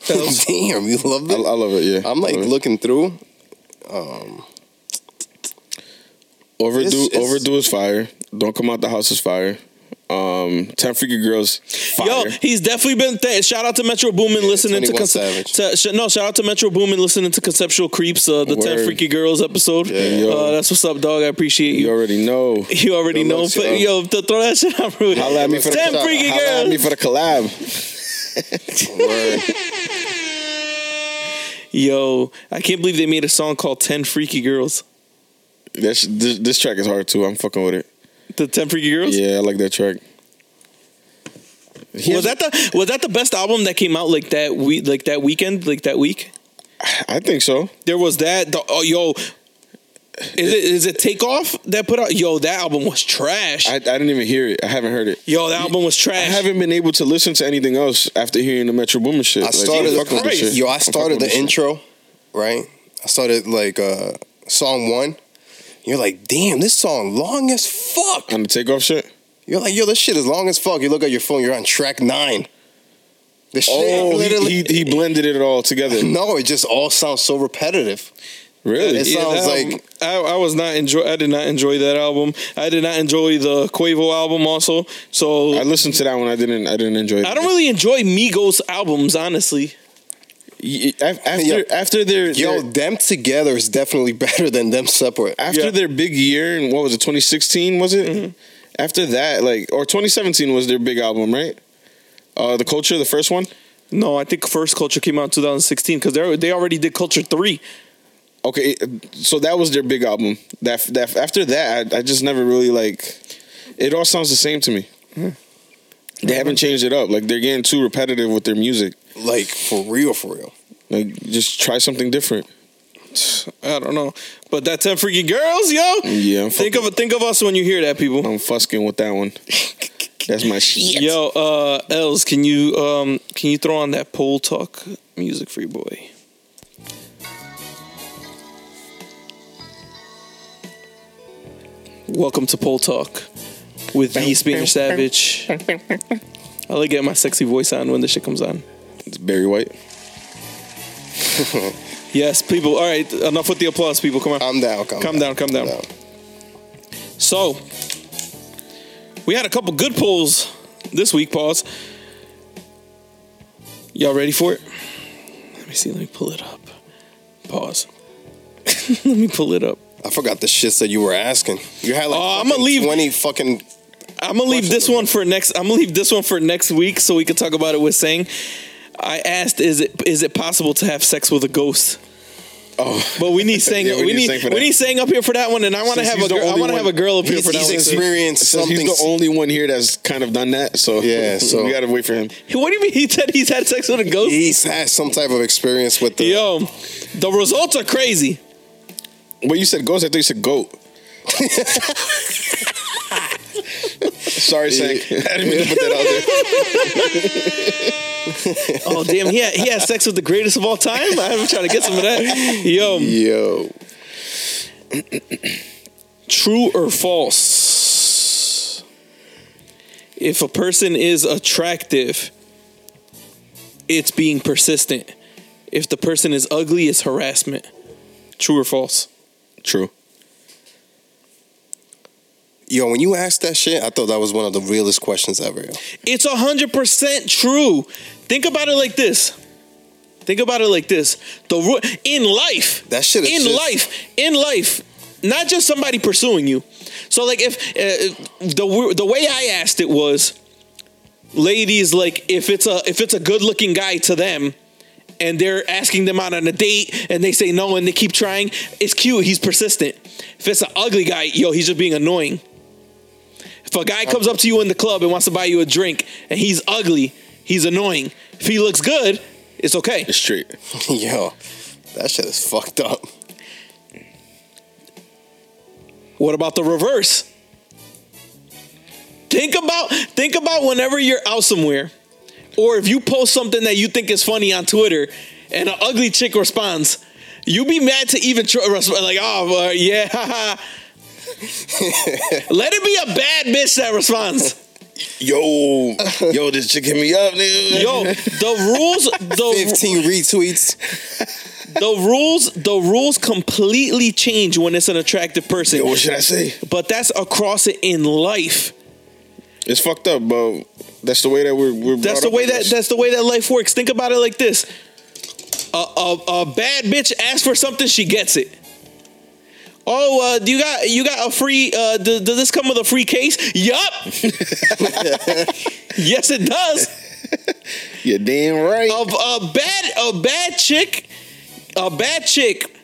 [SPEAKER 1] Fellas?
[SPEAKER 3] Damn, you love
[SPEAKER 2] I, I
[SPEAKER 3] it.
[SPEAKER 2] love it. Yeah,
[SPEAKER 3] I'm like
[SPEAKER 2] I love it.
[SPEAKER 3] looking through.
[SPEAKER 2] Overdue,
[SPEAKER 3] It's- it's-
[SPEAKER 2] overdue is fire. Don't come out the house is fire. Um, ten freaky girls, fire.
[SPEAKER 1] Yo, he's definitely been. Th- shout out to Metro Boomin listening to,
[SPEAKER 3] 21
[SPEAKER 1] conce-
[SPEAKER 3] Savage.
[SPEAKER 1] to sh- no. Shout out to Metro Boomin listening to Conceptual Creeps, uh, the Ten
[SPEAKER 2] Word.
[SPEAKER 1] Freaky Girls episode.
[SPEAKER 2] Yo.
[SPEAKER 1] Uh, that's what's up, dog. I appreciate
[SPEAKER 2] you
[SPEAKER 1] you.
[SPEAKER 2] already know.
[SPEAKER 1] You already
[SPEAKER 3] Yo,
[SPEAKER 1] know,
[SPEAKER 3] looks,
[SPEAKER 1] but
[SPEAKER 3] yo.
[SPEAKER 1] yo, th- throw that shit out. bro.
[SPEAKER 2] Holla at me for the
[SPEAKER 1] Ten
[SPEAKER 2] collab.
[SPEAKER 1] freaky
[SPEAKER 2] Holla at me
[SPEAKER 1] girls.
[SPEAKER 2] for the collab.
[SPEAKER 1] Yo, I can't believe they made a song called 10 Freaky Girls.
[SPEAKER 2] That's, this this track is hard too. I'm fucking with it.
[SPEAKER 1] The 10 Freaky Girls?
[SPEAKER 2] Yeah, I like that track. He
[SPEAKER 1] Was
[SPEAKER 2] has-
[SPEAKER 1] that the was that the best album that came out like that week like that weekend, like that week?
[SPEAKER 2] I think so.
[SPEAKER 1] There was that the, oh yo is it is it Takeoff that put out? Yo, that album was trash.
[SPEAKER 2] I, I didn't even hear it. I haven't heard it.
[SPEAKER 1] yo, that album was
[SPEAKER 2] I
[SPEAKER 1] trash.
[SPEAKER 2] haven't been able to listen to anything else after hearing the Metro Boomin shit.
[SPEAKER 3] I
[SPEAKER 2] Like,
[SPEAKER 3] started.
[SPEAKER 2] I'm fucking with this shit.
[SPEAKER 3] Yo, I
[SPEAKER 2] I'm fucking
[SPEAKER 3] started
[SPEAKER 2] with
[SPEAKER 3] the
[SPEAKER 2] this shit.
[SPEAKER 3] intro, right? I started like uh, song one. You're like, damn, this song long as fuck.
[SPEAKER 2] on the takeoff shit.
[SPEAKER 3] You're like, yo, this shit is long as fuck. You look at your phone, you're on track nine. The shit
[SPEAKER 2] Oh,
[SPEAKER 3] literally.
[SPEAKER 2] he, he, he blended it all together.
[SPEAKER 3] no, it just all sounds so repetitive.
[SPEAKER 2] Really?
[SPEAKER 3] It's- sounds like-
[SPEAKER 1] I, I was not enjoy I did not enjoy that album. I did not enjoy the Quavo album also. So
[SPEAKER 2] I
[SPEAKER 1] I,
[SPEAKER 2] listened to that one. I didn't. I didn't enjoy it.
[SPEAKER 1] don't really enjoy Migos albums, honestly.
[SPEAKER 2] Y- af- After
[SPEAKER 3] Yo.
[SPEAKER 2] after their,
[SPEAKER 3] Yo,
[SPEAKER 2] their-
[SPEAKER 3] them together is definitely better than them separate.
[SPEAKER 2] after
[SPEAKER 1] Yeah. Mm-hmm.
[SPEAKER 2] their big year in what was it 2016 was it? After that, like or 2017 was their big album, right? Uh, the culture, the first one.
[SPEAKER 1] No, I think First Culture came out in 2016 because they they already did Culture Three.
[SPEAKER 2] Okay, it- so that was their big album. That that after that, I, I just never really like. It all sounds the same to me. They haven't changed it up. Like they're getting too repetitive with their music.
[SPEAKER 3] Like for real, for real.
[SPEAKER 2] Like just try something different.
[SPEAKER 1] I don't know, but that ten freaky girls, yo.
[SPEAKER 2] Yeah, I'm
[SPEAKER 1] Think of think of us when you hear that, people.
[SPEAKER 2] I'm fusking with that one. That's my shit.
[SPEAKER 1] Yo, uh, Els, can you um can you throw on that pole talk music for your boy? Welcome to Pole Talk with the Spanish Savage. I like getting my sexy voice on when this shit comes on.
[SPEAKER 2] It's Barry White.
[SPEAKER 1] Yes, people. All right, enough with the applause, people. Come on.
[SPEAKER 3] Calm down, calm,
[SPEAKER 1] Calm down, calm down. So, we had a couple good pulls this week, pause. Y'all ready for it? Let me see. Let me pull it up. Pause. let me pull it up.
[SPEAKER 3] I forgot the shits that you were asking. You had like
[SPEAKER 1] Oh,
[SPEAKER 3] fucking
[SPEAKER 1] I'ma leave-
[SPEAKER 3] twenty fucking.
[SPEAKER 1] I'm gonna leave this one for next. I'm gonna leave this one for next week so we can talk about it with Sang. I asked, is it is it possible to have sex with a ghost?
[SPEAKER 2] Oh,
[SPEAKER 1] But we need Sang.
[SPEAKER 2] Yeah,
[SPEAKER 1] we,
[SPEAKER 2] we need
[SPEAKER 1] need,
[SPEAKER 2] Sang for
[SPEAKER 1] we
[SPEAKER 2] that.
[SPEAKER 1] need Sang up here for that one, and I want to
[SPEAKER 2] Since
[SPEAKER 1] have
[SPEAKER 2] he's
[SPEAKER 1] a
[SPEAKER 2] the
[SPEAKER 1] girl. I
[SPEAKER 2] only
[SPEAKER 1] want to
[SPEAKER 2] one-
[SPEAKER 1] have a girl up here
[SPEAKER 3] He's,
[SPEAKER 1] for that
[SPEAKER 3] he's
[SPEAKER 1] one.
[SPEAKER 3] experienced
[SPEAKER 2] since
[SPEAKER 3] something.
[SPEAKER 2] he's the only one here that's kind of done that. So
[SPEAKER 3] Yeah, so-
[SPEAKER 2] we gotta wait for him.
[SPEAKER 1] What do you mean? He said he's had sex with a ghost.
[SPEAKER 3] he's had some type of experience with the.
[SPEAKER 1] Yo, the results are crazy.
[SPEAKER 2] But you said ghost. I thought you said goat. Sorry, Sank. I didn't mean to put that out there.
[SPEAKER 1] Oh damn, he had, he had sex with the greatest of all time. I'm trying to get some of that. Yo,
[SPEAKER 3] Yo.
[SPEAKER 1] true or false? If a person is attractive, it's being persistent. If the person is ugly, it's harassment. True or false?
[SPEAKER 2] True.
[SPEAKER 3] Yo, when you asked that shit, I thought that was one of the realest questions ever. Yo.
[SPEAKER 1] It's 100% true. Think about it like this. Think about it like this. The ru- in life,
[SPEAKER 3] That shit is
[SPEAKER 1] in
[SPEAKER 3] just-
[SPEAKER 1] life, in life, not just somebody pursuing you. So like if uh, the w- the way I asked it was ladies like if it's a if it's a good-looking guy to them and they're asking them out on a date and they say no and they keep trying, it's cute, he's persistent. If it's an ugly guy, yo, he's just being annoying. If a guy comes up to you in the club and wants to buy you a drink and he's ugly, he's annoying. If he looks good, it's okay.
[SPEAKER 2] It's true.
[SPEAKER 3] Yo, that shit is fucked up.
[SPEAKER 1] What about the reverse? Think about think about whenever you're out somewhere, or if you post something that you think is funny on Twitter, and an ugly chick responds, you be mad to even tr- respond like, oh well, yeah, haha." let it be a bad bitch that responds.
[SPEAKER 2] Yo, yo, this chick hit me up, nigga.
[SPEAKER 1] Yo, the rules, the
[SPEAKER 3] 15 retweets.
[SPEAKER 1] the rules, the rules completely change when it's an attractive person.
[SPEAKER 2] Yo, what should I say?
[SPEAKER 1] But that's across it in life.
[SPEAKER 2] It's fucked up, bro. That's the way that we're. we're
[SPEAKER 1] That's
[SPEAKER 2] brought
[SPEAKER 1] the
[SPEAKER 2] up,
[SPEAKER 1] way
[SPEAKER 2] I
[SPEAKER 1] that
[SPEAKER 2] guess.
[SPEAKER 1] that's the way that life works. Think about it like this: a, a, a bad bitch asks for something, she gets it. Oh, uh, do you got you got a free? Uh, do, does this come with a free case? Yup. yes, it does.
[SPEAKER 2] You're damn right.
[SPEAKER 1] A, a bad a bad chick, a bad chick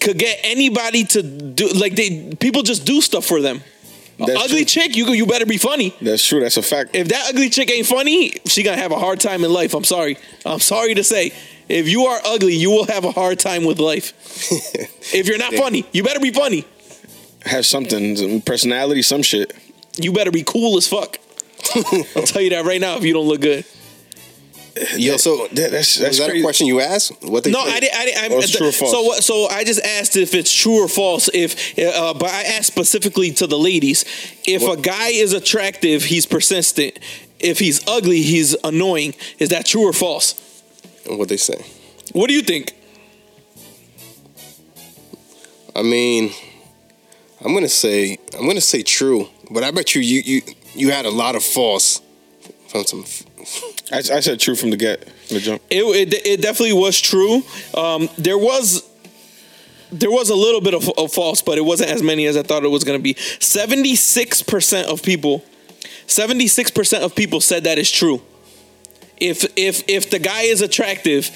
[SPEAKER 1] could get anybody to do like they people just do stuff for them. A
[SPEAKER 2] That's
[SPEAKER 1] ugly
[SPEAKER 2] true.
[SPEAKER 1] chick, you you better be funny
[SPEAKER 2] That's true. That's a fact.
[SPEAKER 1] if that ugly chick ain't funny, she gonna have a hard time in life. I'm sorry. I'm sorry to say. If you are ugly, you will have a hard time with life. if you're not funny, you better be funny.
[SPEAKER 2] Have something, some personality, some shit.
[SPEAKER 1] You better be cool as fuck. I'll tell you that right now if you don't look good.
[SPEAKER 3] Yo, so
[SPEAKER 2] That, that's that's
[SPEAKER 3] was that
[SPEAKER 2] crazy.
[SPEAKER 3] a question you asked? What they
[SPEAKER 1] No,
[SPEAKER 3] think?
[SPEAKER 1] I didn't. I didn't I,
[SPEAKER 2] Or it's true or false.
[SPEAKER 1] So what? So I just asked if it's true or false. If, uh, but I asked specifically to the ladies. If a guy is attractive, he's persistent. If he's ugly, he's annoying. Is that true or false?
[SPEAKER 3] What they say?
[SPEAKER 1] What do you think?
[SPEAKER 3] I mean, I'm gonna say I'm gonna say true, but I bet you you you, you had a lot of false from some.
[SPEAKER 2] I, I said true from the get, from the jump.
[SPEAKER 1] It, it, it definitely was true. Um, there was there was a little bit of, of false, but it wasn't as many as I thought it was going to be. Seventy six percent of people, seventy six percent of people said that is true. If if if the guy is attractive,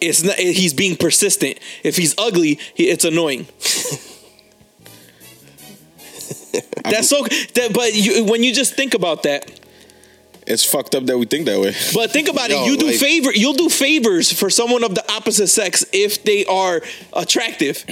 [SPEAKER 1] it's not, he's being persistent. If he's ugly, he, it's annoying. That's so. That, but you, when you just think about that,
[SPEAKER 2] It's fucked up that we think that way.
[SPEAKER 1] but think about
[SPEAKER 3] Yo,
[SPEAKER 1] it. You do
[SPEAKER 3] like-
[SPEAKER 1] favor. You'll do favors for someone of the opposite sex if they are attractive.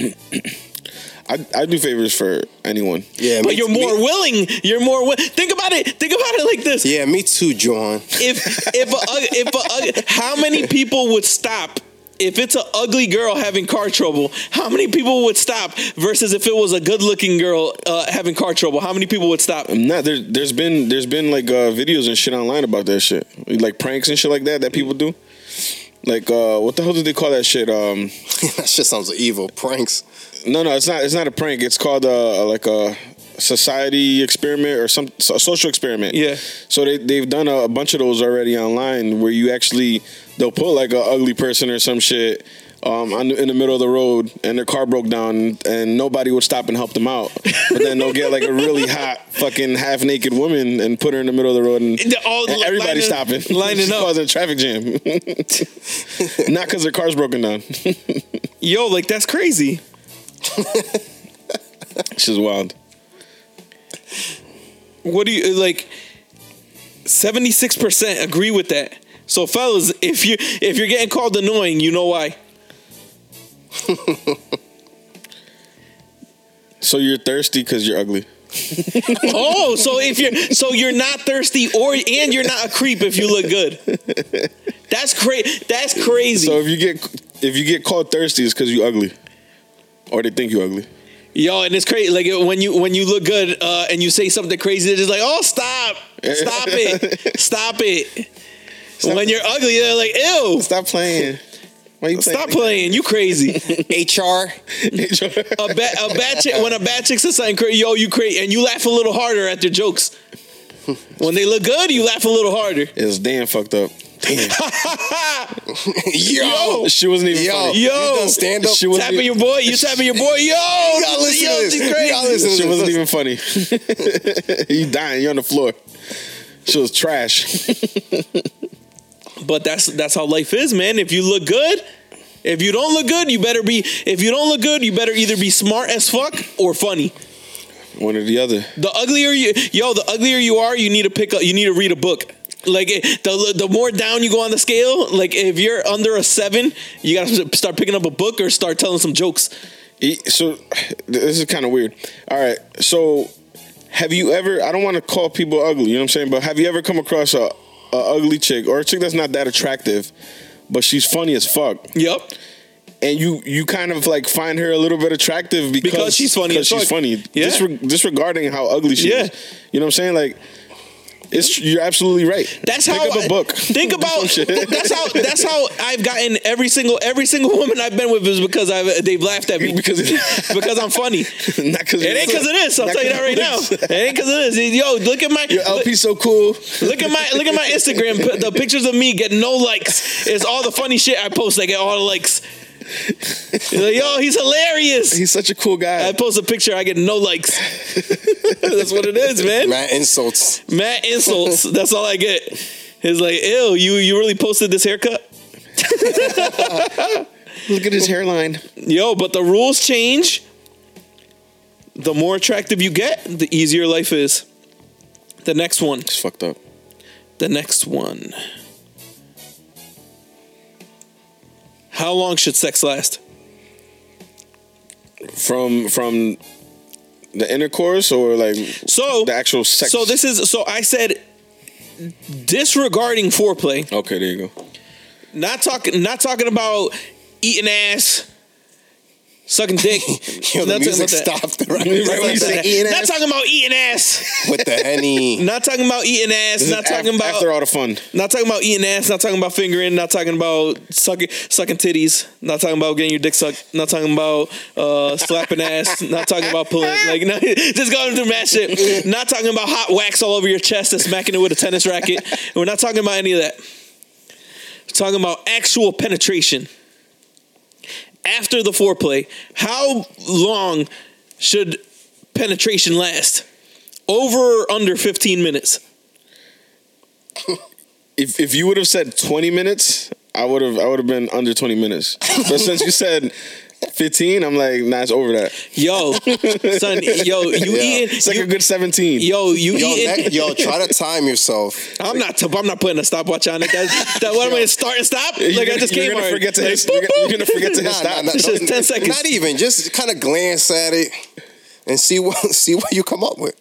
[SPEAKER 2] I, I do favors for anyone.
[SPEAKER 3] Yeah,
[SPEAKER 1] But
[SPEAKER 3] me-
[SPEAKER 1] you're more
[SPEAKER 3] me-
[SPEAKER 1] willing. You're more. Wi- think about it. Think about it like this.
[SPEAKER 3] yeah, me too, John.
[SPEAKER 1] If if a, ug- if a, ug- how many people would stop if it's an ugly girl having car trouble, how many people would stop? Versus if it was a good-looking girl uh, having car trouble, how many people would stop?
[SPEAKER 2] I'm not there. There's been there's been like uh, videos and shit online about that shit, like pranks and shit like that that people do. Like uh, what the hell did they call that shit? Um,
[SPEAKER 3] that shit sounds evil. Pranks.
[SPEAKER 2] no, no, it's not. It's not a prank. It's called uh, like a society experiment or some a social experiment.
[SPEAKER 1] Yeah.
[SPEAKER 2] So they they've done a, a bunch of those already online where you actually they'll put like an ugly person or some shit. Um, on the, in the middle of the road, and their car broke down, and nobody would stop and help them out. But then they'll get like a really hot, fucking half naked woman and put her in the middle of the road, and,
[SPEAKER 1] And they're all
[SPEAKER 2] and
[SPEAKER 1] li-
[SPEAKER 2] everybody
[SPEAKER 1] lining-
[SPEAKER 2] stopping,
[SPEAKER 1] lining
[SPEAKER 2] She's
[SPEAKER 1] up.
[SPEAKER 2] causing a traffic jam. Not because their car's broken down.
[SPEAKER 1] Yo, like that's crazy.
[SPEAKER 2] She's wild.
[SPEAKER 1] What do you like? Seventy-six percent agree with that. So, fellas, if you if you're getting called annoying, you know why.
[SPEAKER 2] So you're thirsty because you're ugly.
[SPEAKER 1] Oh, so if you're so you're not thirsty or and you're not a creep if you look good. That's crazy. That's crazy.
[SPEAKER 2] So if you get if you get called thirsty, it's because you ugly, or they think you ugly.
[SPEAKER 1] Yo, and it's crazy. Like when you when you look good uh, and you say something crazy, they're just like, "Oh, stop, stop it, stop it." When you're ugly, they're like, "Ew,
[SPEAKER 2] Stop playing. Why you
[SPEAKER 1] stop playing. You crazy."
[SPEAKER 3] HR.
[SPEAKER 1] A bad, a bad chick, when a bad chick says something crazy, yo, you crazy, and you laugh a little harder at their jokes. When they look good, you laugh a little harder.
[SPEAKER 2] it's damn fucked up. Damn.
[SPEAKER 3] Yo.
[SPEAKER 2] she wasn't even
[SPEAKER 3] Yo.
[SPEAKER 2] funny.
[SPEAKER 1] Yo.
[SPEAKER 3] You done stand up.
[SPEAKER 2] She was-
[SPEAKER 1] Tapping your boy, you tapping your boy, yo,
[SPEAKER 3] Y'all
[SPEAKER 1] yo,
[SPEAKER 3] listen to this.
[SPEAKER 1] she's crazy.
[SPEAKER 3] Y'all listen to
[SPEAKER 2] She
[SPEAKER 3] this.
[SPEAKER 2] wasn't even funny. you dying. You're on the floor. She was trash.
[SPEAKER 1] But that's that's how life is, man. If you look good, if you don't look good, you better be. If you don't look good, you better either be smart as fuck or funny.
[SPEAKER 2] One or the other.
[SPEAKER 1] The uglier you, yo, the uglier you are, you need to pick up. You need to read a book. Like it- the the more down you go on the scale, like if you're under a seven, you gotta start picking up a book or start telling some jokes.
[SPEAKER 2] E- So this is kind of weird. All right. So have you ever? I don't want to call people ugly. You know what I'm saying? But have you ever come across a, a ugly chick or a chick that's not that attractive, but she's funny as fuck,
[SPEAKER 1] Yep.
[SPEAKER 2] and you you kind of like find her a little bit attractive because,
[SPEAKER 1] Because she's funny
[SPEAKER 2] Because
[SPEAKER 1] as
[SPEAKER 2] she's
[SPEAKER 1] fuck.
[SPEAKER 2] funny.
[SPEAKER 1] Yeah.
[SPEAKER 2] Disre- disregarding how ugly she
[SPEAKER 1] Yeah.
[SPEAKER 2] is. You know what I'm saying? Like. It's, you're absolutely right.
[SPEAKER 1] That's
[SPEAKER 2] Pick
[SPEAKER 1] how
[SPEAKER 2] up a
[SPEAKER 1] I-
[SPEAKER 2] book.
[SPEAKER 1] Think
[SPEAKER 2] Do
[SPEAKER 1] about
[SPEAKER 2] some shit.
[SPEAKER 1] that's how that's how I've gotten every single every single woman I've been with is because I've they've laughed at me
[SPEAKER 2] Because-
[SPEAKER 1] because I'm funny.
[SPEAKER 2] not because
[SPEAKER 1] It ain't because of this. I'll tell you that right now. It ain't because of this. Yo, look at my
[SPEAKER 2] Your LP's so cool.
[SPEAKER 1] look, look at my look at my Instagram. p- The pictures of me get no likes. It's all the funny shit I post. I get all the likes. Like, Yo, he's hilarious.
[SPEAKER 2] He's such a cool guy.
[SPEAKER 1] I post a picture. I get no likes. That's what it is, man.
[SPEAKER 3] Matt insults.
[SPEAKER 1] Matt insults. That's all I get. He's like, "Ew, you you really posted this haircut."
[SPEAKER 2] Look at his hairline.
[SPEAKER 1] Yo, but the rules change. The more attractive you get, the easier life is. The next one.
[SPEAKER 2] It's fucked up.
[SPEAKER 1] The next one. How long should sex last?
[SPEAKER 2] From from the intercourse or like
[SPEAKER 1] So
[SPEAKER 2] the actual sex.
[SPEAKER 1] So this is so I said disregarding foreplay.
[SPEAKER 2] Okay, there you go.
[SPEAKER 1] Not talking not talking about eating ass, sucking dick.
[SPEAKER 3] Yo,
[SPEAKER 1] Not talking
[SPEAKER 3] the music
[SPEAKER 1] about that.
[SPEAKER 3] stopped right,
[SPEAKER 2] Right when
[SPEAKER 3] when
[SPEAKER 2] you said
[SPEAKER 3] said
[SPEAKER 2] eating
[SPEAKER 1] Not
[SPEAKER 2] ass.
[SPEAKER 1] talking about eating ass.
[SPEAKER 3] with the henny.
[SPEAKER 1] Not talking about eating ass.
[SPEAKER 2] This is
[SPEAKER 1] not talking
[SPEAKER 2] af-
[SPEAKER 1] about
[SPEAKER 2] after all the fun.
[SPEAKER 1] Not talking about eating ass, not talking about fingering, not talking about sucking sucking titties, not talking about getting your dick sucked, not talking about uh, slapping ass, not talking about pulling like no, just going through mad shit. Not talking about hot wax all over your chest and smacking it with a tennis racket. We're not talking about any of that. We're talking about actual penetration. After the foreplay, how long should penetration last? Over or under 15 minutes?
[SPEAKER 2] If if you would have said twenty minutes, I would have I would have been under twenty minutes. But since you said fifteen, I'm like, nah, it's over that.
[SPEAKER 1] Yo, son, yo, you eating?
[SPEAKER 2] It's like
[SPEAKER 1] you-
[SPEAKER 2] a good seventeen.
[SPEAKER 1] yo, you
[SPEAKER 3] Yo,
[SPEAKER 1] eating?
[SPEAKER 3] ne- yo, try to time yourself.
[SPEAKER 1] I'm not. i I'm not putting a stopwatch on it. That's, that what am I gonna start and stop?
[SPEAKER 2] You're
[SPEAKER 1] Like I
[SPEAKER 2] gonna-
[SPEAKER 1] just
[SPEAKER 2] you're
[SPEAKER 1] came.
[SPEAKER 2] gonna
[SPEAKER 1] already.
[SPEAKER 2] forget to
[SPEAKER 1] Like,
[SPEAKER 2] hit-
[SPEAKER 1] boop,
[SPEAKER 2] you're gonna-
[SPEAKER 1] boop.
[SPEAKER 2] you're gonna forget to hit
[SPEAKER 3] Nah,
[SPEAKER 2] stop.
[SPEAKER 3] nah, nah,
[SPEAKER 1] It's just
[SPEAKER 3] don't-
[SPEAKER 1] 10 seconds.
[SPEAKER 3] Not even. Just kind of glance at it and see what see what you come up with.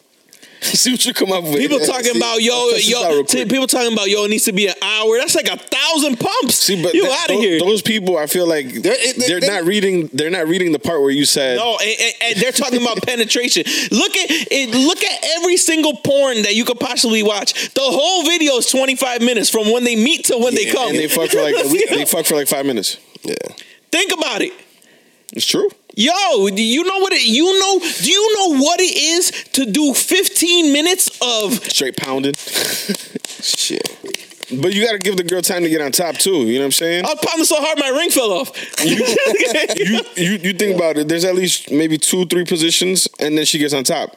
[SPEAKER 2] See what you come up with.
[SPEAKER 1] People talking
[SPEAKER 2] See?
[SPEAKER 1] about yo,
[SPEAKER 2] Let's test this out
[SPEAKER 1] yo.
[SPEAKER 2] real
[SPEAKER 1] T-
[SPEAKER 2] quick.
[SPEAKER 1] people talking about yo. It needs to be an hour. That's like a thousand pumps.
[SPEAKER 2] See, but
[SPEAKER 1] you
[SPEAKER 2] that-
[SPEAKER 1] out of
[SPEAKER 2] tho-
[SPEAKER 1] here.
[SPEAKER 2] Those people, I feel like they're,
[SPEAKER 3] it- they- they-
[SPEAKER 2] not reading. They're not reading the part where you said.
[SPEAKER 1] No, and, and- and they're talking about penetration. Look at it, look at every single porn that you could possibly watch. The whole video is 25 minutes from when they meet to when they
[SPEAKER 3] Yeah,
[SPEAKER 1] come.
[SPEAKER 2] and they fuck for like they fuck for like five minutes.
[SPEAKER 3] Yeah.
[SPEAKER 1] Think about it.
[SPEAKER 2] It's true.
[SPEAKER 1] Yo, do you know what it you know do you know what it is to do 15 minutes of
[SPEAKER 2] Straight pounding.
[SPEAKER 3] Shit.
[SPEAKER 2] But you got to give the girl time to get on top too. You know what I'm saying?
[SPEAKER 1] I was pounding so hard my ring fell off.
[SPEAKER 2] you, you you think about it. There's at least maybe two, three positions, and then she gets on top,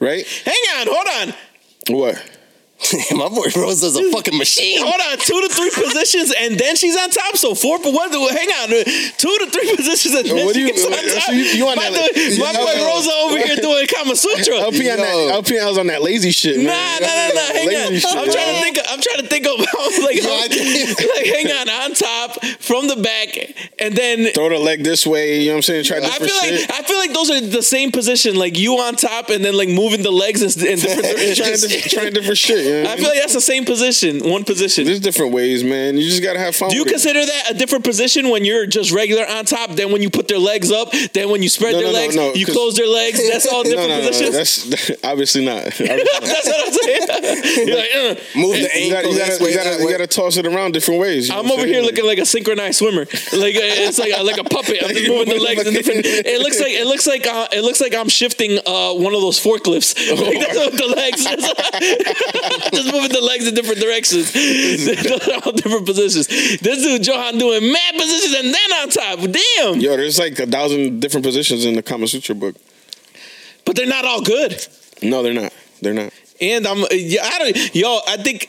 [SPEAKER 2] right?
[SPEAKER 1] Hang on, hold on.
[SPEAKER 2] What?
[SPEAKER 3] My boy Rose is a fucking machine.
[SPEAKER 1] Hold on, two to three positions, and then she's on top. So four, but what? Hang on, two to three positions, and then
[SPEAKER 2] What
[SPEAKER 1] she
[SPEAKER 2] do you- uh,
[SPEAKER 1] gets on top.
[SPEAKER 2] so you- you on
[SPEAKER 1] my
[SPEAKER 2] that-
[SPEAKER 1] dude-
[SPEAKER 2] you
[SPEAKER 1] my
[SPEAKER 2] know-
[SPEAKER 1] boy Rosa over here doing Kama Sutra.
[SPEAKER 2] LP on
[SPEAKER 3] Yo.
[SPEAKER 2] that. LP, I was on that lazy shit.
[SPEAKER 1] Nah, nah,
[SPEAKER 2] man.
[SPEAKER 1] nah, nah. Hang on. I'm
[SPEAKER 2] Lazy shit,
[SPEAKER 1] trying
[SPEAKER 2] man.
[SPEAKER 1] to think. Of, I'm trying to think of. I was like,
[SPEAKER 3] Yo, I did.
[SPEAKER 1] like, hang on, on top, from the back, and then
[SPEAKER 2] Throw the leg this way. You know what I'm saying? Try
[SPEAKER 1] I feel
[SPEAKER 2] different shit.
[SPEAKER 1] like I feel like those are the same position. Like you on top, and then like moving the legs in, in different
[SPEAKER 2] trying,
[SPEAKER 1] directions.
[SPEAKER 2] different, trying different shit. You know what I
[SPEAKER 1] I
[SPEAKER 2] mean?
[SPEAKER 1] feel like that's the same position, one position.
[SPEAKER 2] There's different ways, man. You just gotta have fun.
[SPEAKER 1] Do you
[SPEAKER 2] with it.
[SPEAKER 1] consider that a different position when you're just regular on top than when you put their legs up, than when you spread
[SPEAKER 2] No,
[SPEAKER 1] their
[SPEAKER 2] no, no,
[SPEAKER 1] legs,
[SPEAKER 2] no,
[SPEAKER 1] you
[SPEAKER 2] 'cause-
[SPEAKER 1] close their legs? That's all different positions.
[SPEAKER 2] that's obviously not. Obviously
[SPEAKER 1] that's, what I'm saying. You're like, "Uh."
[SPEAKER 3] Move the
[SPEAKER 2] You gotta,
[SPEAKER 3] ankle
[SPEAKER 2] you,
[SPEAKER 3] this
[SPEAKER 2] gotta,
[SPEAKER 3] way.
[SPEAKER 2] you, gotta,
[SPEAKER 3] that
[SPEAKER 2] you
[SPEAKER 3] way.
[SPEAKER 2] gotta toss it around different ways. you know
[SPEAKER 1] I'm
[SPEAKER 2] what
[SPEAKER 1] over
[SPEAKER 2] saying?
[SPEAKER 1] here looking like a synchronized swimmer. Like uh, it's like uh, like a puppet. I'm just moving the legs in different. It looks like it looks like uh, it looks like I'm shifting uh, one of those forklifts. Like, that's what the legs. just moving the legs in different directions. Those are all different positions. This dude Johan doing mad positions and then on top. Damn.
[SPEAKER 2] Yo, there's like a thousand different positions in the Kama Sutra book.
[SPEAKER 1] But they're not all good.
[SPEAKER 2] No, they're not. They're not.
[SPEAKER 1] And I'm yeah, I don't yo, I think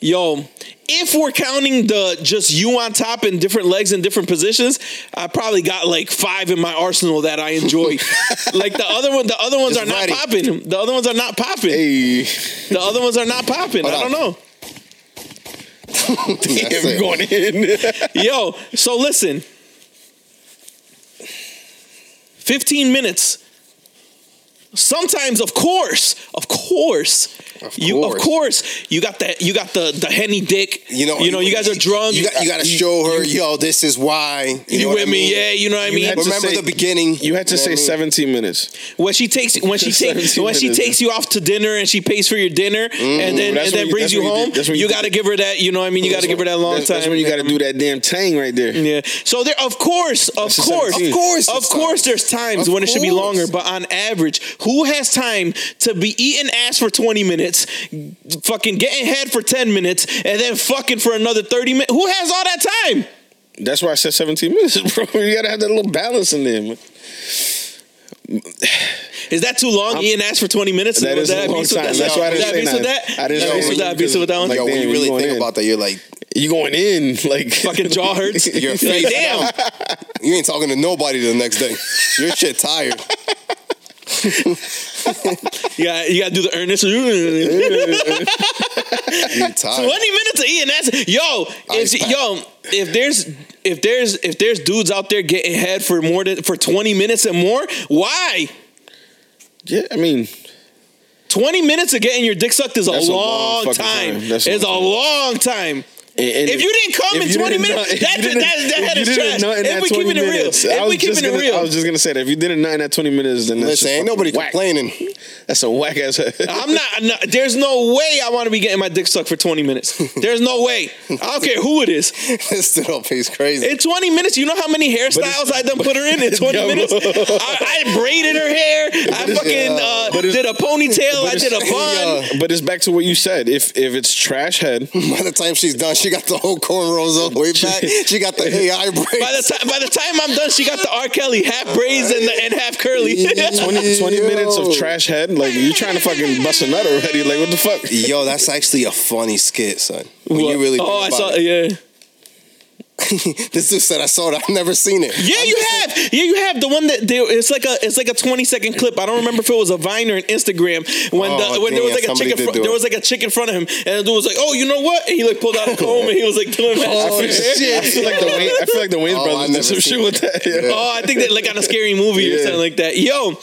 [SPEAKER 1] yo, if we're counting the just you on top and different legs in different positions, I probably got like five in my arsenal that I enjoy. like the other one, the other ones
[SPEAKER 3] Just
[SPEAKER 1] are not
[SPEAKER 3] ready.
[SPEAKER 1] popping. The other ones are not popping.
[SPEAKER 2] Hey,
[SPEAKER 1] The other ones are not popping. I
[SPEAKER 3] Hold
[SPEAKER 1] don't
[SPEAKER 3] on.
[SPEAKER 1] know.
[SPEAKER 2] damn, we going in.
[SPEAKER 1] Yo, so listen. 15 minutes. Sometimes, of course, of course,
[SPEAKER 3] Of
[SPEAKER 1] you of
[SPEAKER 3] course.
[SPEAKER 1] course you got that you got the the henny dick.
[SPEAKER 3] You know,
[SPEAKER 1] you know, you guys are drunk.
[SPEAKER 3] You, got, you gotta show her, yo, this is why. You,
[SPEAKER 1] You
[SPEAKER 3] know what
[SPEAKER 1] with
[SPEAKER 3] I
[SPEAKER 1] me?
[SPEAKER 3] mean?
[SPEAKER 1] Yeah, you know what I mean.
[SPEAKER 2] had to
[SPEAKER 3] Remember
[SPEAKER 2] say-
[SPEAKER 3] the beginning.
[SPEAKER 2] You had to
[SPEAKER 3] know
[SPEAKER 2] say
[SPEAKER 3] what I mean?
[SPEAKER 2] 17 minutes.
[SPEAKER 1] when she takes when she takes
[SPEAKER 2] 17
[SPEAKER 1] when she
[SPEAKER 2] minutes.
[SPEAKER 1] takes you off to dinner and she pays for your dinner and then
[SPEAKER 2] Mm, that's
[SPEAKER 1] and then
[SPEAKER 2] when you-
[SPEAKER 1] brings
[SPEAKER 2] that's
[SPEAKER 1] you
[SPEAKER 2] when you
[SPEAKER 1] home.
[SPEAKER 2] did- that's
[SPEAKER 1] you
[SPEAKER 2] when you did-
[SPEAKER 1] got to give her that. You know, what I mean, you got to give her that long
[SPEAKER 2] that's,
[SPEAKER 1] time.
[SPEAKER 2] That's when you gotta do that damn tang right there.
[SPEAKER 1] Yeah. So there, of course, of
[SPEAKER 2] the
[SPEAKER 1] course,
[SPEAKER 2] 17.
[SPEAKER 1] of course,
[SPEAKER 2] Of
[SPEAKER 3] course
[SPEAKER 1] of
[SPEAKER 3] it's
[SPEAKER 1] course. There's times when it should be
[SPEAKER 3] course.
[SPEAKER 1] longer, but on average, who has time to be eating ass for 20 minutes, fucking getting head for 10 minutes, and then fucking for another 30 minutes? Who has all that time?
[SPEAKER 2] That's why I said 17 minutes, bro. You gotta have that little balance in there. Man.
[SPEAKER 1] Is that too long? eating ass for 20 minutes.
[SPEAKER 2] That
[SPEAKER 1] Would
[SPEAKER 2] is a
[SPEAKER 1] be
[SPEAKER 2] long
[SPEAKER 1] so-
[SPEAKER 2] time.
[SPEAKER 1] that-
[SPEAKER 2] That's why I
[SPEAKER 1] would
[SPEAKER 2] didn't
[SPEAKER 1] that
[SPEAKER 2] say
[SPEAKER 1] be so
[SPEAKER 2] nothing.
[SPEAKER 1] that. That
[SPEAKER 2] I didn't say
[SPEAKER 1] be so
[SPEAKER 2] anything
[SPEAKER 1] that. Be so that one.
[SPEAKER 2] because,
[SPEAKER 3] Yo,
[SPEAKER 2] Damn,
[SPEAKER 3] when you
[SPEAKER 2] you
[SPEAKER 3] really
[SPEAKER 2] going
[SPEAKER 3] think
[SPEAKER 2] in.
[SPEAKER 3] about that, you're like,
[SPEAKER 2] You going in like
[SPEAKER 1] Fucking jaw hurts.
[SPEAKER 3] Your
[SPEAKER 1] Like,
[SPEAKER 3] face
[SPEAKER 1] Damn.
[SPEAKER 3] you ain't talking to nobody the next day. Your shit tired.
[SPEAKER 1] You got you got to do the earnest. 20
[SPEAKER 3] You tired.
[SPEAKER 1] minutes of eating ass. Yo,
[SPEAKER 3] Ice
[SPEAKER 1] if,
[SPEAKER 3] pack.
[SPEAKER 1] yo, if there's if there's if there's dudes out there getting head for more than for 20 minutes and more, why?
[SPEAKER 2] Yeah, I mean,
[SPEAKER 1] 20 minutes of getting your dick sucked is a
[SPEAKER 2] That's a
[SPEAKER 1] long,
[SPEAKER 2] long fucking
[SPEAKER 1] time.
[SPEAKER 2] time.
[SPEAKER 1] It's
[SPEAKER 2] That's
[SPEAKER 1] a
[SPEAKER 2] a long
[SPEAKER 1] long time.
[SPEAKER 2] and- and
[SPEAKER 1] If you didn't come in
[SPEAKER 2] if you
[SPEAKER 1] 20
[SPEAKER 2] didn't
[SPEAKER 1] minutes,
[SPEAKER 2] nut- if
[SPEAKER 1] that- that-
[SPEAKER 2] you didn't-
[SPEAKER 1] that- that
[SPEAKER 2] if
[SPEAKER 1] head
[SPEAKER 2] you
[SPEAKER 1] is
[SPEAKER 2] didn't
[SPEAKER 1] trash.
[SPEAKER 2] nut in
[SPEAKER 1] If
[SPEAKER 2] that
[SPEAKER 1] we
[SPEAKER 2] 20
[SPEAKER 1] keeping it real.
[SPEAKER 2] minutes,
[SPEAKER 1] If
[SPEAKER 2] I
[SPEAKER 1] we
[SPEAKER 2] was just
[SPEAKER 1] keeping it
[SPEAKER 2] gonna-
[SPEAKER 1] real.
[SPEAKER 2] I was just gonna say that if you didn't nut in that 20 minutes, then that's
[SPEAKER 3] Listen,
[SPEAKER 2] just
[SPEAKER 3] ain't nobody
[SPEAKER 2] fucking whack.
[SPEAKER 3] complaining.
[SPEAKER 2] That's a whack ass.
[SPEAKER 1] I'm not, I'm not- There's no way I want to be getting my dick sucked for 20 minutes. There's no way. I don't care who it is.
[SPEAKER 3] this little face crazy.
[SPEAKER 1] In 20 minutes, you know how many hairstyles I done put her in in 20
[SPEAKER 2] Yo.
[SPEAKER 1] minutes? I, I braided her hair. I fucking uh,
[SPEAKER 2] but it's-
[SPEAKER 1] did a ponytail. I
[SPEAKER 2] it's-
[SPEAKER 1] did a bun.
[SPEAKER 3] Yo.
[SPEAKER 2] Uh, But it's back to what you said. If if it's trash head,
[SPEAKER 3] By the time she's done, she got the whole cornrows all the way back. She got the AI break.
[SPEAKER 1] By the time by the time I'm done, she got the R. Kelly half braids and, the, and half curly.
[SPEAKER 2] 20, 20
[SPEAKER 3] Yo.
[SPEAKER 2] minutes of trash head, like you trying to fucking bust a nut already. Like what the fuck?
[SPEAKER 3] Yo, that's actually a funny skit, son. When
[SPEAKER 1] What?
[SPEAKER 3] you really think
[SPEAKER 1] oh, I
[SPEAKER 3] about
[SPEAKER 1] saw.
[SPEAKER 3] it.
[SPEAKER 1] Yeah,
[SPEAKER 3] this dude said I saw it. I've never seen it.
[SPEAKER 1] yeah, you have. Yeah, you have the one that they, it's like a it's like a twenty second clip. I don't remember if it was a Vine or an Instagram when the,
[SPEAKER 3] Oh,
[SPEAKER 1] when there was
[SPEAKER 3] damn,
[SPEAKER 1] like a chick
[SPEAKER 3] somebody
[SPEAKER 1] in
[SPEAKER 3] did
[SPEAKER 1] fr-
[SPEAKER 3] do
[SPEAKER 1] there
[SPEAKER 3] it.
[SPEAKER 1] was like a chick in front of him, and the dude was like, "Oh, you know what?" And he like pulled out a comb and he was like doing that.
[SPEAKER 3] Oh,
[SPEAKER 2] I feel like the Wayne, I feel like the Wayne
[SPEAKER 3] Oh, I've
[SPEAKER 2] brothers did
[SPEAKER 3] never
[SPEAKER 2] some
[SPEAKER 3] seen
[SPEAKER 2] shit with that.
[SPEAKER 3] Yeah.
[SPEAKER 1] Oh, I think that like on a scary movie or
[SPEAKER 2] Yeah.
[SPEAKER 1] something like that. Yo,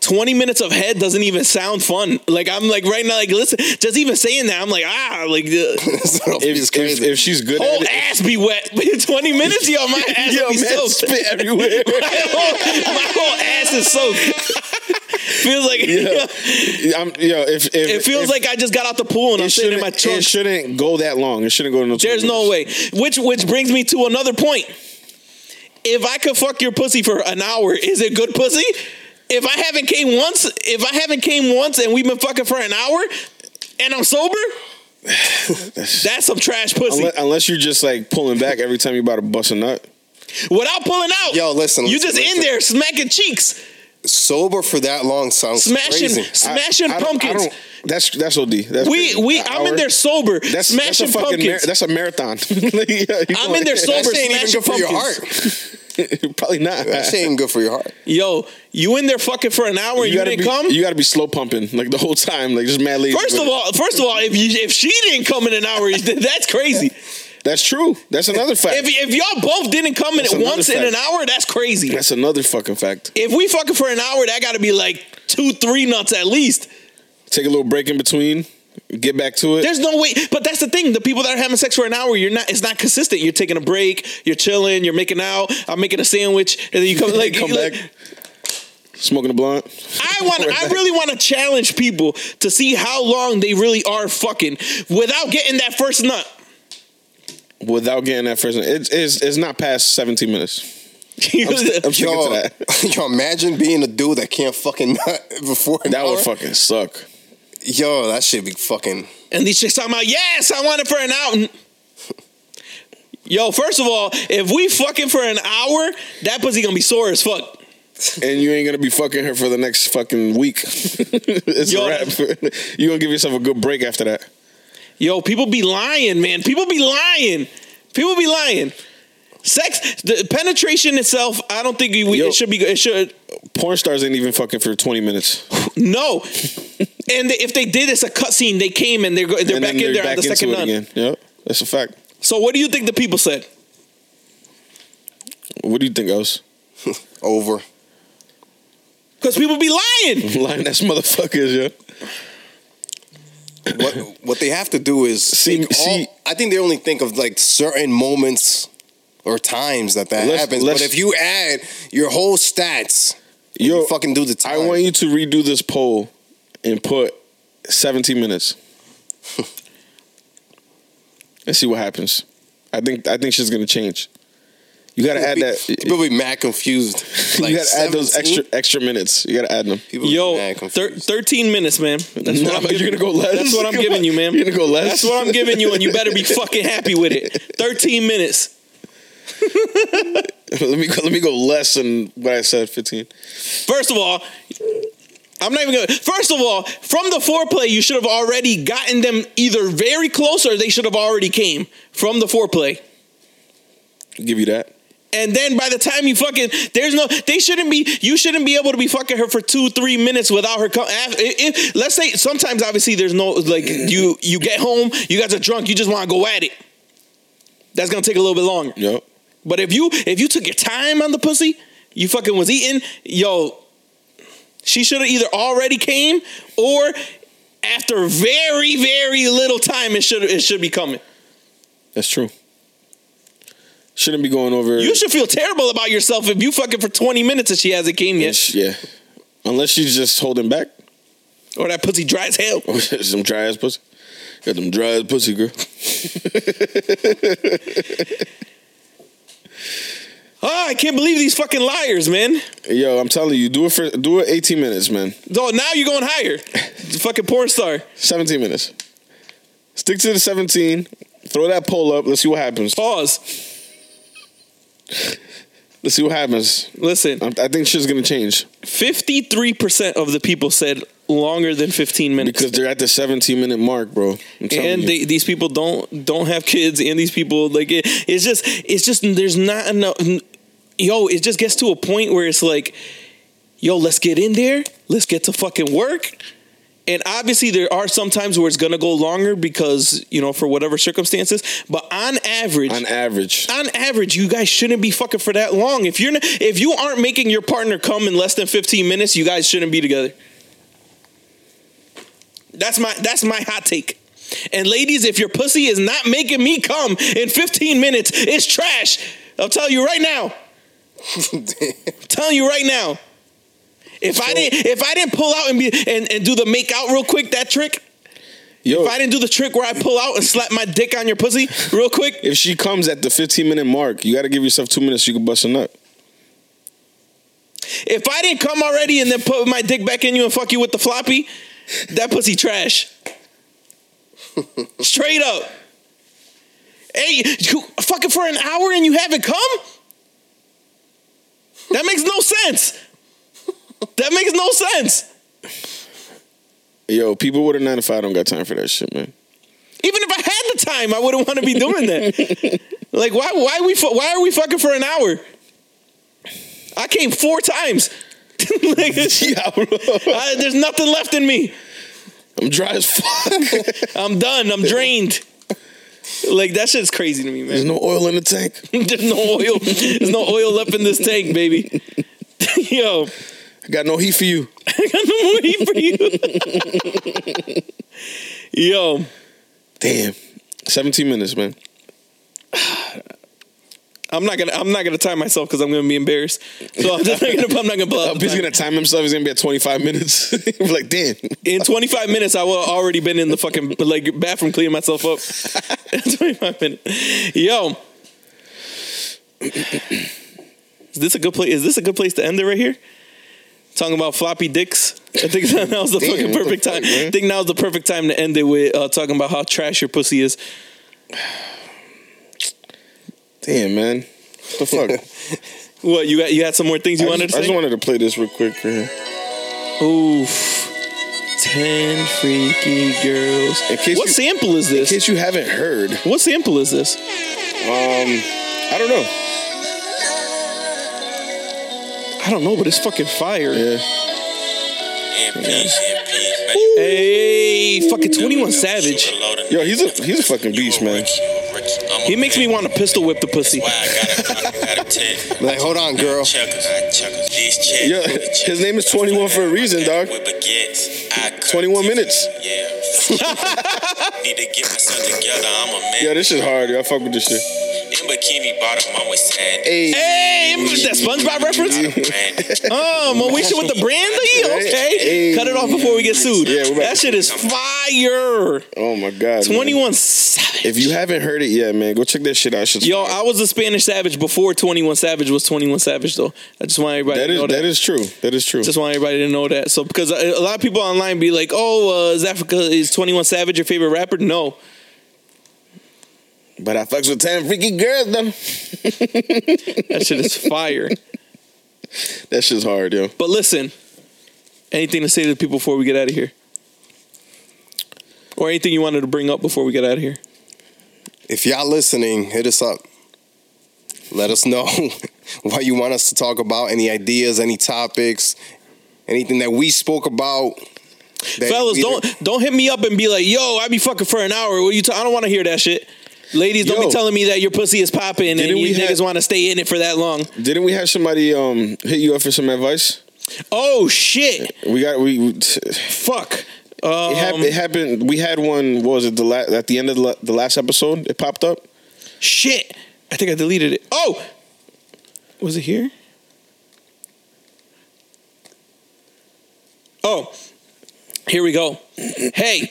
[SPEAKER 1] 20 minutes of head doesn't even sound fun. Like I'm like right now, like listen, just even saying that, I'm like ah, like the
[SPEAKER 2] If,
[SPEAKER 3] it's
[SPEAKER 2] if,
[SPEAKER 3] crazy.
[SPEAKER 2] if she's good at
[SPEAKER 1] whole
[SPEAKER 2] it,
[SPEAKER 1] ass be wet. 20 minutes, yo, my ass will be
[SPEAKER 2] man,
[SPEAKER 1] soaked.
[SPEAKER 2] spit everywhere.
[SPEAKER 1] my, whole, my whole ass is soaked. Feels like
[SPEAKER 2] yeah, I'm, yeah. If, if
[SPEAKER 1] it feels
[SPEAKER 2] if-
[SPEAKER 1] like I just got out the pool and I'm
[SPEAKER 2] it
[SPEAKER 1] sitting in
[SPEAKER 2] shouldn't,
[SPEAKER 1] my trunk.
[SPEAKER 2] it shouldn't go that long. It shouldn't go to no.
[SPEAKER 1] There's no way. Which which brings me to another point. If I could fuck your pussy for an hour, is it good pussy? If I haven't came once, if I haven't came once and we've been fucking for an hour and I'm sober, that's some trash pussy.
[SPEAKER 2] Unless, unless you're just like pulling back every time you about to bust a nut.
[SPEAKER 1] Without pulling out.
[SPEAKER 3] Yo, listen,
[SPEAKER 1] You
[SPEAKER 3] listen,
[SPEAKER 1] just in
[SPEAKER 3] listen.
[SPEAKER 1] there smacking cheeks,
[SPEAKER 3] sober for that long sounds
[SPEAKER 1] smashing
[SPEAKER 3] crazy.
[SPEAKER 1] smashing
[SPEAKER 2] I, I don't-
[SPEAKER 1] pumpkins.
[SPEAKER 2] I don't, that's that's od. That's
[SPEAKER 1] we
[SPEAKER 2] crazy.
[SPEAKER 1] we
[SPEAKER 2] An
[SPEAKER 1] I'm in
[SPEAKER 2] hour?
[SPEAKER 1] there sober,
[SPEAKER 2] That's
[SPEAKER 1] smashing
[SPEAKER 2] that's a fucking
[SPEAKER 1] pumpkins.
[SPEAKER 2] Mar- that's a marathon. Like, yeah, you
[SPEAKER 1] I'm
[SPEAKER 2] know,
[SPEAKER 1] in there
[SPEAKER 2] like-
[SPEAKER 1] sober
[SPEAKER 3] That shit ain't even
[SPEAKER 1] smashing
[SPEAKER 3] good for your
[SPEAKER 1] pumpkins.
[SPEAKER 3] heart.
[SPEAKER 2] Probably not.
[SPEAKER 3] That shit ain't good for your heart.
[SPEAKER 1] Yo, you in there fucking for an hour and you,
[SPEAKER 2] gotta
[SPEAKER 1] didn't
[SPEAKER 2] be,
[SPEAKER 1] come?
[SPEAKER 2] You gotta be slow pumping like the whole time, like just mad lazy.
[SPEAKER 1] First of
[SPEAKER 2] with it.
[SPEAKER 1] all, first of all, if you, if she didn't come in an hour, that's crazy.
[SPEAKER 2] that's true. That's another fact.
[SPEAKER 1] If if y'all both didn't come in
[SPEAKER 2] That's
[SPEAKER 1] at
[SPEAKER 2] another
[SPEAKER 1] once in an
[SPEAKER 2] fact.
[SPEAKER 1] hour, that's crazy.
[SPEAKER 2] that's another fucking fact.
[SPEAKER 1] If we fucking for an hour, that got to be like two, three nuts at least.
[SPEAKER 2] Take a little break in between, get back to it.
[SPEAKER 1] There's no way. But that's the thing. The people that are having sex for an hour, you're not. It's not consistent. You're taking a break. You're chilling. You're making out. I'm making a sandwich, and then you come like
[SPEAKER 2] come
[SPEAKER 1] like-
[SPEAKER 2] back, smoking a blunt.
[SPEAKER 1] I want. I really want to challenge people to see how long they really are fucking without getting that first nut.
[SPEAKER 2] without getting that first. It's it's, it's not past seventeen minutes. I'm sticking
[SPEAKER 3] Yo,
[SPEAKER 2] to that.
[SPEAKER 3] yo, imagine being a dude that can't fucking nut before an
[SPEAKER 2] That
[SPEAKER 3] hour.
[SPEAKER 2] would fucking suck.
[SPEAKER 3] Yo, that should be fucking.
[SPEAKER 1] And these chicks talking about, yes, I want it for an hour. Yo, first of all, if we fucking for an hour, that pussy gonna be sore as fuck.
[SPEAKER 2] And you ain't gonna be fucking her for the next fucking week. it's
[SPEAKER 1] Yo,
[SPEAKER 2] a wrap. you gonna give yourself a good break after that.
[SPEAKER 1] Yo, people be lying, man. People be lying. People be lying. Sex, the penetration itself, I don't think we,
[SPEAKER 2] Yo.
[SPEAKER 1] it should be. It should
[SPEAKER 2] Porn stars ain't even fucking for twenty minutes.
[SPEAKER 1] no. and if they did, it's a cutscene. They came and they're go, they're
[SPEAKER 2] And
[SPEAKER 1] back
[SPEAKER 2] then
[SPEAKER 1] in there on the
[SPEAKER 2] back into
[SPEAKER 1] second
[SPEAKER 2] it
[SPEAKER 1] none.
[SPEAKER 2] again. Yep, that's a fact.
[SPEAKER 1] So what do you think the people said?
[SPEAKER 2] What do you think, else?
[SPEAKER 3] Over.
[SPEAKER 1] Because people be lying.
[SPEAKER 2] Lying ass motherfuckers, yeah.
[SPEAKER 3] What what they have to do is
[SPEAKER 2] See-
[SPEAKER 3] think all-
[SPEAKER 2] see-
[SPEAKER 3] I think they only think of like certain moments or times that that
[SPEAKER 2] Let's-
[SPEAKER 3] happens.
[SPEAKER 2] let's-
[SPEAKER 3] but if you add your whole stats,
[SPEAKER 2] Yo,
[SPEAKER 3] you fucking do the time.
[SPEAKER 2] I want you to redo this poll and put seventeen minutes, and see what happens. I think I think she's gonna change. You gotta add
[SPEAKER 3] People
[SPEAKER 2] that.
[SPEAKER 3] be- People be mad confused. Like
[SPEAKER 2] you gotta add those
[SPEAKER 3] 17?
[SPEAKER 2] extra extra minutes. You gotta add them.
[SPEAKER 3] People be
[SPEAKER 1] Yo,
[SPEAKER 3] mad
[SPEAKER 1] thir-
[SPEAKER 3] confused.
[SPEAKER 1] 13 minutes, man. That's
[SPEAKER 2] No,
[SPEAKER 1] what I'm
[SPEAKER 2] you're
[SPEAKER 1] giving-
[SPEAKER 2] gonna go less?
[SPEAKER 1] That's what I'm
[SPEAKER 2] Come
[SPEAKER 1] giving
[SPEAKER 2] on.
[SPEAKER 1] you, man.
[SPEAKER 2] You're gonna go less?
[SPEAKER 1] That's what I'm giving you, and you better be fucking happy with it. 13 minutes.
[SPEAKER 2] let me go, let me go less than what I said. Fifteen.
[SPEAKER 1] First of all, I'm not even gonna. First of all, from the foreplay, you should have already gotten them either very close or they should have already came from the foreplay.
[SPEAKER 2] Give you that.
[SPEAKER 1] And then by the time you fucking, there's no, they shouldn't be, you shouldn't be able to be fucking her for two, three minutes without her coming. Let's say sometimes, obviously, there's no, like, you you get home, you guys are drunk, you just want to go at it. That's gonna take a little bit longer.
[SPEAKER 2] Yep.
[SPEAKER 1] But if you if you took your time on the pussy, you fucking was eating, yo, she should have either already came or after very, very little time it should it should be coming.
[SPEAKER 2] That's true. Shouldn't be going over.
[SPEAKER 1] You should feel terrible about yourself if you fucking for 20 minutes and she hasn't came yet.
[SPEAKER 2] Yeah. Unless she's just holding back.
[SPEAKER 1] Or that pussy dry as hell.
[SPEAKER 2] Oh, Some dry ass pussy. Got them dry ass pussy, girl.
[SPEAKER 1] Oh, I can't believe these fucking liars, man.
[SPEAKER 2] Yo, I'm telling you, do it for do it 18 minutes, man.
[SPEAKER 1] So now you're going higher. The fucking porn star.
[SPEAKER 2] 17 minutes. Stick to the 17. Throw that poll up. Let's see what happens.
[SPEAKER 1] Pause.
[SPEAKER 2] Let's see what happens.
[SPEAKER 1] Listen,
[SPEAKER 2] I, I think shit's gonna change
[SPEAKER 1] 53% of the people said longer than 15 minutes.
[SPEAKER 2] because they're at the 17 minute mark, bro. I'm telling
[SPEAKER 1] and
[SPEAKER 2] you.
[SPEAKER 1] they, these people don't don't have kids and these people like it, it's just it's just there's not enough yo it just gets to a point where it's like yo let's get in there let's get to fucking work And obviously, there are some times where it's gonna go longer because you know for whatever circumstances. But on average,
[SPEAKER 2] on average.
[SPEAKER 1] on average, you guys shouldn't be fucking for that long. If you're not, if you aren't making your partner come in less than 15 minutes, you guys shouldn't be together. That's my that's my hot take. And ladies, if your pussy is not making me come in 15 minutes, it's trash. I'll tell you right now. I'm telling you right now. If I didn't if I didn't pull out and be and, and do the make out real quick, that trick,
[SPEAKER 2] Yo,
[SPEAKER 1] if I didn't do the trick where I pull out and slap my dick on your pussy real quick,
[SPEAKER 2] if she comes at the 15 minute mark, you got to give yourself two minutes. so You can bust a nut.
[SPEAKER 1] If I didn't come already and then put my dick back in you and fuck you with the floppy, that pussy trash. Straight up. Hey, you fucking for an hour and you haven't come? That makes no sense. That makes no sense.
[SPEAKER 2] Yo, people with a nine to five don't got time for that shit, man.
[SPEAKER 1] Even if I had the time, I wouldn't want to be doing that. like, why? Why we? fu- Why are we fucking for an hour? I came four times. like, I- there's nothing left in me.
[SPEAKER 2] I'm dry as fuck.
[SPEAKER 1] I'm done. I'm drained. Like that shit's crazy to me,
[SPEAKER 2] There's
[SPEAKER 1] man.
[SPEAKER 2] no oil in the tank.
[SPEAKER 1] There's no oil. There's no oil left in this tank, baby. Yo,
[SPEAKER 2] I got no heat for you.
[SPEAKER 1] I got no more heat for you. Yo,
[SPEAKER 2] Damn. 17 minutes, man.
[SPEAKER 1] I'm not gonna. I'm not gonna time myself because I'm gonna be embarrassed. So I'm just not gonna. I'm not gonna pull out.
[SPEAKER 2] Up,
[SPEAKER 1] the
[SPEAKER 2] he's
[SPEAKER 1] time.
[SPEAKER 2] gonna time himself. He's gonna be at 25 minutes. We're like, damn.
[SPEAKER 1] In 25 minutes, I will have already been in the fucking like bathroom cleaning myself up. 25 minutes. Yo. Is this a good place? Is this a good place to end it right here? Talking about floppy dicks. I think that now's the
[SPEAKER 2] Damn,
[SPEAKER 1] fucking
[SPEAKER 2] what the
[SPEAKER 1] perfect
[SPEAKER 2] fuck,
[SPEAKER 1] time.
[SPEAKER 2] man?
[SPEAKER 1] I think now's the perfect time to end it with uh, talking about how trash your pussy is.
[SPEAKER 2] Damn, man. What the fuck?
[SPEAKER 1] What you got? You had some more things you
[SPEAKER 2] I,
[SPEAKER 1] wanted
[SPEAKER 2] just, I
[SPEAKER 1] to
[SPEAKER 2] just
[SPEAKER 1] say?
[SPEAKER 2] wanted to play this real quick for him.
[SPEAKER 1] Oof. Ten freaky girls.
[SPEAKER 2] In case
[SPEAKER 1] What
[SPEAKER 2] you-
[SPEAKER 1] sample is
[SPEAKER 2] In
[SPEAKER 1] this?
[SPEAKER 2] case you haven't heard,
[SPEAKER 1] What sample is this?
[SPEAKER 2] Um, I don't know.
[SPEAKER 1] I don't know, but it's fucking fire.
[SPEAKER 2] Yeah.
[SPEAKER 1] Hey, fucking 21 Savage.
[SPEAKER 2] Yo, he's a he's a fucking beast, man.
[SPEAKER 1] He makes me want to pistol whip the pussy.
[SPEAKER 4] Why I got a Glock, you got a 10.
[SPEAKER 3] Like, hold on, girl.
[SPEAKER 4] Checkers, I checkers. These chicks.
[SPEAKER 2] Yeah, Oh. his name is 21 for a reason, dog.
[SPEAKER 4] With baguettes, I cut
[SPEAKER 2] 21 minutes.
[SPEAKER 4] Yeah. Need to get myself together. I'm a man.
[SPEAKER 2] Yo, this is hard. Yo, I fuck with this shit.
[SPEAKER 4] In bikini bottom, I'm with sand.
[SPEAKER 2] Hey.
[SPEAKER 1] Hey, that SpongeBob reference?
[SPEAKER 4] Not a brand.
[SPEAKER 1] Oh, Moesha with the brandy? Okay.
[SPEAKER 2] Hey.
[SPEAKER 1] Cut it off before we get sued.
[SPEAKER 2] Yeah, we're back.
[SPEAKER 1] That shit is fire.
[SPEAKER 2] Oh my god. man.
[SPEAKER 1] 21 Savage.
[SPEAKER 2] If you haven't heard it yet, man, go check that shit out. Shit's
[SPEAKER 1] Yo,
[SPEAKER 2] fire.
[SPEAKER 1] I was a Spanish Savage before 21 Savage was 21 Savage, though. I just want everybody
[SPEAKER 2] that
[SPEAKER 1] to know
[SPEAKER 2] is
[SPEAKER 1] that.
[SPEAKER 2] that is true. That is true.
[SPEAKER 1] Just want everybody to know that. So because uh, a a lot of people online be like, "Oh, uh, is Africa is Twenty One Savage your favorite rapper?" No,
[SPEAKER 2] but I fucks with 10 freaky girls though.
[SPEAKER 1] that shit is fire.
[SPEAKER 2] That shit's hard, yo.
[SPEAKER 1] But listen, anything to say to the people before we get out of here? Or anything you wanted to bring up before we get out of here?
[SPEAKER 3] If y'all listening, hit us up. Let us know what you want us to talk about, any ideas, any topics, anything that we spoke about. that
[SPEAKER 1] Fellas,
[SPEAKER 3] we-
[SPEAKER 1] don't don't hit me up and be like, "Yo, I be fucking for an hour." What you? ta- I don't want to hear that shit. Ladies, don't
[SPEAKER 2] Yo.
[SPEAKER 1] be telling me that your pussy is popping and
[SPEAKER 2] Didn't
[SPEAKER 1] you
[SPEAKER 2] we
[SPEAKER 1] niggas
[SPEAKER 2] have-
[SPEAKER 1] want to stay in it for that long.
[SPEAKER 2] Didn't we have somebody um hit you up for some advice?
[SPEAKER 1] Oh shit!
[SPEAKER 2] We got we we- t-
[SPEAKER 1] Fuck. Um,
[SPEAKER 2] it, hap- it happened. We had one. What was it the la- at the end of the, la- the last episode? It popped up.
[SPEAKER 1] Shit. I think I deleted it. Oh! Was it here? Oh, here we go. Hey,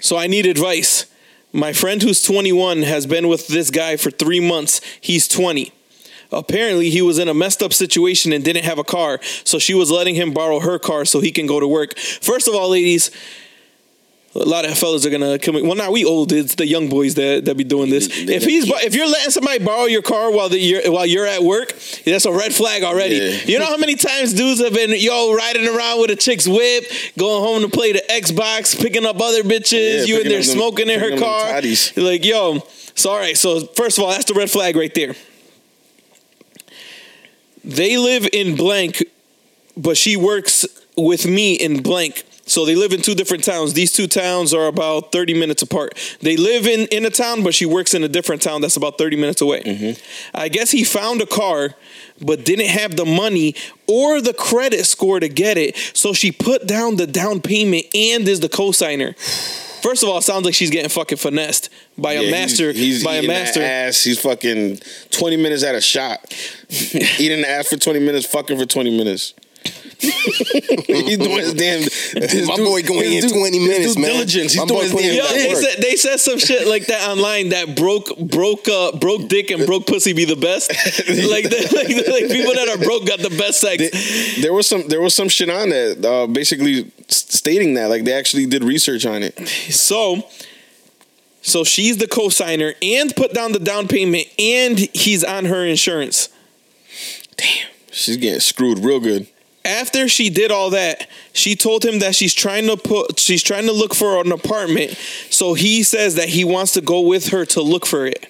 [SPEAKER 1] so I need advice. My friend who's 21 has been with this guy for three months. He's 20. Apparently, he was in a messed up situation and didn't have a car, so she was letting him borrow her car so he can go to work. First of all, ladies, a lot of fellas are gonna come. Well, not we old. It's the young boys that, that be doing this. If he's bu- if you're letting somebody borrow your car while the, you're while you're at work, that's a red flag already.
[SPEAKER 2] Yeah.
[SPEAKER 1] You know how many times dudes have been yo riding around with a chick's whip, going home to play the Xbox, picking up other bitches.
[SPEAKER 2] Yeah,
[SPEAKER 1] you in
[SPEAKER 2] picking
[SPEAKER 1] there
[SPEAKER 2] up them-
[SPEAKER 1] smoking in her
[SPEAKER 2] picking up them
[SPEAKER 1] car.
[SPEAKER 2] toddies.
[SPEAKER 1] Like yo, so all right. So first of all, that's the red flag right there. They live in blank but she works with me in blank. So they live in two different towns. These two towns are about 30 minutes apart. They live in, in a town, but she works in a different town that's about 30 minutes away.
[SPEAKER 2] Mm-hmm.
[SPEAKER 1] I guess he found a car, but didn't have the money or the credit score to get it. So she put down the down payment and is the co-signer. First of all, it sounds like she's getting fucking finessed by a
[SPEAKER 2] Yeah,
[SPEAKER 1] master. by a
[SPEAKER 2] eating that
[SPEAKER 1] master.
[SPEAKER 2] ass. He's fucking twenty minutes at a shot. eating the ass for twenty minutes, fucking for twenty minutes. he's doing his damn. his
[SPEAKER 3] My
[SPEAKER 2] due-
[SPEAKER 3] boy going
[SPEAKER 2] his
[SPEAKER 3] in
[SPEAKER 2] due-
[SPEAKER 3] 20
[SPEAKER 2] his
[SPEAKER 3] minutes,
[SPEAKER 2] due
[SPEAKER 3] man.
[SPEAKER 2] Diligence. He's
[SPEAKER 3] My
[SPEAKER 2] doing
[SPEAKER 3] boy
[SPEAKER 2] his
[SPEAKER 3] putting
[SPEAKER 2] damn.
[SPEAKER 1] Yo,
[SPEAKER 3] in
[SPEAKER 2] work.
[SPEAKER 1] they said they said some shit like that online that broke broke uh broke dick and broke pussy be the best. like, the, like the- like people that are broke got the best sex.
[SPEAKER 2] They- there was some there was some shit on that uh, basically s- stating that like they actually did research on it
[SPEAKER 1] so so she's the co-signer and put down the down payment and he's on her insurance.
[SPEAKER 2] she's getting screwed real good
[SPEAKER 1] After she did all that, she told him that she's trying to put she's trying to look for an apartment. So he says that he wants to go with her to look for it.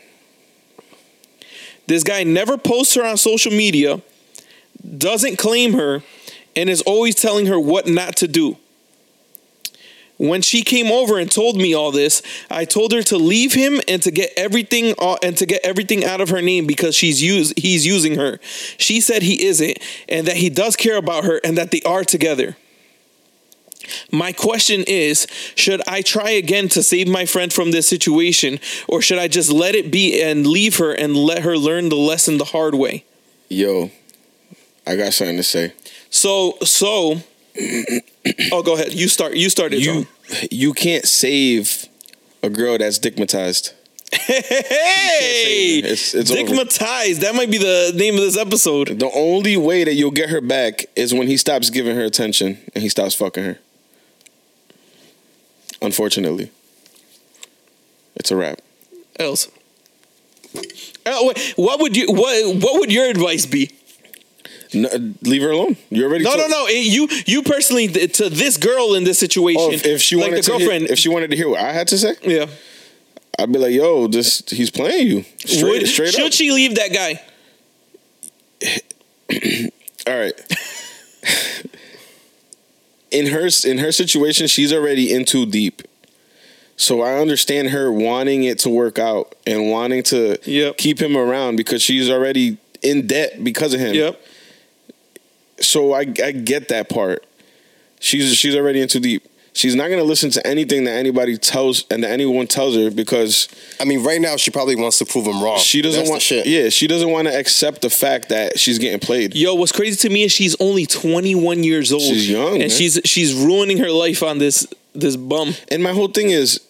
[SPEAKER 1] This guy never posts her on social media, doesn't claim her, and is always telling her what not to do. When she came over and told me all this, I told her to leave him and to get everything o- and to get everything out of her name because she's use, he's using her. She said he isn't and that he does care about her and that they are together. My question is, should I try again to save my friend from this situation or should I just let it be and leave her and let her learn the lesson the hard way?
[SPEAKER 2] yo i got something to say
[SPEAKER 1] So, so Oh, go ahead. You start. You started.
[SPEAKER 2] you you can't save a girl that's stigmatized
[SPEAKER 1] Hey,
[SPEAKER 2] You can't save her. It's- it's over.
[SPEAKER 1] Digmatized. That might be the name of this episode.
[SPEAKER 2] the only way that you'll get her back is when he stops giving her attention and he stops fucking her unfortunately it's a wrap
[SPEAKER 1] Else, Uh, wait, what would you what What would your advice be?
[SPEAKER 2] no, leave her alone you already
[SPEAKER 1] No,
[SPEAKER 2] told-
[SPEAKER 1] no, no. it- you you personally th- to this girl in this situation.
[SPEAKER 2] Oh, if, if she
[SPEAKER 1] like
[SPEAKER 2] wanted
[SPEAKER 1] the
[SPEAKER 2] to hear-
[SPEAKER 1] girlfriend,
[SPEAKER 2] if she wanted to hear what I had to say,
[SPEAKER 1] yeah,
[SPEAKER 2] I'd be like, "Yo, this he's playing you straight,
[SPEAKER 1] Would-
[SPEAKER 2] straight
[SPEAKER 1] should
[SPEAKER 2] up."
[SPEAKER 1] she leave that guy?
[SPEAKER 2] All right. in her in her situation, she's already in too deep. So I understand her wanting it to work out and wanting to
[SPEAKER 1] Yep.
[SPEAKER 2] keep him around because she's already in debt because of him.
[SPEAKER 1] Yep.
[SPEAKER 2] So I I get that part. She's she's already in too deep. She's not gonna listen to anything that anybody tells and that anyone tells her because
[SPEAKER 3] I mean, right now she probably wants to prove him wrong.
[SPEAKER 2] she doesn't
[SPEAKER 3] Oh, That's the
[SPEAKER 2] want
[SPEAKER 3] shit.
[SPEAKER 2] yeah she doesn't want to accept the fact that she's getting played
[SPEAKER 1] Yo, what's crazy to me is she's only 21 years old.
[SPEAKER 2] She's young,
[SPEAKER 1] and
[SPEAKER 2] man.
[SPEAKER 1] she's she's ruining her life on this this bum.
[SPEAKER 2] and my whole thing is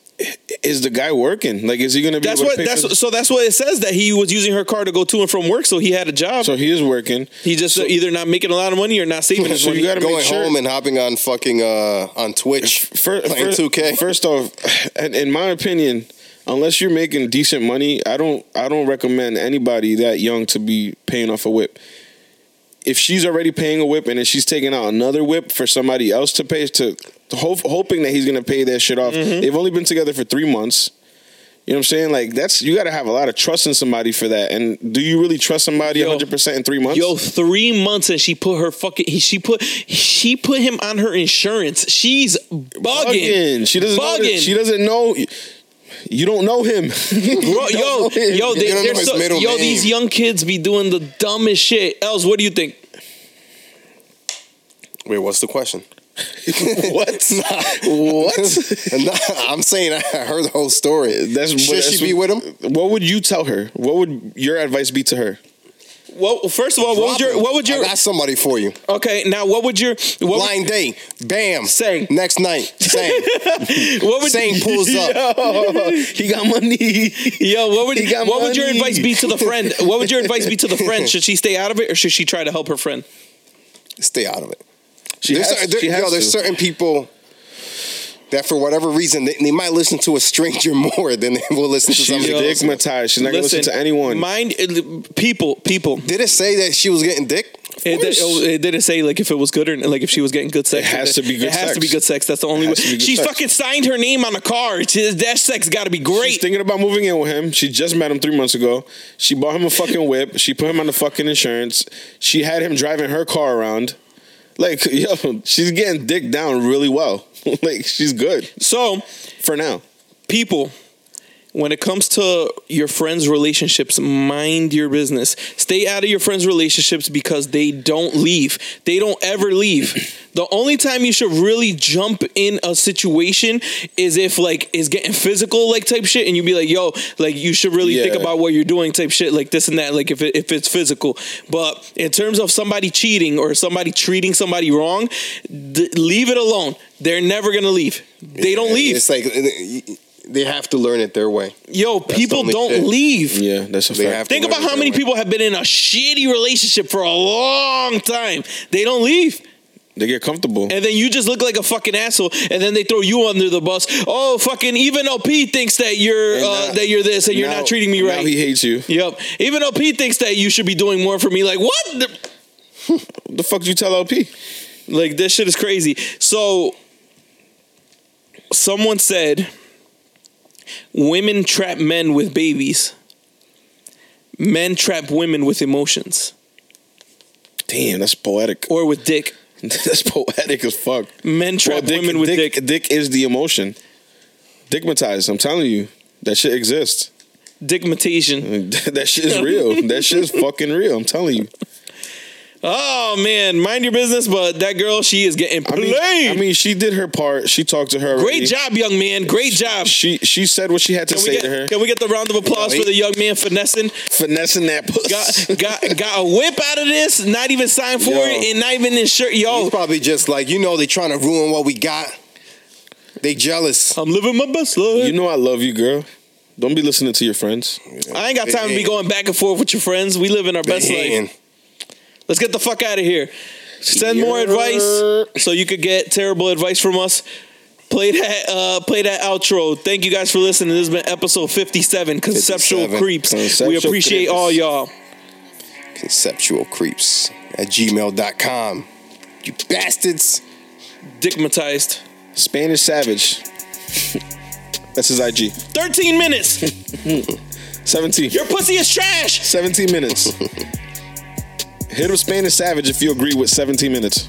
[SPEAKER 2] is the guy working like is he gonna be
[SPEAKER 1] That's
[SPEAKER 2] able
[SPEAKER 1] what
[SPEAKER 2] to pay
[SPEAKER 1] that's
[SPEAKER 2] for-
[SPEAKER 1] so that's what it says that he was using her car to go to and from work, so he had a job.
[SPEAKER 2] so he is working
[SPEAKER 1] He just either not making a lot of money or not saving his
[SPEAKER 2] So
[SPEAKER 1] money.
[SPEAKER 2] you gotta make
[SPEAKER 3] going
[SPEAKER 2] sure-
[SPEAKER 3] home and hopping on fucking uh on Twitch
[SPEAKER 2] Fir-
[SPEAKER 3] playing
[SPEAKER 2] fir-
[SPEAKER 3] 2K.
[SPEAKER 2] first off in- in my opinion unless you're making decent money I don't I don't recommend anybody that young to be paying off a whip if she's already paying a whip and then she's taking out another whip for somebody else to pay to hope, hoping that he's gonna pay that shit off
[SPEAKER 1] Mm-hmm.
[SPEAKER 2] they've only been together for three months. You know what I'm saying? Like that's you got to have a lot of trust in somebody for that. And do you really trust somebody
[SPEAKER 1] Yo.
[SPEAKER 2] 100 percent in three months?
[SPEAKER 1] Yo, three months and she put her fucking he, she put she put him on her insurance. She's bugging.
[SPEAKER 2] Bugging. She doesn't. Know that-
[SPEAKER 1] Bugging.
[SPEAKER 2] she doesn't know. You don't know him.
[SPEAKER 1] Bro, yo, yo, they,
[SPEAKER 3] You don't
[SPEAKER 1] they're
[SPEAKER 3] know his
[SPEAKER 1] so,
[SPEAKER 3] middle
[SPEAKER 1] yo,
[SPEAKER 3] name.
[SPEAKER 1] these young kids be doing the dumbest shit. Else, what do you think?
[SPEAKER 3] Wait, what's the question?
[SPEAKER 2] what?
[SPEAKER 3] nah, I'm saying I heard the whole story.
[SPEAKER 2] That's
[SPEAKER 3] Should
[SPEAKER 2] that's
[SPEAKER 3] she be with him?
[SPEAKER 2] What would you tell her? What would your advice be to her?
[SPEAKER 1] Well, first of all, what would your what would your
[SPEAKER 3] I got somebody for you.
[SPEAKER 1] okay now what would your what
[SPEAKER 3] Blind date. Bam.
[SPEAKER 1] Same.
[SPEAKER 3] Next night. Same.
[SPEAKER 1] would, what would
[SPEAKER 3] Same pulls up.
[SPEAKER 2] Oh, he got money.
[SPEAKER 1] yo what would
[SPEAKER 2] He got
[SPEAKER 1] what would your
[SPEAKER 2] money.
[SPEAKER 1] advice be to the friend? What would your advice be to the friend? Should she stay out of it or should she try to help her friend?
[SPEAKER 3] Stay out of it.
[SPEAKER 2] She
[SPEAKER 3] there's,
[SPEAKER 2] has,
[SPEAKER 3] certain, there-
[SPEAKER 2] she has
[SPEAKER 3] yo, there's
[SPEAKER 2] to.
[SPEAKER 3] certain people that for whatever reason they, they might listen to a stranger more than they will listen to
[SPEAKER 2] She's
[SPEAKER 3] somebody.
[SPEAKER 1] Yo.
[SPEAKER 3] else.
[SPEAKER 2] stigmatized. She's not gonna listen to anyone.
[SPEAKER 1] Mind uh, people, people.
[SPEAKER 3] Did it say that she was getting dick?
[SPEAKER 1] It, did,
[SPEAKER 2] course.
[SPEAKER 1] it didn't say like if it was good or like if she was getting good sex.
[SPEAKER 2] It has to be good
[SPEAKER 1] It has
[SPEAKER 2] sex.
[SPEAKER 1] to be good sex. That's the only way.
[SPEAKER 2] has to be good
[SPEAKER 1] She
[SPEAKER 2] sex.
[SPEAKER 1] fucking signed her name on a card. She- That sex got to be great.
[SPEAKER 2] She's thinking about moving in with him. She just met him three months ago. She bought him a fucking whip. She put him on the fucking insurance. She had him driving her car around. Like, yo, she's getting dick down really well. like she's good
[SPEAKER 1] So,
[SPEAKER 2] for now.
[SPEAKER 1] people, when it comes to your friends' relationships, mind your business. Stay out of your friends' relationships because they don't leave. They don't ever leave. The only time you should really jump in a situation is if like is getting physical like type shit, and you be like, yo, like you should really think
[SPEAKER 2] Yeah.
[SPEAKER 1] about what you're doing type shit, like this and that, like if it, if it's physical. But in terms of somebody cheating or somebody treating somebody wrong, d- leave it alone. They're never gonna leave. They don't leave
[SPEAKER 3] It's like uh, they have to learn it their way.
[SPEAKER 1] yo,
[SPEAKER 3] the
[SPEAKER 1] people
[SPEAKER 3] only
[SPEAKER 1] don't
[SPEAKER 3] shit.
[SPEAKER 1] leave.
[SPEAKER 2] Yeah, that's a
[SPEAKER 3] They
[SPEAKER 2] fact.
[SPEAKER 3] have to
[SPEAKER 1] Think
[SPEAKER 3] learn
[SPEAKER 1] about
[SPEAKER 3] it
[SPEAKER 1] how
[SPEAKER 3] their
[SPEAKER 1] many
[SPEAKER 3] way.
[SPEAKER 1] people have been in a shitty relationship for a long time. They don't leave.
[SPEAKER 2] they get comfortable.
[SPEAKER 1] And then you just look like a fucking asshole and then they throw you under the bus. Oh, fucking even LP thinks that you're
[SPEAKER 2] And
[SPEAKER 1] uh,
[SPEAKER 2] now-
[SPEAKER 1] that you're this and you're
[SPEAKER 2] now-
[SPEAKER 1] not treating me
[SPEAKER 2] Now
[SPEAKER 1] right.
[SPEAKER 2] he hates you.
[SPEAKER 1] yep. Even LP thinks that you should be doing more for me. Like what? the-
[SPEAKER 2] What the fuck did you tell LP?
[SPEAKER 1] Like this shit is crazy. So someone said women trap men with babies. Men trap women with emotions
[SPEAKER 2] Damn, that's poetic.
[SPEAKER 1] or with dick.
[SPEAKER 2] that's poetic as fuck.
[SPEAKER 1] Men trap
[SPEAKER 2] Well, dick,
[SPEAKER 1] women with dick.
[SPEAKER 2] dick. is the emotion. Dickmatized. I'm telling you, that shit exists.
[SPEAKER 1] Dickmatation.
[SPEAKER 2] that shit is real. that shit is fucking real. I'm telling you.
[SPEAKER 1] Oh man, mind your business, but that girl, she is getting
[SPEAKER 2] I
[SPEAKER 1] played.
[SPEAKER 2] mean, I mean, she did her part. She talked to her. already.
[SPEAKER 1] Great job, young man. Great job.
[SPEAKER 2] She she said what she had to
[SPEAKER 1] Can we,
[SPEAKER 2] say
[SPEAKER 1] get,
[SPEAKER 2] to her.
[SPEAKER 1] can we get the round of applause for the young man finessing?
[SPEAKER 2] Finessing that pussy.
[SPEAKER 1] Got got got a whip out of this, not even signed for
[SPEAKER 3] Yo.
[SPEAKER 1] it, and not even in shirt. Yo,
[SPEAKER 3] He's probably just like you know they trying to ruin what we got. They jealous.
[SPEAKER 1] I'm living my best life.
[SPEAKER 2] you know I love you, girl. Don't be listening to your friends.
[SPEAKER 1] I ain't got
[SPEAKER 3] They
[SPEAKER 1] time to be
[SPEAKER 3] hating.
[SPEAKER 1] going back and forth with your friends. We live in our
[SPEAKER 3] They
[SPEAKER 1] best life.
[SPEAKER 3] hating.
[SPEAKER 1] Let's get the fuck out of here. Send more
[SPEAKER 2] Yeah.
[SPEAKER 1] advice so you could get terrible advice from us. Play that uh play that outro. Thank you guys for listening. This has been episode 57 Conceptual
[SPEAKER 3] 57.
[SPEAKER 1] Creeps. we
[SPEAKER 2] Conceptual
[SPEAKER 1] appreciate
[SPEAKER 2] Creeps.
[SPEAKER 1] all y'all.
[SPEAKER 3] Conceptual creeps at gmail.com. You bastards.
[SPEAKER 1] Dickmatized.
[SPEAKER 2] Spanish Savage. That's his IG.
[SPEAKER 1] 13 minutes.
[SPEAKER 2] 17.
[SPEAKER 1] Your pussy is trash.
[SPEAKER 2] 17 minutes. Hit up Spanish Savage if you agree with 17 minutes.